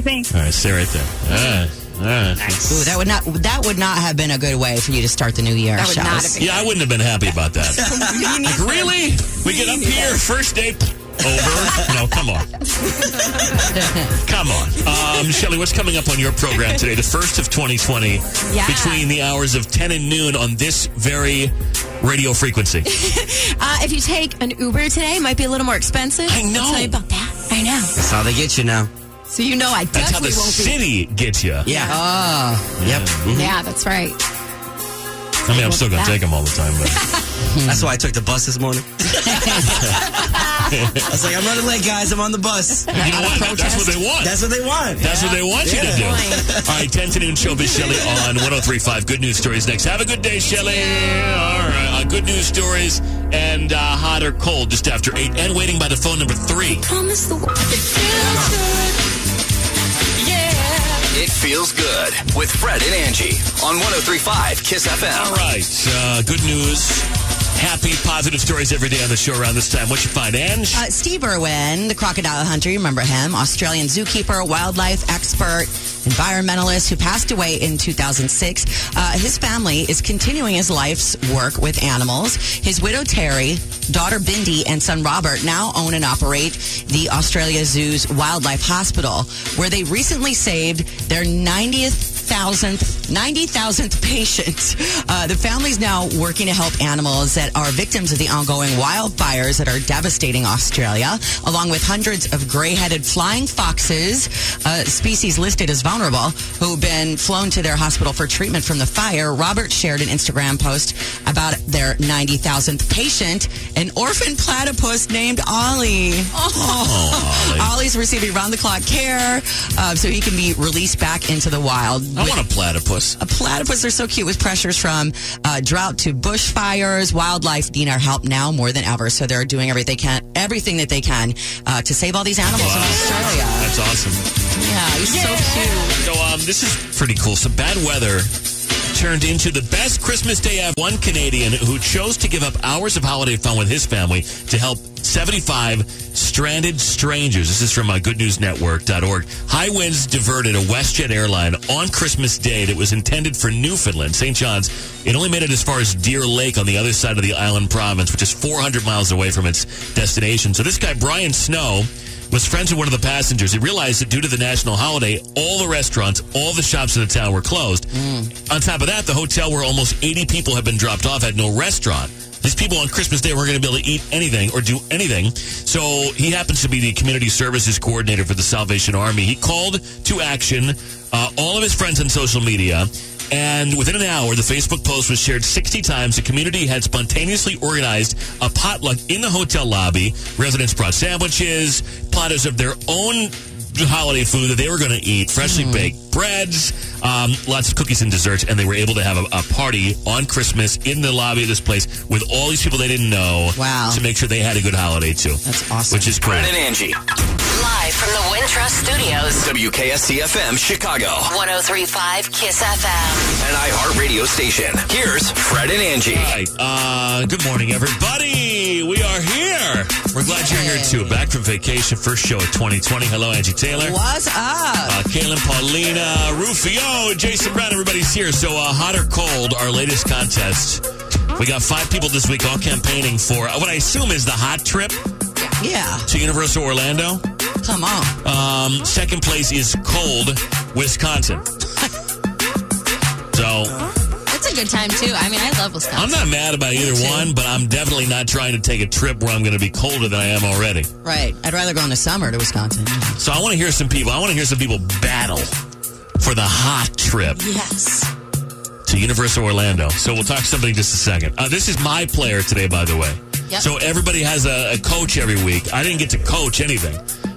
O: Thanks.
C: All right, stay right there. All right. All right.
D: Ooh, that would not that would not have been a good way for you to start the new year.
G: That would not
D: Shells.
G: have been-
C: Yeah, I wouldn't have been happy about that. like, really? We get up here, first day, over. No, come on. come on. Um, Shelly, what's coming up on your program today, the first of 2020,
G: Yeah.
C: between the hours of 10 and noon on this very radio frequency?
G: Uh, if you take an Uber today, it might be a little more expensive.
C: I know.
G: I'll tell you about that. I know.
F: That's how they get you now.
G: So you know I
C: That's how the
G: definitely won't be.
C: city gets you.
F: Yeah.
D: Oh,
F: Yep.
G: Yeah, that's right.
C: I mean, I'm still going to take them all the time, but.
F: That's why I took the bus this morning. I was like, I'm running late, guys. I'm on the bus.
C: You know what? That's what they want.
F: That's what they want.
C: That's what they want you to do. All right, 10 to noon showbiz Shelly on 1035 Good News Stories next. Have a good day, Shelly. All right, uh, Good News Stories and uh, Hot or Cold just after 8 and waiting by the phone number 3.
E: Promise the world it feels good. Yeah.
B: It feels good with Fred and Angie on 1035 Kiss FM.
C: All right, uh, good news. Happy, positive stories every day on the show around this time. What you find, Ange?
D: Uh, Steve Irwin, the crocodile hunter, you remember him, Australian zookeeper, wildlife expert, environmentalist who passed away in 2006. Uh, his family is continuing his life's work with animals. His widow, Terry, daughter, Bindi, and son, Robert, now own and operate the Australia Zoo's Wildlife Hospital, where they recently saved their 90th thousandth, ninety thousandth patient. Uh, the family's now working to help animals that are victims of the ongoing wildfires that are devastating Australia, along with hundreds of gray-headed flying foxes, a species listed as vulnerable, who've been flown to their hospital for treatment from the fire. Robert shared an Instagram post about their ninety thousandth patient, an orphan platypus named Ollie.
C: Ollie.
D: Ollie's receiving round-the-clock care, uh, so he can be released back into the wild.
C: I want a platypus.
D: A platypus are so cute with pressures from uh, drought to bushfires. Wildlife need our help now more than ever, so they're doing everything they can, everything that they can uh, to save all these animals in Australia.
C: That's awesome.
D: Yeah, he's so cute.
C: So um, this is pretty cool. Some bad weather turned into the best Christmas day ever. One Canadian who chose to give up hours of holiday fun with his family to help 75 stranded strangers. This is from uh, goodnewsnetwork.org. High winds diverted a WestJet airline on Christmas Day that was intended for Newfoundland, St. John's. It only made it as far as Deer Lake on the other side of the island province, which is 400 miles away from its destination. So this guy, Brian Snow, was friends with one of the passengers. He realized that due to the national holiday, all the restaurants, all the shops in the town were closed. On top of that, the hotel where almost 80 people had been dropped off had no restaurant. These people on Christmas Day weren't going to be able to eat anything or do anything. So he happens to be the community services coordinator for the Salvation Army. He called to action uh, all of his friends on social media. And within an hour, the Facebook post was shared 60 times. The community had spontaneously organized a potluck in the hotel lobby. Residents brought sandwiches, platters of their own holiday food that they were going to eat, freshly baked breads, um, lots of cookies and desserts, and they were able to have a, a party on Christmas in the lobby of this place with all these people they didn't know.
D: Wow.
C: To make sure they had a good holiday too. That's awesome. Which is cool.
B: Fred and Angie.
A: Live from the Wintrust Studios.
B: WKSC FM Chicago.
A: 1035 Kiss FM.
B: An iHeartRadio station. Here's Fred and Angie.
C: Right. Uh, good morning, everybody. We are here. We're glad you're here too. Back from vacation, first show of 2020. Hello, Angie Taylor.
D: What's up?
C: Uh, Kaylin Paulina, Rufio, Jason Brown, everybody's here. So, uh, hot or cold, our latest contest. We got five people this week all campaigning for uh, what I assume is the hot trip
D: Yeah,
C: to Universal Orlando.
D: come on.
C: Um, second place is cold, Wisconsin. So,
G: That's a good time, too. I mean, I love Wisconsin.
C: I'm not mad about either one, but I'm definitely not trying to take a trip where I'm going to be colder than I am already.
D: Right. I'd rather go in the summer to Wisconsin.
C: So I want to hear some people. I want to hear some people battle for the hot trip
G: Yes.
C: to Universal Orlando. So we'll talk to somebody in just a second. Uh, this is my player today, by the way.
G: Yep.
C: So everybody has a, a coach every week. I didn't get to coach anything,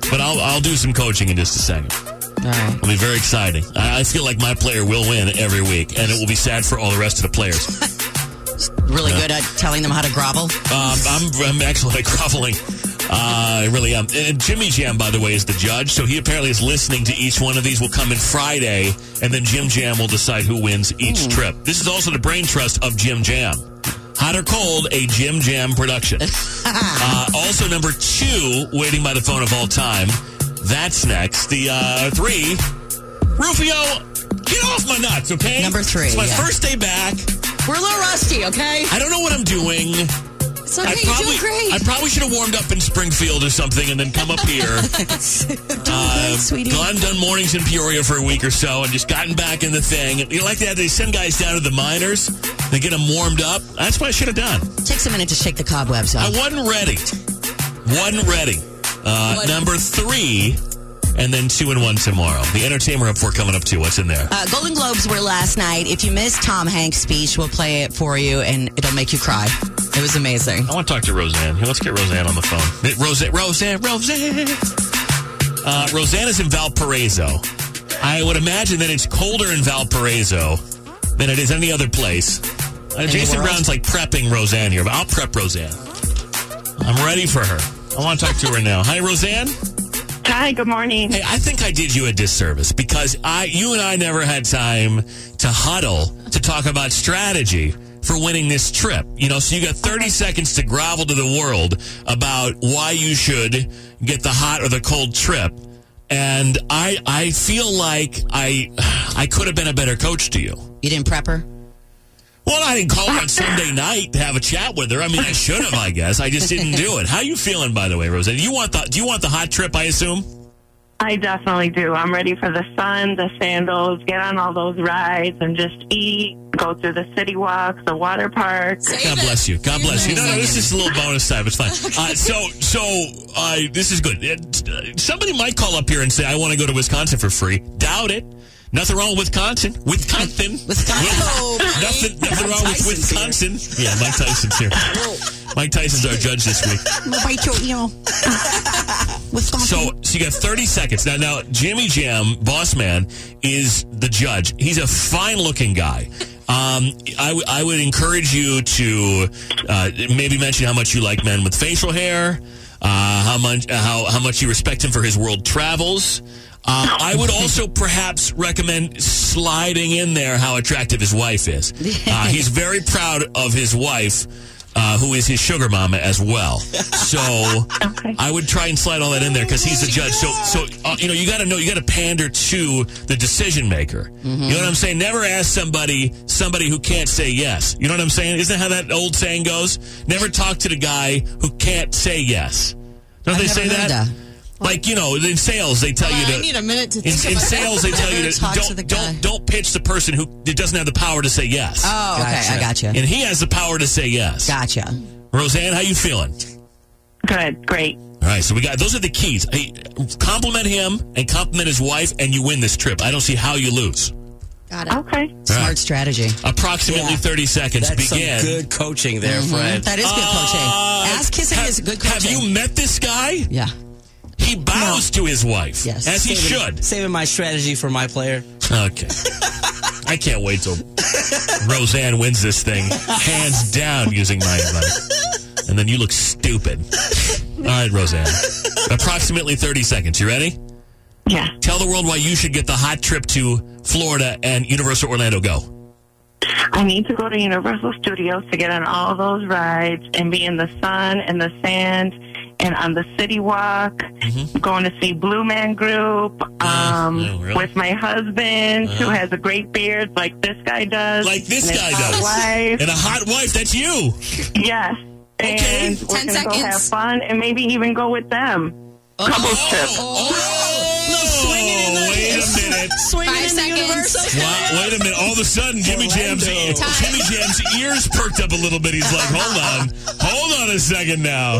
C: but I'll I'll do some coaching in just a second.
D: All right.
C: It'll be very exciting. I, I feel like my player will win every week, and it will be sad for all the rest of the players.
D: Really good at telling them how to grovel.
C: Um, I'm, I'm excellent at groveling. Uh, I really am. And Jimmy Jam, by the way, is the judge, so he apparently is listening to each one of these. Will come in Friday, and then Jim Jam will decide who wins each
D: Hmm.
C: trip. This is also the brain trust of Jim Jam. Hot or cold, a Jim Jam production. uh, also, number two, waiting by the phone of all time. That's next. The uh, three, Rufio, get off my nuts, okay?
D: Number three,
C: It's my
D: yeah.
C: first day back.
D: We're a little rusty, okay?
C: I don't know what I'm doing.
G: It's okay.
C: I
G: You're doing
C: probably,
G: great.
C: I probably should have warmed up in Springfield or something and then come up here. uh,
D: sweetie.
C: Gone, done mornings in Peoria for a week or so and just gotten back in the thing. You know, like that, they send guys down to the minors, they get them warmed up. That's what I should have done.
D: Takes a minute to shake the cobwebs
C: I
D: off.
C: wasn't ready. Wasn't ready. Uh,
D: What-
C: Number three, and then two and one tomorrow. The Entertainer Report coming up too. What's in there?
D: Uh, Golden Globes were last night. If you missed Tom Hanks' speech, we'll play it for you, and it'll make you cry. It was amazing.
C: I want to talk to Roseanne. Here, Let's get Roseanne on the phone. Eh, Roseanne, Roseanne, Roseanne. Uh, Roseanne is in Valparaiso. I would imagine that it's colder in Valparaiso than it is any other place. Uh,
P: In the
C: Jason
P: world?
C: Brown's like prepping Roseanne here, but I'll prep Roseanne. I'm ready for her. I want to talk to her now. Hi, Roseanne.
Q: Hi, good morning.
C: Hey, I think I did you a disservice because I, you and I never had time to huddle to talk about strategy for winning this trip. You know, so you got 30 seconds to grovel to the world about why you should get the hot or the cold trip. And I, I feel like I, I could have been a better coach to you.
D: You didn't prep her?
C: Well, I didn't call her on Sunday night to have a chat with her. I mean, I should have, I guess. I just didn't do it. How you feeling, by the way, Rosa? Do you want the, do you want the hot trip? I assume.
Q: I definitely do. I'm ready for the sun, the sandals, get on all those rides and just eat, go through the city walks, the water park.
C: God bless you. God bless you. No, no, this is a little bonus time. It's fine. Uh, so, so uh, this is good. It- uh, somebody might call up here and say, "I want to go to Wisconsin for free." Doubt it. Nothing wrong with Wisconsin. Wisconsin. Wisconsin. nothing, nothing wrong with Wisconsin. Yeah, Mike Tyson's here. Mike Tyson's our judge this week.
D: Bite your ear.
C: So, so you got 30 seconds. Now, now, Jimmy Jam, boss man, is the judge. He's a fine looking guy. Um, I, w- I would encourage you to uh, maybe mention how much you like men with facial hair, uh, how much how, how much you respect him for his world travels. Uh, I would also perhaps recommend sliding in there how attractive his wife is. Uh, he's very proud of his wife uh, who is his sugar mama as well. So I would try and slide all that in there because he's the judge. So, so uh, you know, you got to know, you got to pander to the decision maker. You know what I'm saying? Never ask somebody somebody who can't say yes. You know what I'm saying? Isn't that how that old saying goes? Never talk to the guy who can't say yes. Don't
G: I've never
C: they say
G: heard
C: that?
G: that.
C: Like you know, in sales they tell you to.
G: I need a minute to
C: in,
G: think
C: in
G: about
C: sales,
G: that.
C: they tell you
G: Never
C: to
G: talk
C: don't
G: the guy.
C: don't don't pitch the person who doesn't have the power to say yes.
D: Oh, okay, I gotcha.
C: And he has the power to say yes.
D: Gotcha.
C: Roseanne, how you feeling?
Q: Good, great.
C: All right, so we got those are the keys. Hey, compliment him and compliment his wife, and you win this trip. I don't see how you lose.
G: Got
Q: it. Okay.
D: Smart strategy.
C: Approximately thirty seconds.
F: That's some
C: begin. Uh,
F: good coaching there,
D: Mhm.
F: Fred.
D: That is good coaching. Ass kissing is good coaching.
C: Have you met this guy?
D: Yeah.
C: He bows to his wife, yes, as he
F: Saving-
C: should.
F: Saving my strategy for my player.
C: Okay. I can't wait till Roseanne wins this thing, hands down, using my advice. And then you look stupid. All right, Roseanne. Approximately 30 seconds. You ready?
Q: Yeah.
C: Tell the world why you should get the hot trip to Florida and Universal Orlando. Go.
Q: I need to go to Universal Studios to get on all those rides and be in the sun and the sand and on the city walk.
C: Mm-hmm.
Q: Going to see Blue Man Group
C: Oh,
Q: um, with my husband who has a great beard like this guy does.
C: Uh-huh. Like this
Q: and
C: guy
Q: his hot
C: does.
Q: Wife.
C: And a hot wife, that's you.
Q: Yes.
C: Okay.
Q: And we're
C: 10
Q: gonna Go have
C: seconds.
Q: fun and maybe even go with them. Couple
G: Oh.
Q: trip.
C: Oh, wait a minute.
D: Swinging
G: Five seconds.
C: Wow, wait a minute. All of a sudden, Jimmy Jam's, Jimmy Jam's ears perked up a little bit. He's like, hold on. Hold on a second now.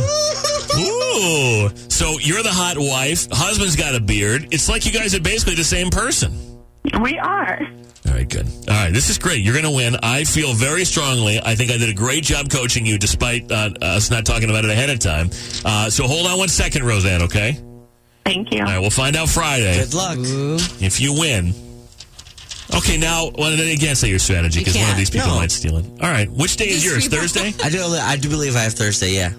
C: Ooh. So you're the hot wife. Husband's got a beard. It's like you guys are basically the same person.
Q: We are.
C: All right, good. All right, this is great. You're going to win. I feel very strongly. I think I did a great job coaching you despite uh, us not talking about it ahead of time. Uh, so hold on one second, Roseanne, okay?
Q: Thank you.
C: All right, we'll find out Friday.
F: Good luck.
C: If you win. Okay, now, well, then you can't say your strategy
F: You
C: because one of
F: can't.
C: these people
F: No.
C: might steal it. All right, which day is yours? Thursday?
F: I do. I do believe I have Thursday. Yeah.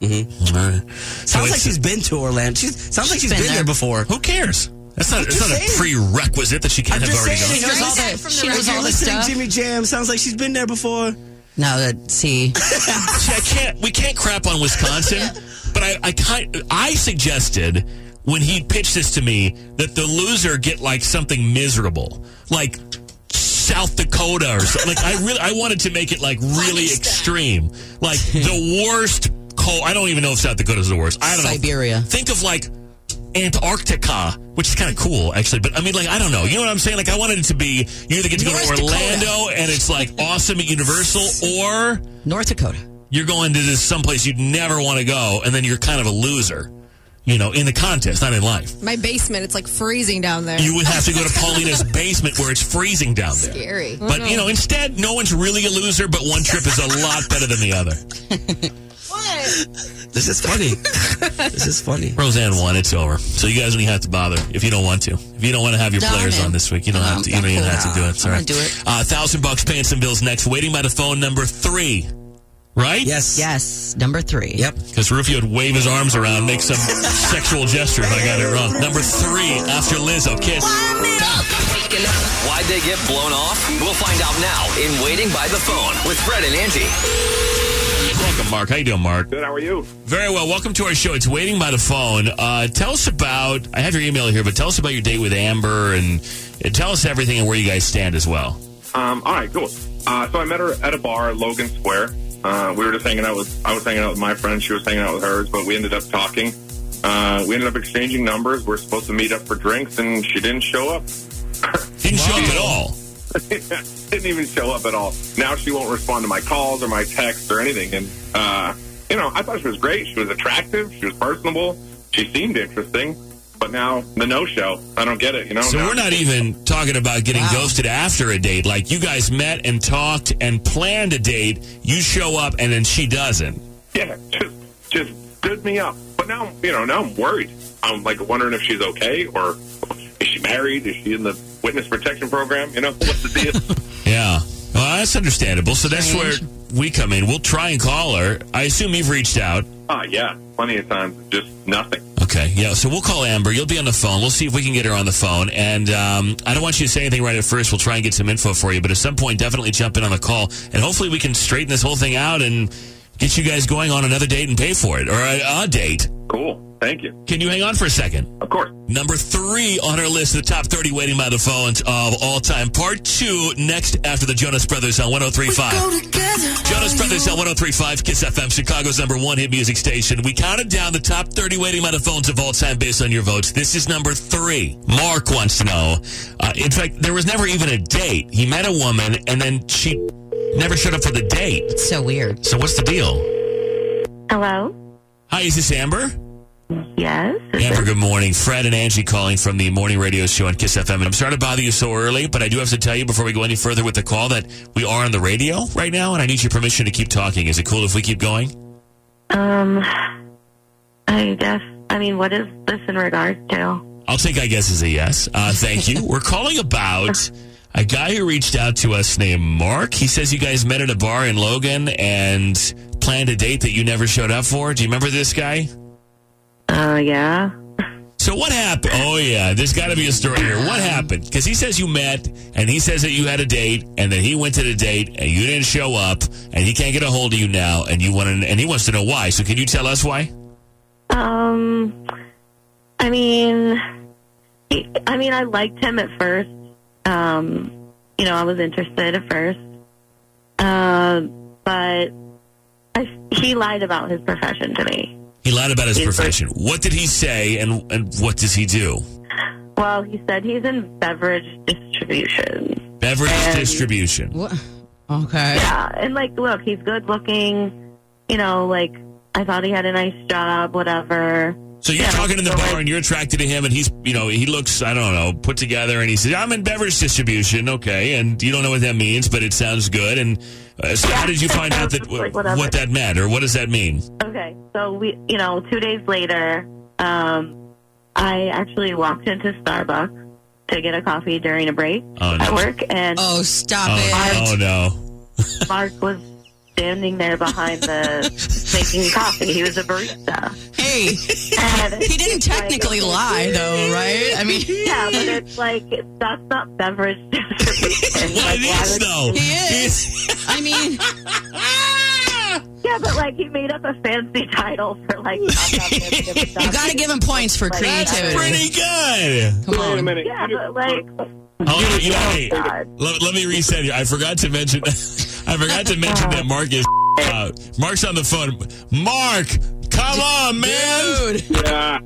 F: Mm-hmm. Sounds like
C: it's-
F: she's been to Orlando. She's, sounds like she's been, there. before.
C: Who cares? That's not,
F: I'm
C: that's
F: just
C: not a
F: saying.
C: prerequisite that she can't
F: I'm
C: have
F: just
C: already
F: saying,
C: gone.
F: she knows all that.
D: She knows all the stuff.
F: Jimmy Jam sounds like she's been there before.
D: No, that, see.
C: See, I can't. We can't crap on Wisconsin, but I, I kind, I suggested when he pitched this to me that the loser get like something miserable, like South Dakota or something. Like I really, I wanted to make it like really extreme, like the worst cold. I don't even know if South Dakota's the worst. I don't know.
D: Siberia.
C: Think of like. Antarctica, which is kind of cool, actually. But I mean, like, I don't know. You know what I'm saying? Like, I wanted it to be you either get to
D: North
C: go to
D: Dakota.
C: Orlando and it's like awesome at Universal, or
D: North Dakota.
C: you're going to this someplace you'd never want to go, and then you're kind of a loser. you know, in the contest, not in life.
G: My basement, it's like freezing down there.
C: You would have to go to Paulina's basement where it's freezing down there.
G: Scary.
F: Oh,
C: But, you know, instead, no one's really a loser, but one trip is a lot better than the other.
F: This is funny. this is funny.
C: Roseanne won. It's over. So you guys don't even have to bother if you don't want to. If you don't want to have your
F: Darn
C: players
F: it.
C: on this week, you don't
F: No,
C: have to. You
F: I'm
C: don't even
F: cool.
C: have to do it. Sorry.
F: I'm gonna do it.
C: Uh, thousand bucks, paying some bills next. Waiting by the phone number three. Right?
F: Yes.
D: Yes. Number three.
F: Yep.
C: Because Rufio would wave his arms around, make some sexual gesture if I got it wrong. Number three after Lizzo. Kiss.
B: Why'd they get blown off? We'll find out now in Waiting by the Phone with Fred and Angie.
C: Welcome, Mark. How you doing, Mark?
P: Good. How are you?
C: Very well. Welcome to our show. It's Waiting by the Phone. Uh, tell us about. I have your email here, but tell us about your date with Amber and and tell us everything and where you guys stand as well.
P: Um, all right, cool. Uh, so I met her at a bar, Logan Square. Uh, we were just hanging out with. I was hanging out with my friend. She was hanging out with hers, but we ended up talking. Uh, we ended up exchanging numbers. We are supposed to meet up for drinks, and she didn't show up.
C: didn't show up at all.
P: didn't even show up at all. Now she won't respond to my calls or my texts or anything. And uh, you know, I thought she was great. She was attractive. She was personable. She seemed interesting. But now the no-show. I don't get it. You know.
C: So
P: Now-
C: we're not even talking about getting ghosted after a date. Like you guys met and talked and planned a date. You show up and then she doesn't.
P: Yeah, just just stood me up. But now, you know, now I'm worried. I'm like wondering if she's okay or is she married? Is she in the witness protection program? You know, what's the deal?
C: Yeah. Well, that's understandable. So that's where
P: Strange.
C: we come in. We'll try and call her. I assume you've reached out.
P: Ah, yeah, plenty of times, just nothing.
C: Okay, yeah. So we'll call Amber. You'll be on the phone. We'll see if we can get her on the phone. And um, I don't want you to say anything right at first. We'll try and get some info for you. But at some point, definitely jump in on the call, and hopefully we can straighten this whole thing out and get you guys going on another date and pay for it or a, a date.
P: Cool. Thank you.
C: Can you hang on for a second?
P: Of course.
C: Number three on our list, the top 30 waiting by the phones of all time. Part two next after the Jonas Brothers on 1035. Jonas Brothers on 1035 Kiss FM, Chicago's number one hit music station. We counted down the top 30 waiting by the phones of all time based on your votes. This is number three. Mark wants to know. Uh, in fact, there was never even a date. He met a woman and then she never showed up for the date. It's
D: so weird.
C: So, what's the deal?
Q: Hello?
C: Hi, is this Amber?
Q: Yes.
C: Amber, good morning. Fred and Angie calling from the morning radio show on Kiss FM. And I'm sorry to bother you so early, but I do have to tell you before we go any further with the call that we are on the radio right now, and I need your permission to keep talking. Is it cool if we keep going?
Q: Um, I guess, I mean, what is this in regard to?
C: I'll take I guess is a yes. Uh, thank you. We're calling about a guy who reached out to us named Mark. He says you guys met at a bar in Logan and planned a date that you never showed up for. Do you remember this guy?
Q: Uh, yeah.
C: So what happened? Oh yeah, there's got to be a story here. What happened? Because he says you met, and he says that you had a date, and then he went to the date, and you didn't show up, and he can't get a hold of you now, and you want, to, and he wants to know why. So can you tell us why?
Q: Um, I mean, he- I mean, I liked him at first. Um, you know, I was interested at first. Uh, but I, he lied about his profession to me.
C: He lied about his profession. What did he say, and and what does he do?
Q: Well, he said he's in beverage distribution.
C: Beverage distribution.
D: Okay.
Q: Yeah, and like, look, he's good looking. You know, like I thought he had a nice job, whatever.
C: So you're talking in the bar and you're attracted to him, and he's, you know, he looks, I don't know, put together, and he says, "I'm in beverage distribution, okay," and you don't know what that means, but it sounds good. And uh, so, how did you find out that what that meant, or what does that mean?
Q: Okay, so we, you know, two days later, um, I actually walked into Starbucks to get a coffee during a break
C: Oh
Q: at
C: no!
Q: work, and
D: oh, stop
C: Oh, oh, no!
Q: Mark was standing there behind the making coffee. He was a barista.
D: Hey, he didn't technically lie though, right? I mean,
Q: yeah, but it's like that's not beverage.
C: it is though.
Q: I mean, yeah, but like he made up a fancy title for like. you
D: you got to give him points for creativity.
C: Pretty good.
D: Come on.
Q: Yeah, but like.
C: Hold on, you-
Q: Oh,
C: hey, let, let me reset you. I forgot to mention. I forgot to mention that Mark is. Uh, Mark's on the phone. Mark, come on, man.
P: Yeah.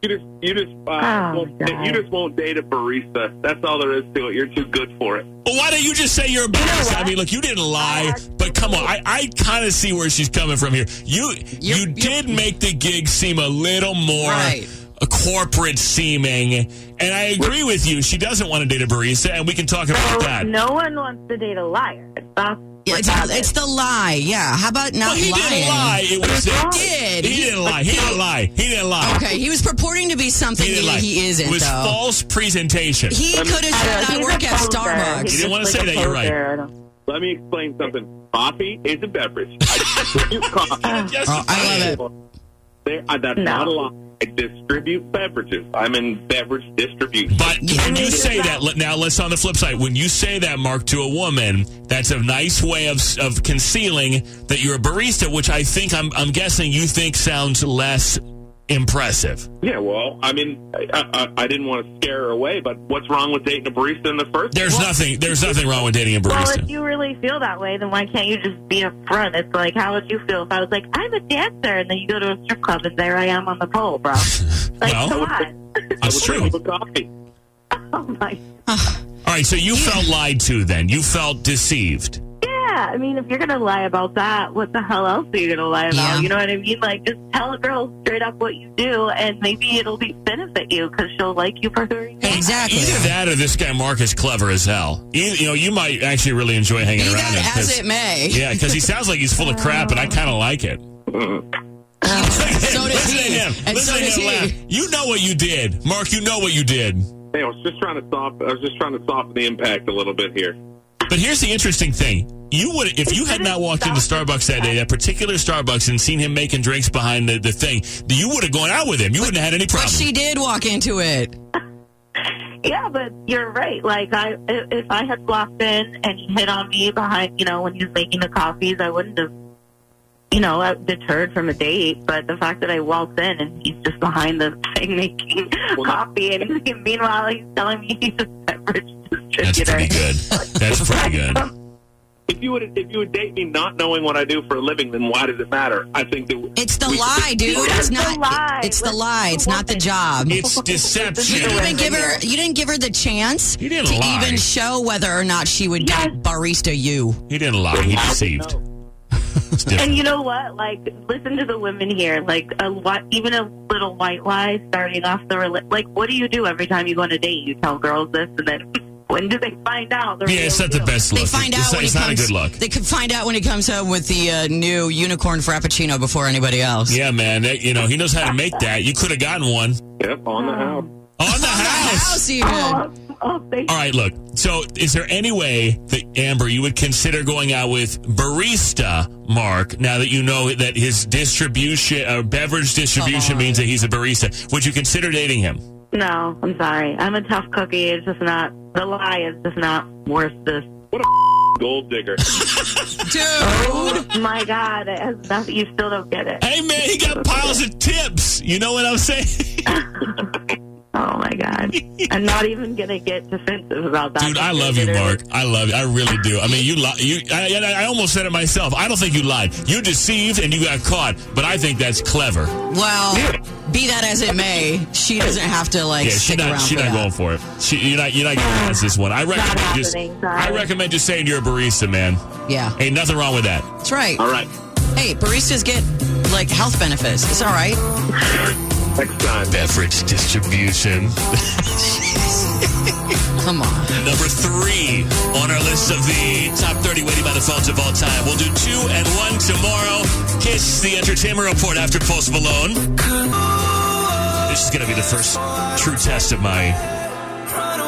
P: You just, you just, uh, won't, you just won't date a barista. That's all there is to it. You're too good for it.
C: Well, why don't you just say you're a barista? I mean, look, you didn't lie, but come on. I, I kind of see where she's coming from here. You you did make the gig seem a little more corporate seeming, and I agree with you. She doesn't want to date a barista, and we can talk about that.
M: No one wants to date a liar. That's
D: Yeah, it's, it's the lie. Yeah. How about not
C: Well, he
D: lying?
C: didn't lie. It was
D: he
C: it.
D: did.
C: He didn't lie. He didn't lie. He didn't lie.
D: Okay, he was purporting to be something
C: He
D: he,
C: didn't lie.
D: he isn't.
C: It was
D: though.
C: false presentation.
D: He could have said, "I work at Starbucks."
C: You didn't want to say that. You're right.
R: Let me explain something. Coffee is a beverage. I distribute coffee.
D: Oh, I
R: love it. There, uh, that's
C: No.
R: not a lie. I distribute beverages. I'm in beverage distribution.
C: But When you say that, let- now let's on the flip side. When you say that, Mark, to a woman, that's a nice way of of concealing that you're a barista, which I think I'm I'm guessing you think sounds less impressive.
R: Yeah, well, I mean, I, I, I didn't want to scare her away, but what's wrong with dating a barista in the first?
C: There's nothing there's nothing wrong with dating a
M: Well,
C: barista.
M: if you really feel that way, then why can't you just be upfront? It's like, how would you feel if I was like, I'm a dancer, and then you go to a strip club and there I am on the pole, bro? Like,
C: Well,
M: come on.
C: That's true.
M: Oh my.
C: All right, so you felt lied to then. You felt deceived.
M: Yeah, I mean, if you're gonna lie about that, what the hell else are you gonna lie about?
C: Yeah.
M: You know what I mean? Like, just tell a girl straight up what you do, and maybe it'll be benefit you because she'll like you for who you are.
D: Exactly.
C: Either that or this guy Mark is clever as hell. You, you know, you might actually really enjoy hanging around him. 'cause-
D: as it may.
C: Yeah, because he sounds like he's full of crap, and I kind of like it.
D: so does
C: Listen to
D: he.
C: him.
D: And
C: Listen
D: so
C: to
D: does
C: him
D: he.
C: laugh. You know what you did, Mark. You know what you did.
R: Hey, I was just trying to soften. I was just trying to soften the impact a little bit here.
C: But here's the interesting thing. You would if you had not walked into Starbucks that day, that particular Starbucks, and seen him making drinks behind the, the thing, you would have gone out with him. You wouldn't have had any
D: But
C: problem.
D: she did walk into it.
M: Yeah, but you're right. Like, I i- if I had walked in and he hit on me behind, you know, when he was making the coffees, I wouldn't have, you know, uh, deterred from a date. But the fact that I walked in and he's just behind the thing making coffee, and meanwhile he's telling me he's a beverage
C: That's
M: distributor.
C: pretty good. That's pretty good.
R: If you would, if you would date me not knowing what I do for a living, then why does it matter? I think that
D: It's the
R: we-
D: lie, dude. It's not. It's the lie. It's not the job.
C: It's deception.
D: You didn't even give her. You didn't give her the chance you
C: didn't
D: to
C: lie.
D: even show whether or not she would date barista you.
C: He didn't lie. He deceived. It's different.
M: And you know what? Like, listen to the women here. Like, a what? Even a little white lie starting off the rela- like. What do you do every time you go on a date? You tell girls this, and then when do they find out? The
C: Yeah, it's
M: real
C: not the
M: deal?
C: best
D: They
C: look.
D: find
C: it's
D: out when
C: it's
D: he
C: not
D: comes.
C: a good look.
D: They could find out when he comes home with the uh, new unicorn frappuccino before anybody else.
C: Yeah, man. That, you know, he knows how to make that. You could have gotten one.
R: Yep, on the house.
C: On the house.
D: House even.
M: Oh,
D: Oh,
C: All right, look. So, is there any way that Amber you would consider going out with barista Mark now that you know that his distribution or beverage distribution
D: Uh-huh.
C: means that he's a barista? Would you consider dating him?
M: No, I'm sorry. I'm a tough cookie. It's just not. The lie is just not worth this.
R: gold digger.
D: Dude.
M: Oh my God! It has nothing. You still don't get it.
C: Hey man, he got piles of tips. You know what I'm saying?
M: Oh my God! I'm not even gonna get defensive about that.
C: Dude, I love you, Mark. I love you. I really do. I mean, you li- you I, and I almost said it myself. I don't think you lied. You deceived and you got caught, but I think that's clever.
D: Well, be that as it may, she doesn't have to like
C: yeah, she's
D: stick
C: not
D: around
C: she's
D: for that.
C: not going for it. She, you're not you're not going past this one. I recommend just
D: happening,
C: I
D: sorry.
C: recommend just saying you're a barista, man.
D: Yeah,
C: ain't nothing wrong with that.
D: That's right.
C: All right.
D: Hey, baristas get like health benefits. It's all right.
C: Next time, beverage distribution.
D: Come on.
C: Number three on our list of the top 30 waiting by the phones of all time. We'll do two and one tomorrow. Kiss the Entertainment Report after Post Malone. This is going to be the first true test of my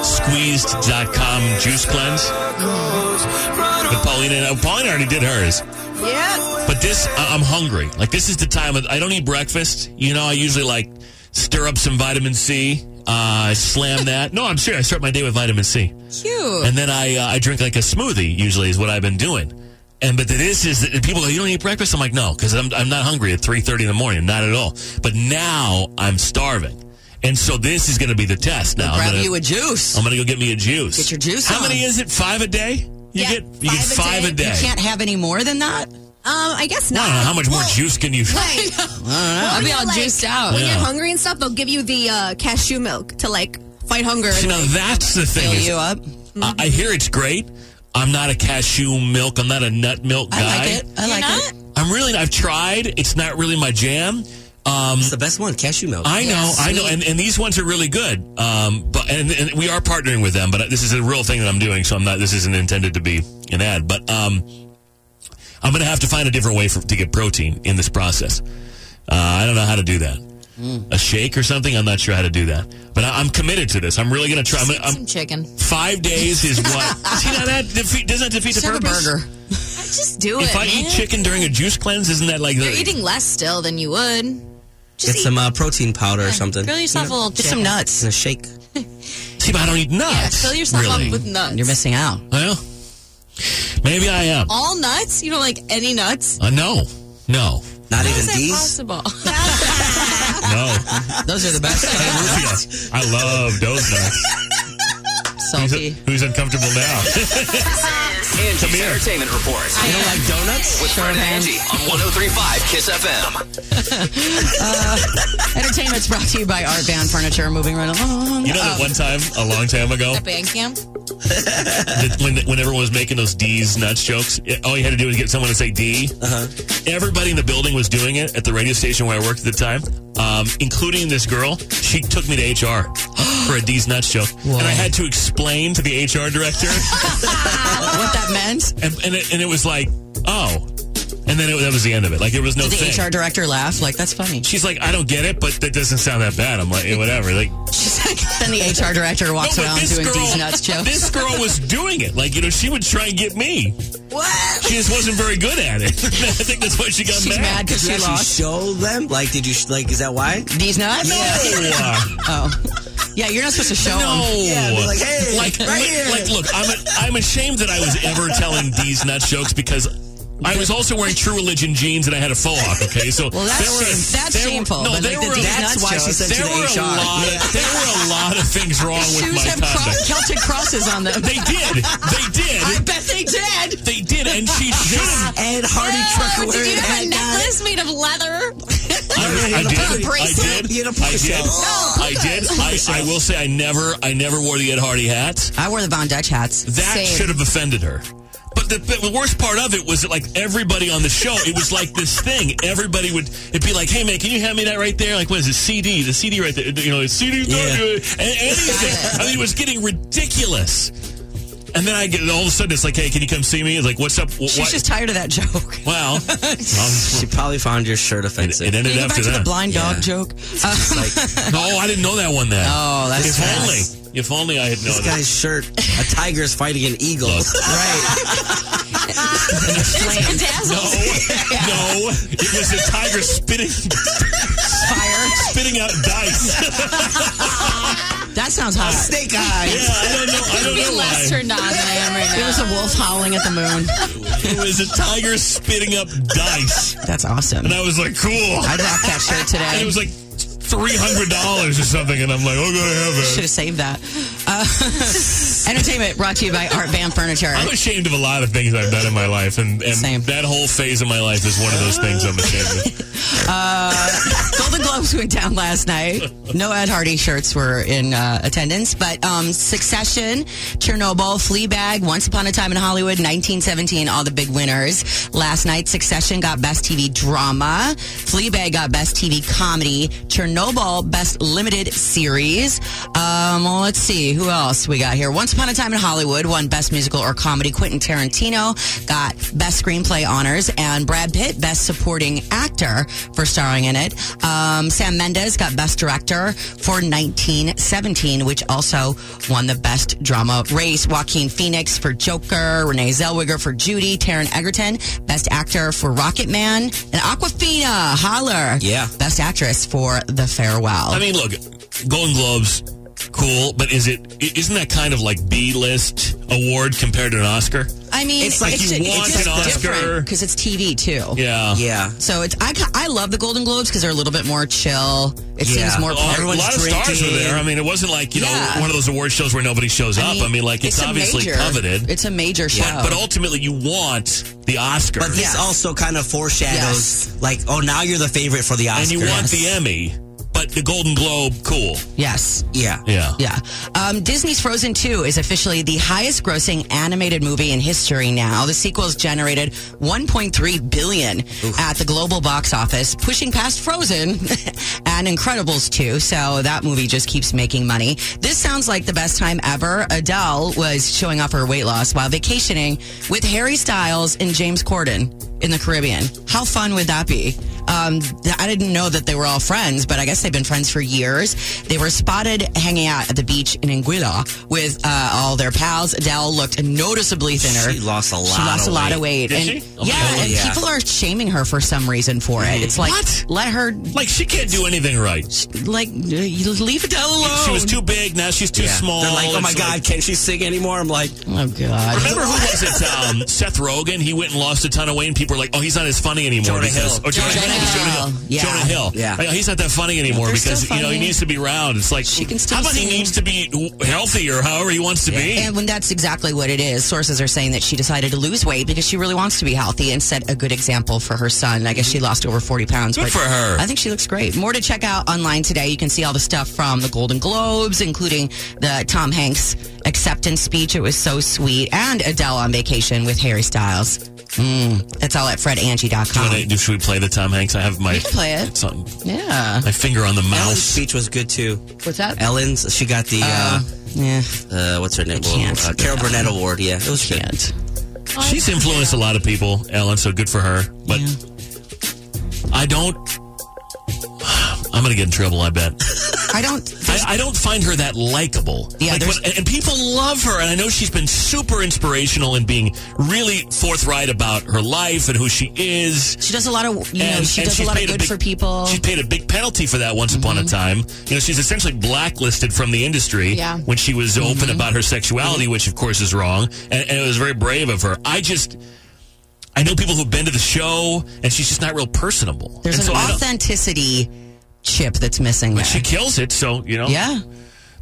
C: squeezed.com juice cleanse. But Paulina, oh, Paulina already did hers.
D: Yeah.
C: But this, I- I'm hungry. Like this is the time of, I don't eat breakfast. You know, I usually like stir up some vitamin C. Uh, I slam that. No, I'm serious. I start my day with vitamin C.
G: Cute.
C: And then I uh, I drink like a smoothie. Usually is what I've been doing. And but this is that people go, you don't eat breakfast. I'm like, no, because I'm I'm not hungry at three thirty in the morning. Not at all. But now I'm starving, and so this is going to be the test. Now I'm
D: grab
C: gonna,
D: you a juice.
C: I'm going to go get me a juice.
D: Get your juice
C: How
D: on.
C: many is it? Five a day. You
D: Yeah,
C: get you get five a day.
D: You can't have any more than that.
G: Um, I guess
C: I
G: not.
C: don't know how much more juice can you.
G: Right.
C: I
G: I'll
C: don't
G: be
C: know.
G: all juiced out. When
C: Yeah.
G: you're hungry and stuff, they'll give you the uh, cashew milk to like fight hunger.
C: See,
G: and,
C: now
G: like,
C: that's the thing.
G: fill
C: is-
G: you up.
C: I- I hear it's great. I'm not a cashew milk. I'm not a nut milk guy.
D: I like it. I like it.
C: I'm really. I've tried. It's not really my jam. Um, it's the best one, cashew milk. I know,
F: Yeah,
C: I know,
F: sweet.
C: and, and these ones are really good. Um, but and, and we are partnering with them, but this is a real thing that I'm doing, so I'm not. This isn't intended to be an ad, but um, I'm going to have to find a different way for, to get protein in this process. Uh, I don't know how to do that. A shake or something? I'm not sure how to do that, but I, I'm committed to this. I'm really going to try. I'm, gonna- I'm,
G: Some chicken.
C: five days is what? See, now that defeat, doesn't that defeat
G: Just
C: the
G: have a
C: purpose?
G: burger. I just do it.
C: If I
G: man.
C: eat chicken during a juice cleanse, isn't that like
G: you're
C: the,
G: eating less still than you would.
F: Get some uh, protein powder or
G: Yeah,
F: something.
G: grill yourself a little Get some chicken. nuts.
F: And a shake.
C: See, but I don't eat nuts.
G: fill yourself up with nuts.
D: You're missing out.
C: Well, maybe I am.
D: Oh,
G: All nuts? You don't like any nuts?
C: Uh, no, no, not
G: How is that possible?
C: No,
D: those are the best.
C: Rufio, I love those nuts.
D: Salty.
C: Who's, who's uncomfortable now?
B: Angie's Entertainment Report.
D: You don't like donuts?
B: With Fred and Angie on 1035 Kiss FM.
D: uh, entertainment's brought to you by Art Van Furniture. Moving right along.
C: You know that
D: Um,
C: one time, a long time ago,
G: At band camp?
C: that when, when everyone was making those D's nuts jokes, it- all you had to do was get someone to say D. Uh-huh. Everybody in the building was doing it at the radio station where I worked at the time, um, including this girl. She took me to HR for a D's nuts joke, and I had to explain to the HR director
D: Uh, what that meant.
C: And, and, it, and it was like, oh. And then it, that was the end of it. Like, there was no
D: Did the
C: thing.
D: HR director laugh? Like that's funny.
C: She's like, I don't get it, but that doesn't sound that bad. I'm like, "Eh, whatever. Like,
D: then the HR director walks
C: No, but
D: around
C: this
D: doing
C: girl-
D: these nuts jokes.
C: This girl was doing it. Like, you know, she would try and get me. What? She just wasn't very good at it. I think that's why she got
D: She's mad 'cause
F: did you
D: she
F: actually
D: lost.
F: show them? Like, did you, sh- like, is that why?
D: These nuts?
C: Yeah.
D: oh. Yeah, you're not supposed to show
C: no.
D: them.
C: like, look, like, look, I'm, a, I'm ashamed that I was ever telling these nuts jokes because I was also wearing True Religion jeans and I had a faux hawk, okay? So
D: Well, that's
C: there were,
D: shame- that's
C: there were-
D: shameful,
C: No,
D: but,
C: there
D: like,
C: were,
D: the D's That's nuts why she jokes. sent you
C: there
D: to
C: were
D: HR.
C: A lot,
D: Yeah.
C: There were a lot of things wrong
D: His
C: with
D: shoes
C: my
D: have cro-
C: conduct.
D: Celtic crosses on them.
C: They did. They did.
D: I bet they did.
C: They did, and she should have.
F: Ed Hardy
G: Oh,
F: trucker
G: did you
F: wearing
G: have a
F: hat
D: uh,
F: guy.
G: necklace made of leather?
C: I
F: had a
C: did. I
F: party.
C: did. I did.
F: You had a
C: I
F: party
C: did.
F: show.
C: I did. I, I will say I never I never wore the Ed Hardy hat.
D: I wore the Von Dutch hats.
C: That should have offended her. But the, the worst part of it was that like everybody on the show, it was like this thing. Everybody would it'd be like, "Hey man, can you hand me that right there?" Like, what is it? CD, the CD right there. You know, it's CD. And anything. I mean, it was getting ridiculous. And then I get all of a sudden it's like, "Hey, can you come see me?" It's like, "What's up?" Wh-
D: She's
C: what?
D: just tired of that joke.
C: Well,
F: she probably found your shirt offensive.
C: it ended
D: Can you go
C: after
D: back to
C: that.
D: the blind dog
F: Yeah.
D: joke?
C: no, I didn't know that one. Then
D: Oh, that's
C: if
D: fast.
C: only if only I had known
F: This
C: that.
F: guy's shirt, a tiger's fighting an eagle. right.
C: No, no, it was a tiger spitting
D: fire,
C: spitting out dice.
D: That sounds hot.
F: Snake eyes.
C: Yeah, I don't know. I don't
G: You'd be
C: know
G: less
C: why.
G: turned on than I am right now.
D: It was a wolf howling at the moon.
C: It was a tiger spitting up dice,
D: That's awesome.
C: and I was like, cool.
D: I'd rock that shirt
C: And it
D: today.
C: was like three hundred dollars or something, and I'm like, oh, gonna have
D: Should
C: it.
D: have saved that. Uh, entertainment brought to you by Art Van Furniture.
C: I'm ashamed of a lot of things I've done in my life, and, and that whole phase of my life is one of those things I'm ashamed of.
D: Uh, Golden Globes went down last night. No Ed Hardy shirts were in uh, attendance, but um, Succession, Chernobyl, Fleabag, Once Upon a Time in Hollywood, 1917, all the big winners. Last night, Succession got Best TV Drama, Fleabag got Best TV Comedy, Chernobyl, Best Limited Series. Um, well, let's see who else we got here. Once Upon a Time in Hollywood won Best Musical or Comedy. Quentin Tarantino got Best Screenplay honors, and Brad Pitt Best Supporting Actor for starring in it. Um, Sam Mendes got Best Director for 1917, which also won the Best Drama race. Joaquin Phoenix for Joker, Renee Zellweger for Judy, Taron Egerton Best Actor for Rocket Man, and Aquafina Holler
C: Yeah.
D: Best Actress for The Farewell.
C: I mean, look, Golden Globes, cool, but is it i- isn't that kind of like B list award compared to an Oscar?
D: I mean,
C: It's like you want
D: just
C: an Oscar.
D: different because it's TV too.
C: Yeah.
F: Yeah.
D: So it's I, ca- I love the Golden Globes because they're a little bit more chill. It seems more
C: Well, a lot of stars were there. I mean, it wasn't like you
D: Yeah.
C: know one of those award shows where nobody shows up. I mean, like it's,
D: a
C: obviously
D: major-
C: coveted,
D: It's a major show.
C: but, but ultimately you want the Oscar,
F: But this also kind of foreshadows, like, oh, now you're the favorite for the Oscar.
C: and you want the Emmy. But the Golden Globe cool.
D: Yes.
F: Yeah.
C: Yeah.
D: Yeah. Um, Disney's Frozen 2 is officially the highest grossing animated movie in history now. The sequel has generated 1.3 billion at the global box office, pushing past Frozen and Incredibles 2. So that movie just keeps making money. This sounds like the best time ever. Adele was showing off her weight loss while vacationing with Harry Styles and James Corden in the Caribbean. How fun would that be? Um, th- I didn't know that they were all friends, but I guess they've been friends for years. They were spotted hanging out at the beach in Anguilla with uh, all their pals. Adele looked noticeably thinner.
F: She lost a lot.
D: She lost a lot of weight.
F: Did
D: and
F: she? Oh my
D: yeah,
F: God.
D: and
F: Yeah.
D: people are shaming her for some reason for it. It's like let her
C: Like she can't do anything right.
D: like uh, you leave Adele alone.
C: She was too big. Now she's too
F: Yeah.
C: small.
F: They're like, oh my
C: It's
F: God, can she sing anymore? I'm like,
D: oh God.
C: Remember who was it? Um, Seth Rogen. He went and lost a ton of weight, and people were like, "Oh, he's not as funny
F: Jonah
C: anymore." because
F: Hill.
C: Or Jonah,
F: Jonah
C: Hill. Jonah Hill.
F: Yeah.
C: Jonah Hill.
F: Yeah.
C: Like, he's not that funny anymore
F: They're
C: because
F: still
C: you know he
F: funny.
C: needs to be round. It's like how about he needs to be healthy or however he wants to be.
D: And when that's exactly what it is, sources are saying that she decided to lose weight because she really wants to be healthy and set a good example for her son. I guess she lost over 40 pounds.
C: Good
D: but
C: for her.
D: I think she looks great. More to check out online today. You can see all the stuff from the Golden Globes, including the Tom Hanks acceptance speech. It was so sweet. And Adele on vacation with Harry Styles. Mm, that's all at
C: Do you
D: fredangie.com.
C: wanna- do- should we play the Tom Hanks? I have my
D: You can play it.
C: it's on-
D: Yeah.
C: my finger on the
F: Ellen's
C: mouse.
F: speech was good too.
D: What's that?
F: Ellen's, she got the, uh,
D: yeah.
F: uh, what's her name?
D: can't.
F: Uh, Carol Burnett Award. Yeah, it was
D: good.
C: She's influenced a lot of people, Ellen. So good for her. But I don't. I'm gonna get in trouble. I bet.
D: I don't.
C: I, I don't find her that likable.
D: Yeah,
C: Like,
D: there's-
C: but- and- and people love her, and I know she's been super inspirational in being really forthright about her life and who she is.
D: She does a lot of, you know,
C: And-
D: she
C: and
D: does a
C: she's
D: lot of
C: paid a
D: good
C: big-
D: for people. Mm-hmm.
C: She paid a big penalty for that once upon a time. You know, she's essentially blacklisted from the industry
D: Yeah. Mm-hmm.
C: when she was open about her sexuality, which of course is wrong, and, and it was very brave of her. I just. I know people who've been to the show, and she's just not real personable.
D: There's
C: and
D: an
C: so I don't-
D: authenticity chip that's missing there.
C: she kills it, so you know.
D: Yeah.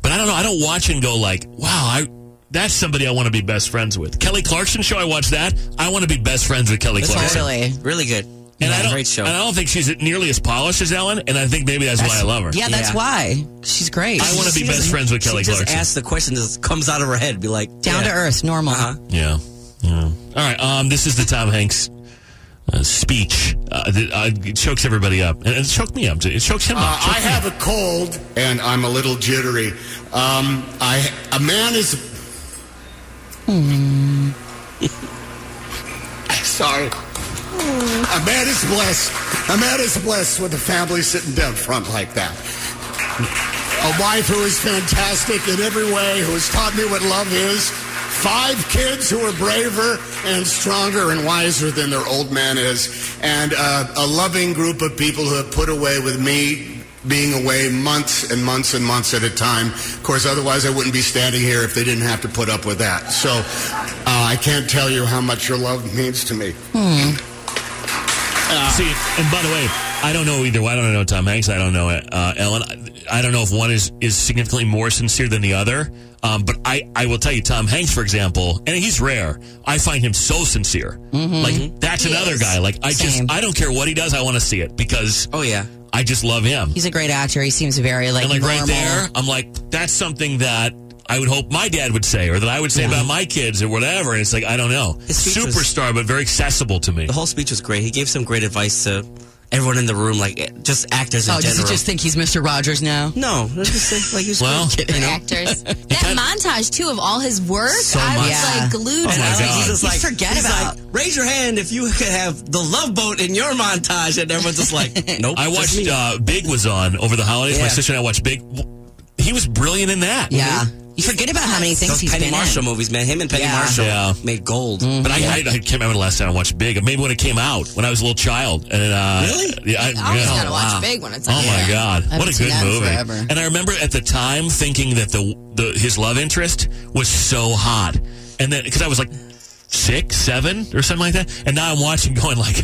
C: But I don't know. I don't watch and go like, wow, I that's somebody I want to be best friends with. Kelly Clarkson show. I watch that. I want to be best friends with Kelly Clarkson.
D: Totally.
F: Really good.
C: And I don't.
F: great show.
C: And I don't think she's nearly as polished as Ellen. And I think maybe that's, why I love her.
D: Yeah, that's why. She's great.
C: I want to be best friends with Kelly
F: she just
C: Clarkson.
F: asks the question that comes out of her head. Be like,
D: Down to earth, normal.
F: Uh-huh.
C: yeah. Yeah. All right. Um. This is the Tom Hanks. Uh, speech uh, that, uh, it chokes everybody up, and it choked me up. It chokes him
H: Uh,
C: up.
H: I have a cold and I'm a little jittery. Um, I a man is. Sorry. A man is blessed. A man is blessed with a family sitting down front like that. A wife who is fantastic in every way, who has taught me what love is. Five kids who are braver and stronger and wiser than their old man is. And uh, a loving group of people who have put away with me being away months and months and months at a time. Of course, otherwise I wouldn't be standing here if they didn't have to put up with that. So uh, I can't tell you how much your love means to me.
F: Ah.
C: See, and by the way, I don't know either. I don't know Tom Hanks. I don't know uh, Ellen. I- I don't know if one is, is significantly more sincere than the other. Um, but I, I will tell you, Tom Hanks, for example, and he's rare. I find him so sincere.
F: Mm-hmm.
C: Like that's another guy. Like I
D: Same.
C: just I don't care what he does. I want to see it because
F: oh yeah,
C: I just love him.
D: He's a great actor. He seems very like,
C: and like
D: normal.
C: right there, I'm like that's something that. I would hope my dad would say, or that I would say about my kids, or whatever. And it's like I don't know,
F: speech was-
C: superstar, but very accessible to me.
F: The whole speech was great. He gave some great advice to everyone in the room, like eh, just actors in
D: Oh, does
F: general.
D: he just think he's Mr. Rogers now?
F: no, it was just like, like he
C: Well,
F: was kidding. you know?
G: actors. That montage too of all his work,
F: So
G: I was
F: much.
G: like glued.
C: Oh
F: And
G: to
F: Alex,
G: it.
F: he's just
D: You
F: like,
D: forget
F: he's
D: about-
F: like, raise your hand if you could have the love boat in your montage, and everyone's just like, nope.
C: I
F: just
C: watched
F: me.
C: uh, Big was on over the holidays. My
F: Yeah.
C: sister and I watched Big. He was brilliant in that.
D: Yeah. You forget about how many things
F: those
D: he's
F: Penny
D: been
F: Marshall
D: in.
F: movies, man. Him and Penny
D: Yeah.
F: Marshall
C: Yeah.
F: made gold.
C: But I, I, I can't remember the last time I watched Big. Maybe when it came out when I was a little child. And uh,
F: Really?
C: Yeah, I,
G: I always
C: yeah.
G: gotta watch Big when it's
C: Oh
G: on.
C: my God!
D: I
C: What
D: haven't
C: a
D: seen
C: good
D: that in
C: movie.
D: forever.
C: And I remember at the time thinking that the, the his love interest was so hot, and then because I was like six, seven, or something like that, and now I'm watching, going like,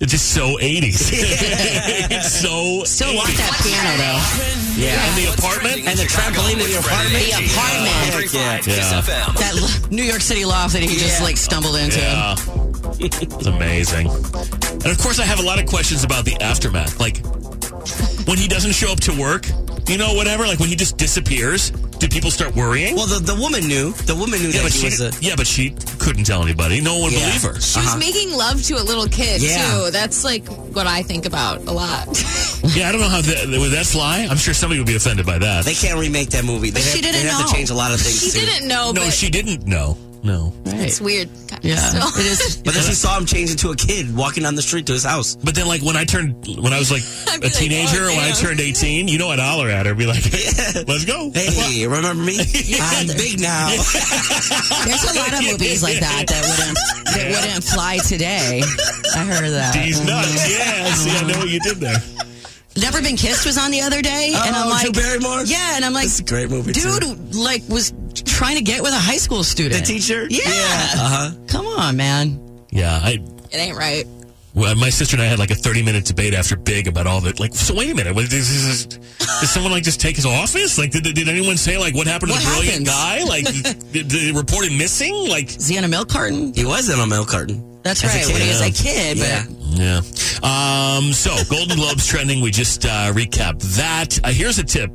C: it's just so eighties. it's so
D: Still want that piano though.
F: Yeah.
C: in the apartment.
F: And the trampoline in your apartment.
D: The apartment.
F: Heck yeah.
C: Yeah.
D: That l- New York City loft that he just like stumbled into.
C: Yeah. it's amazing. And of course, I have a lot of questions about the aftermath. Like, when he doesn't show up to work? You know, whatever. Like when he just disappears, do people start worrying?
F: Well, the, the woman knew. The woman knew that
C: yeah, but
F: he
C: she
F: was
C: did- yeah, but she couldn't tell anybody. No one would
F: Yeah. Uh-huh.
C: believe her.
G: She was making love to a little kid
C: Uh-huh. Yeah.
G: too. That's like what I think about a lot.
C: yeah, I don't know how that would that fly. I'm sure somebody would be offended by that.
F: They can't remake that movie. They
G: But she didn't
F: they have
G: know.
F: to change a lot of things.
G: She
F: too.
G: didn't know,
C: No,
G: but
C: she didn't know. No.
G: it's weird. kinda,
F: Yeah.
G: still.
F: It But then she saw him change into a kid walking down the street to his house.
C: But then, like when I turned, when I was like a
F: "Oh,
C: teenager, when I turned 18, you know, I'd holler at her, be like, "Let's go."
F: Hey, remember me? I'm big now.
D: There's a lot of movies like that that wouldn't that wouldn't fly today. I heard of that.
C: He's
F: Mm-hmm.
C: nuts. Yeah, see, I know what you did there.
D: Never Been Kissed was on the other day, and I'm
F: Oh,
D: like,
F: Drew Barrymore?
D: Yeah, and I'm like,
F: That's a great movie, too.
D: dude. Like, was trying to get with a high school student.
F: The teacher? Uh-huh.
D: Yeah.
C: Uh huh.
D: Come on, man.
C: Yeah, I.
G: It ain't right.
C: Well, my sister and I had like a 30 minute debate after Big about all the like. So wait a minute, what, this is, did someone like just take his office? Like, did, did anyone say like what happened to
D: What
C: the brilliant
D: happens?
C: guy? Like, did, did they report him missing? Like,
D: Is he on a milk carton?
F: He was in a milk carton.
D: That's
F: As a
D: right. When he was a
F: kid.
D: kid, but
F: Yeah.
C: Yeah. Um, so, Golden Globes trending. We just uh, recapped that. Uh, here's a tip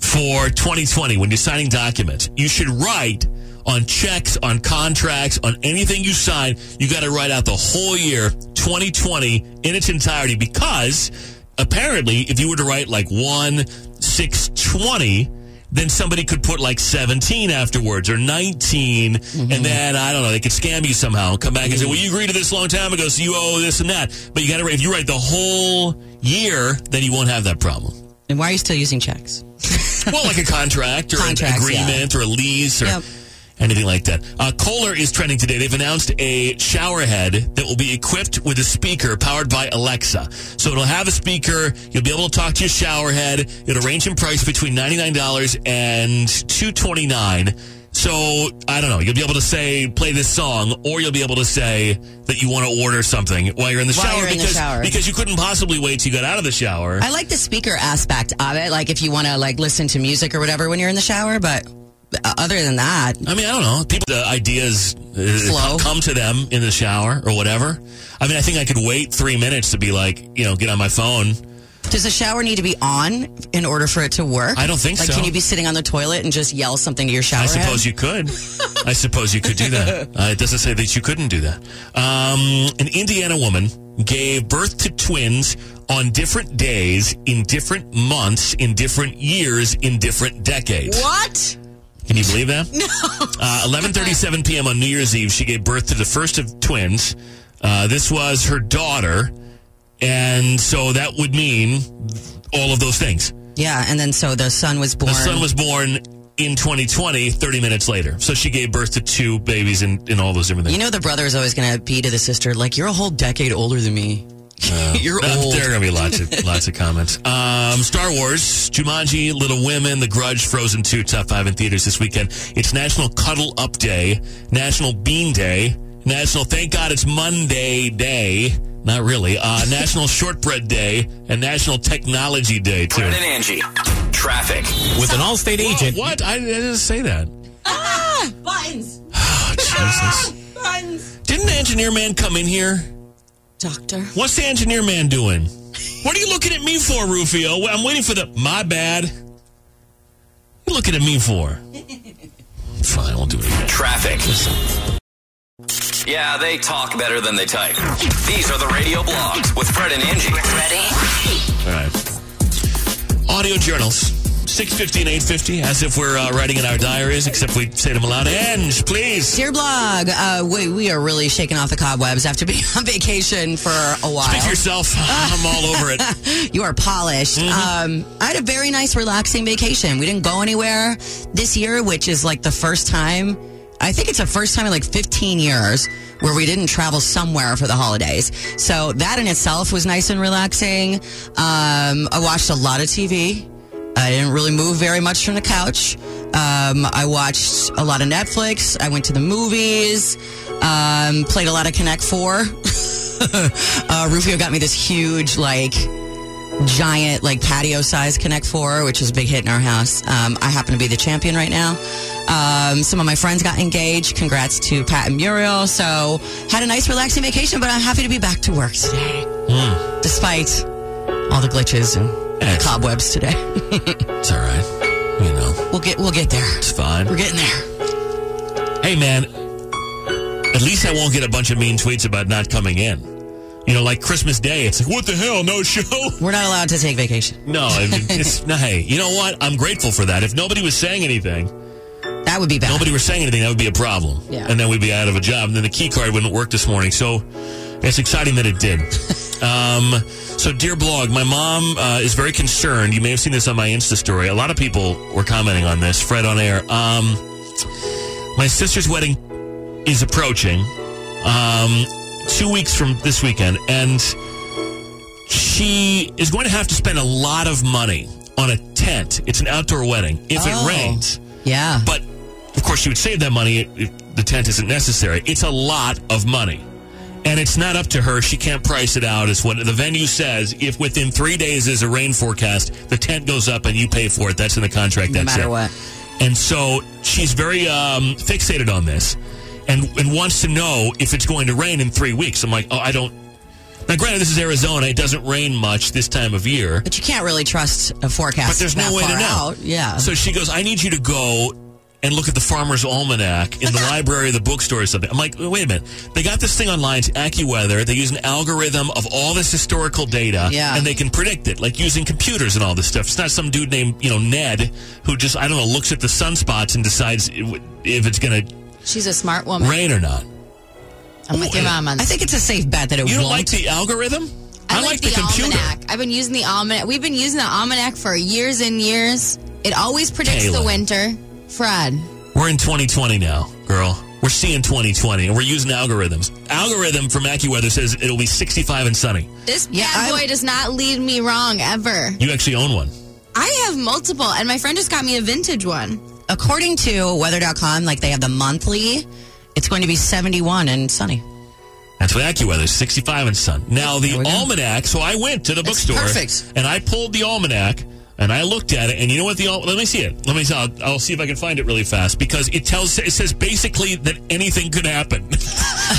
C: for 2020 when you're signing documents. You should write on checks, on contracts, on anything you sign. You got to write out the whole year 2020 in its entirety because apparently, if you were to write like 1, 6, 20, then somebody could put like 17 afterwards or 19 and then i don't know they could scam you somehow and come back and say well you agreed to this a long time ago so you owe this and that but you gotta write if you write the whole year then you won't have that problem
D: and why are you still using checks?
C: well like a contract or an
D: Contracts, yeah.
C: agreement or a lease or anything like that uh, kohler is trending today they've announced a shower head that will be equipped with a speaker powered by alexa so it'll have a speaker you'll be able to talk to your shower head it'll range in price between $99 and $229 so i don't know you'll be able to say play this song or you'll be able to say that you want to order something while you're in the
D: While
C: shower
D: you're in the
C: because
D: shower.
C: because you couldn't possibly wait till you got out of the shower
D: I like the speaker aspect of it. Like if you want to like listen to music or whatever when you're in the shower, but uh, other than that,
C: I mean, I don't know. People, the ideas uh,
D: Flow.
C: come to them in the shower or whatever. I mean, I think I could wait three minutes to be like, you know, get on my phone.
D: does the shower need to be on in order for it to work?
C: I don't think
D: like,
C: so.
D: Can you be sitting on the toilet and just yell something to your shower?
C: I suppose you could. I suppose you could do that. Uh, it doesn't say that you couldn't do that. Um, an Indiana woman gave birth to twins on different days, in different months, in different years, in different decades.
G: What?
C: Can you believe that? No. Uh, 11:37 p.m. on New Year's Eve, she gave birth to the first of twins. Uh, this was her daughter, and so that would mean all of those things.
D: Yeah, and then so the son was born.
C: The son was born in 2020, 30 minutes later. So she gave birth to two babies and, and all those different
D: You
C: things.
D: know, the brother is always going to be to the sister like, "You're a whole decade older than me. you're
C: Uh,
D: old."
C: There are gonna be lots of lots of comments. Um, Star Wars, Jumanji, Little Women, The Grudge, Frozen Two, Top Five in theaters this weekend. It's National Cuddle Up Day, National Bean Day, National Thank God It's Monday Day. Not really. Uh, National Shortbread Day and National Technology Day too.
B: Brett and Angie. Traffic.
C: With an Allstate agent. What? I, I didn't say that. Oh,
E: Ah, buttons.
C: Jesus.
E: Buttons.
C: Didn't the engineer man come in here?
D: Doctor.
C: What's the engineer man doing? What are you looking at me for, Rufio? Well, I'm waiting for the. My bad. What you looking at me for? Fine, we'll do it again.
B: Traffic. Yeah, they talk better than they type. These are the radio blogs with Fred and Angie. Ready?
C: All right. Audio journals. 650 and 850, as if we're uh, writing in our diaries, except we say them aloud. Ange, please.
D: Dear blog, uh, we, we are really shaking off the cobwebs after being on vacation for a while.
C: Speak for yourself. I'm all over it. Mm-hmm.
D: you are polished. Um, I had a very nice, relaxing vacation. We didn't go anywhere this year, which is like the first time. I think it's the first time in like 15 years where we didn't travel somewhere for the holidays. So that in itself was nice and relaxing. Um, I watched a lot of TV. I didn't really move very much from the couch. Um, I watched a lot of Netflix. I went to the movies. Um, played a lot of Connect Four. uh, Rufio got me this huge, like, giant, like patio size Connect Four, which is a big hit in our house. Um, I happen to be the champion right now. Um, some of my friends got engaged. Congrats to Pat and Muriel. So had a nice, relaxing vacation, but I'm happy to be back to work today,
C: Mm.
D: despite all Hmm. the glitches and cobwebs today.
C: it's all right. You know,
D: we'll get we'll get there.
C: it's fine.
D: We're getting there.
C: Hey, man, at least I won't get a bunch of mean tweets about not coming in. You know, like Christmas Day, it's like, what the hell, no show?
D: We're not allowed to take vacation.
C: No, I mean, it's not. Hey, you know what? I'm grateful for that. If nobody was saying anything,
D: that would be bad.
C: Nobody was saying anything, that would be a problem.
D: Yeah.
C: And then we'd be out of a job. And then the key card wouldn't work this morning. So it's exciting that it did. um, so, dear blog, my mom uh, is very concerned. You may have seen this on my Insta story. A lot of people were commenting on this. Fred on air. Um, my sister's wedding is approaching um, two weeks from this weekend. And she is going to have to spend a lot of money on a tent. It's an outdoor wedding. If
D: Oh,
C: it rains,
D: yeah.
C: But of course, she would save that money if the tent isn't necessary. It's a lot of money, and it's not up to her. She can't price it out. It's what the venue says. If within three days is a rain forecast, the tent goes up and you pay for it. That's in the contract.
D: No
C: That's
D: matter
C: it.
D: what.
C: And so she's very um, fixated on this, and and wants to know if it's going to rain in three weeks. I'm like, oh, I don't. Now, granted, this is Arizona. It doesn't rain much this time of year.
D: But you can't really trust a forecast.
C: But there's
D: that
C: no way to
D: far
C: know.
D: Out. Yeah.
C: So she goes, I need you to go and look at the Farmer's Almanac in the library or the bookstore or something. I'm like, wait a minute. They got this thing online, it's AccuWeather. They use an algorithm of all this historical data.
D: Yeah.
C: And they can predict it, like using computers and all this stuff. It's not some dude named, you know, Ned who just, I don't know, looks at the sunspots and decides i- if it's going to
G: She's a smart
D: Oh,
G: woman.
C: rain or not.
G: I'm with your mom on
D: I think it's a safe bet that it
C: You don't
D: won't.
C: like the algorithm?
G: I,
C: like
G: like,
C: the
G: the,
C: computer.
G: almanac. I've been using the almanac. We've been using the almanac for years and years. It always predicts
C: Kayla.
G: the winter. Fred,
C: We're in 2020 now, girl. We're seeing 2020, and we're using algorithms. Algorithm from AccuWeather says it'll be 65 and sunny.
G: this bad boy does not lead me wrong ever.
C: You actually own one.
G: I have multiple, and my friend just got me a vintage one.
D: According to weather.com, like they have the monthly, it's going to be 71 and sunny.
C: That's what AccuWeather, 65 and sun. Now, the almanac, so I went to the bookstore.
D: perfect.
C: And I pulled the almanac, and I looked at it, and you know what the, al- let me see it. Let me see, I'll, I'll see if I can find it really fast, because it tells, it says basically that anything could happen.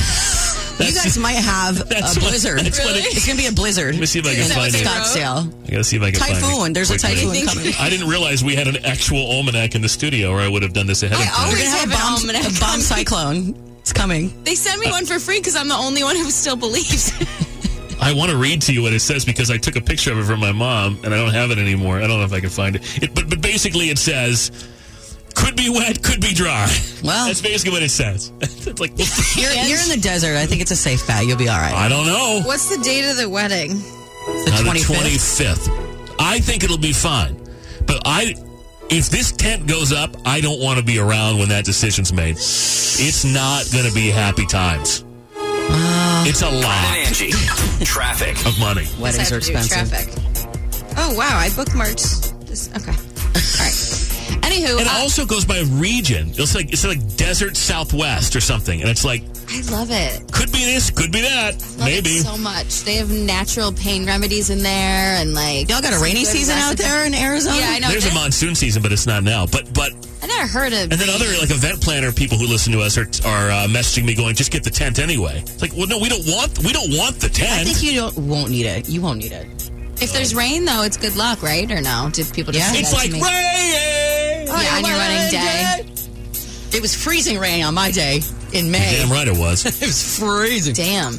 D: You guys might have
C: That's
D: a
C: what-
D: blizzard.
C: that's what it-
D: it's going to be a blizzard.
C: Let me see if I can
D: Is that what
C: find
D: they
C: it.
D: wrote? Scottsdale.
C: I gotta see if I can find it
D: Typhoon. There's a
C: quickly.
D: typhoon coming.
C: I didn't realize we had an actual almanac in the studio, or I would have done this ahead of time.
D: We're going to have a bomb, a bomb cyclone. It's coming.
G: They sent me one for free because I'm the only one who still believes.
C: I want to read to you what it says because I took a picture of it from my mom and I don't have it anymore. I don't know if I can find it. it but, but basically, it says could be wet, could be dry.
D: Well,
C: That's basically what it says. it's like,
D: you're, you're in the desert. I think it's a safe bet. You'll be all right.
C: I don't
D: Oh.
C: know.
G: What's the date of the wedding?
D: The
C: Now,
D: 25th.
C: 25th. I think it'll be fine. But I. If this tent goes up, I don't want to be around when that decision's made. It's not going to be happy times. it's a lot
B: And Angie. Traffic.
C: of money.
D: Ah. Weddings are
G: Yes, I have to do
D: expensied.
G: Traffic. Oh wow, I bookmarked this. Okay. All right. Anywho,
C: And it
G: uh,
C: also goes by region. It's like it's like desert southwest or something, and it's like
G: I love it.
C: could be this, could be that,
G: Love it
C: maybe.
G: so much. They have natural pain remedies in there, and like
D: Y'all got a
G: some
D: rainy
G: good
D: season out
G: recipes.
D: there in Arizona?
G: Yeah, I know.
C: There's a monsoon season, but it's not now. But but
G: I never heard of.
C: and then other like event planner people who listen to us are are uh, messaging me going, just get the tent anyway. It's like, well, no, we don't want we don't want the
D: I
C: tent.
D: think you don't, won't need it. You won't need it.
G: If there's rain though, it's good luck, right? Or no? Did people just? say
C: it's
G: that
C: like
G: to me?
C: rain.
G: Yeah, on your running day.
D: It was freezing rain on my day in May.
C: Damn right it was.
D: It was freezing.
G: Damn.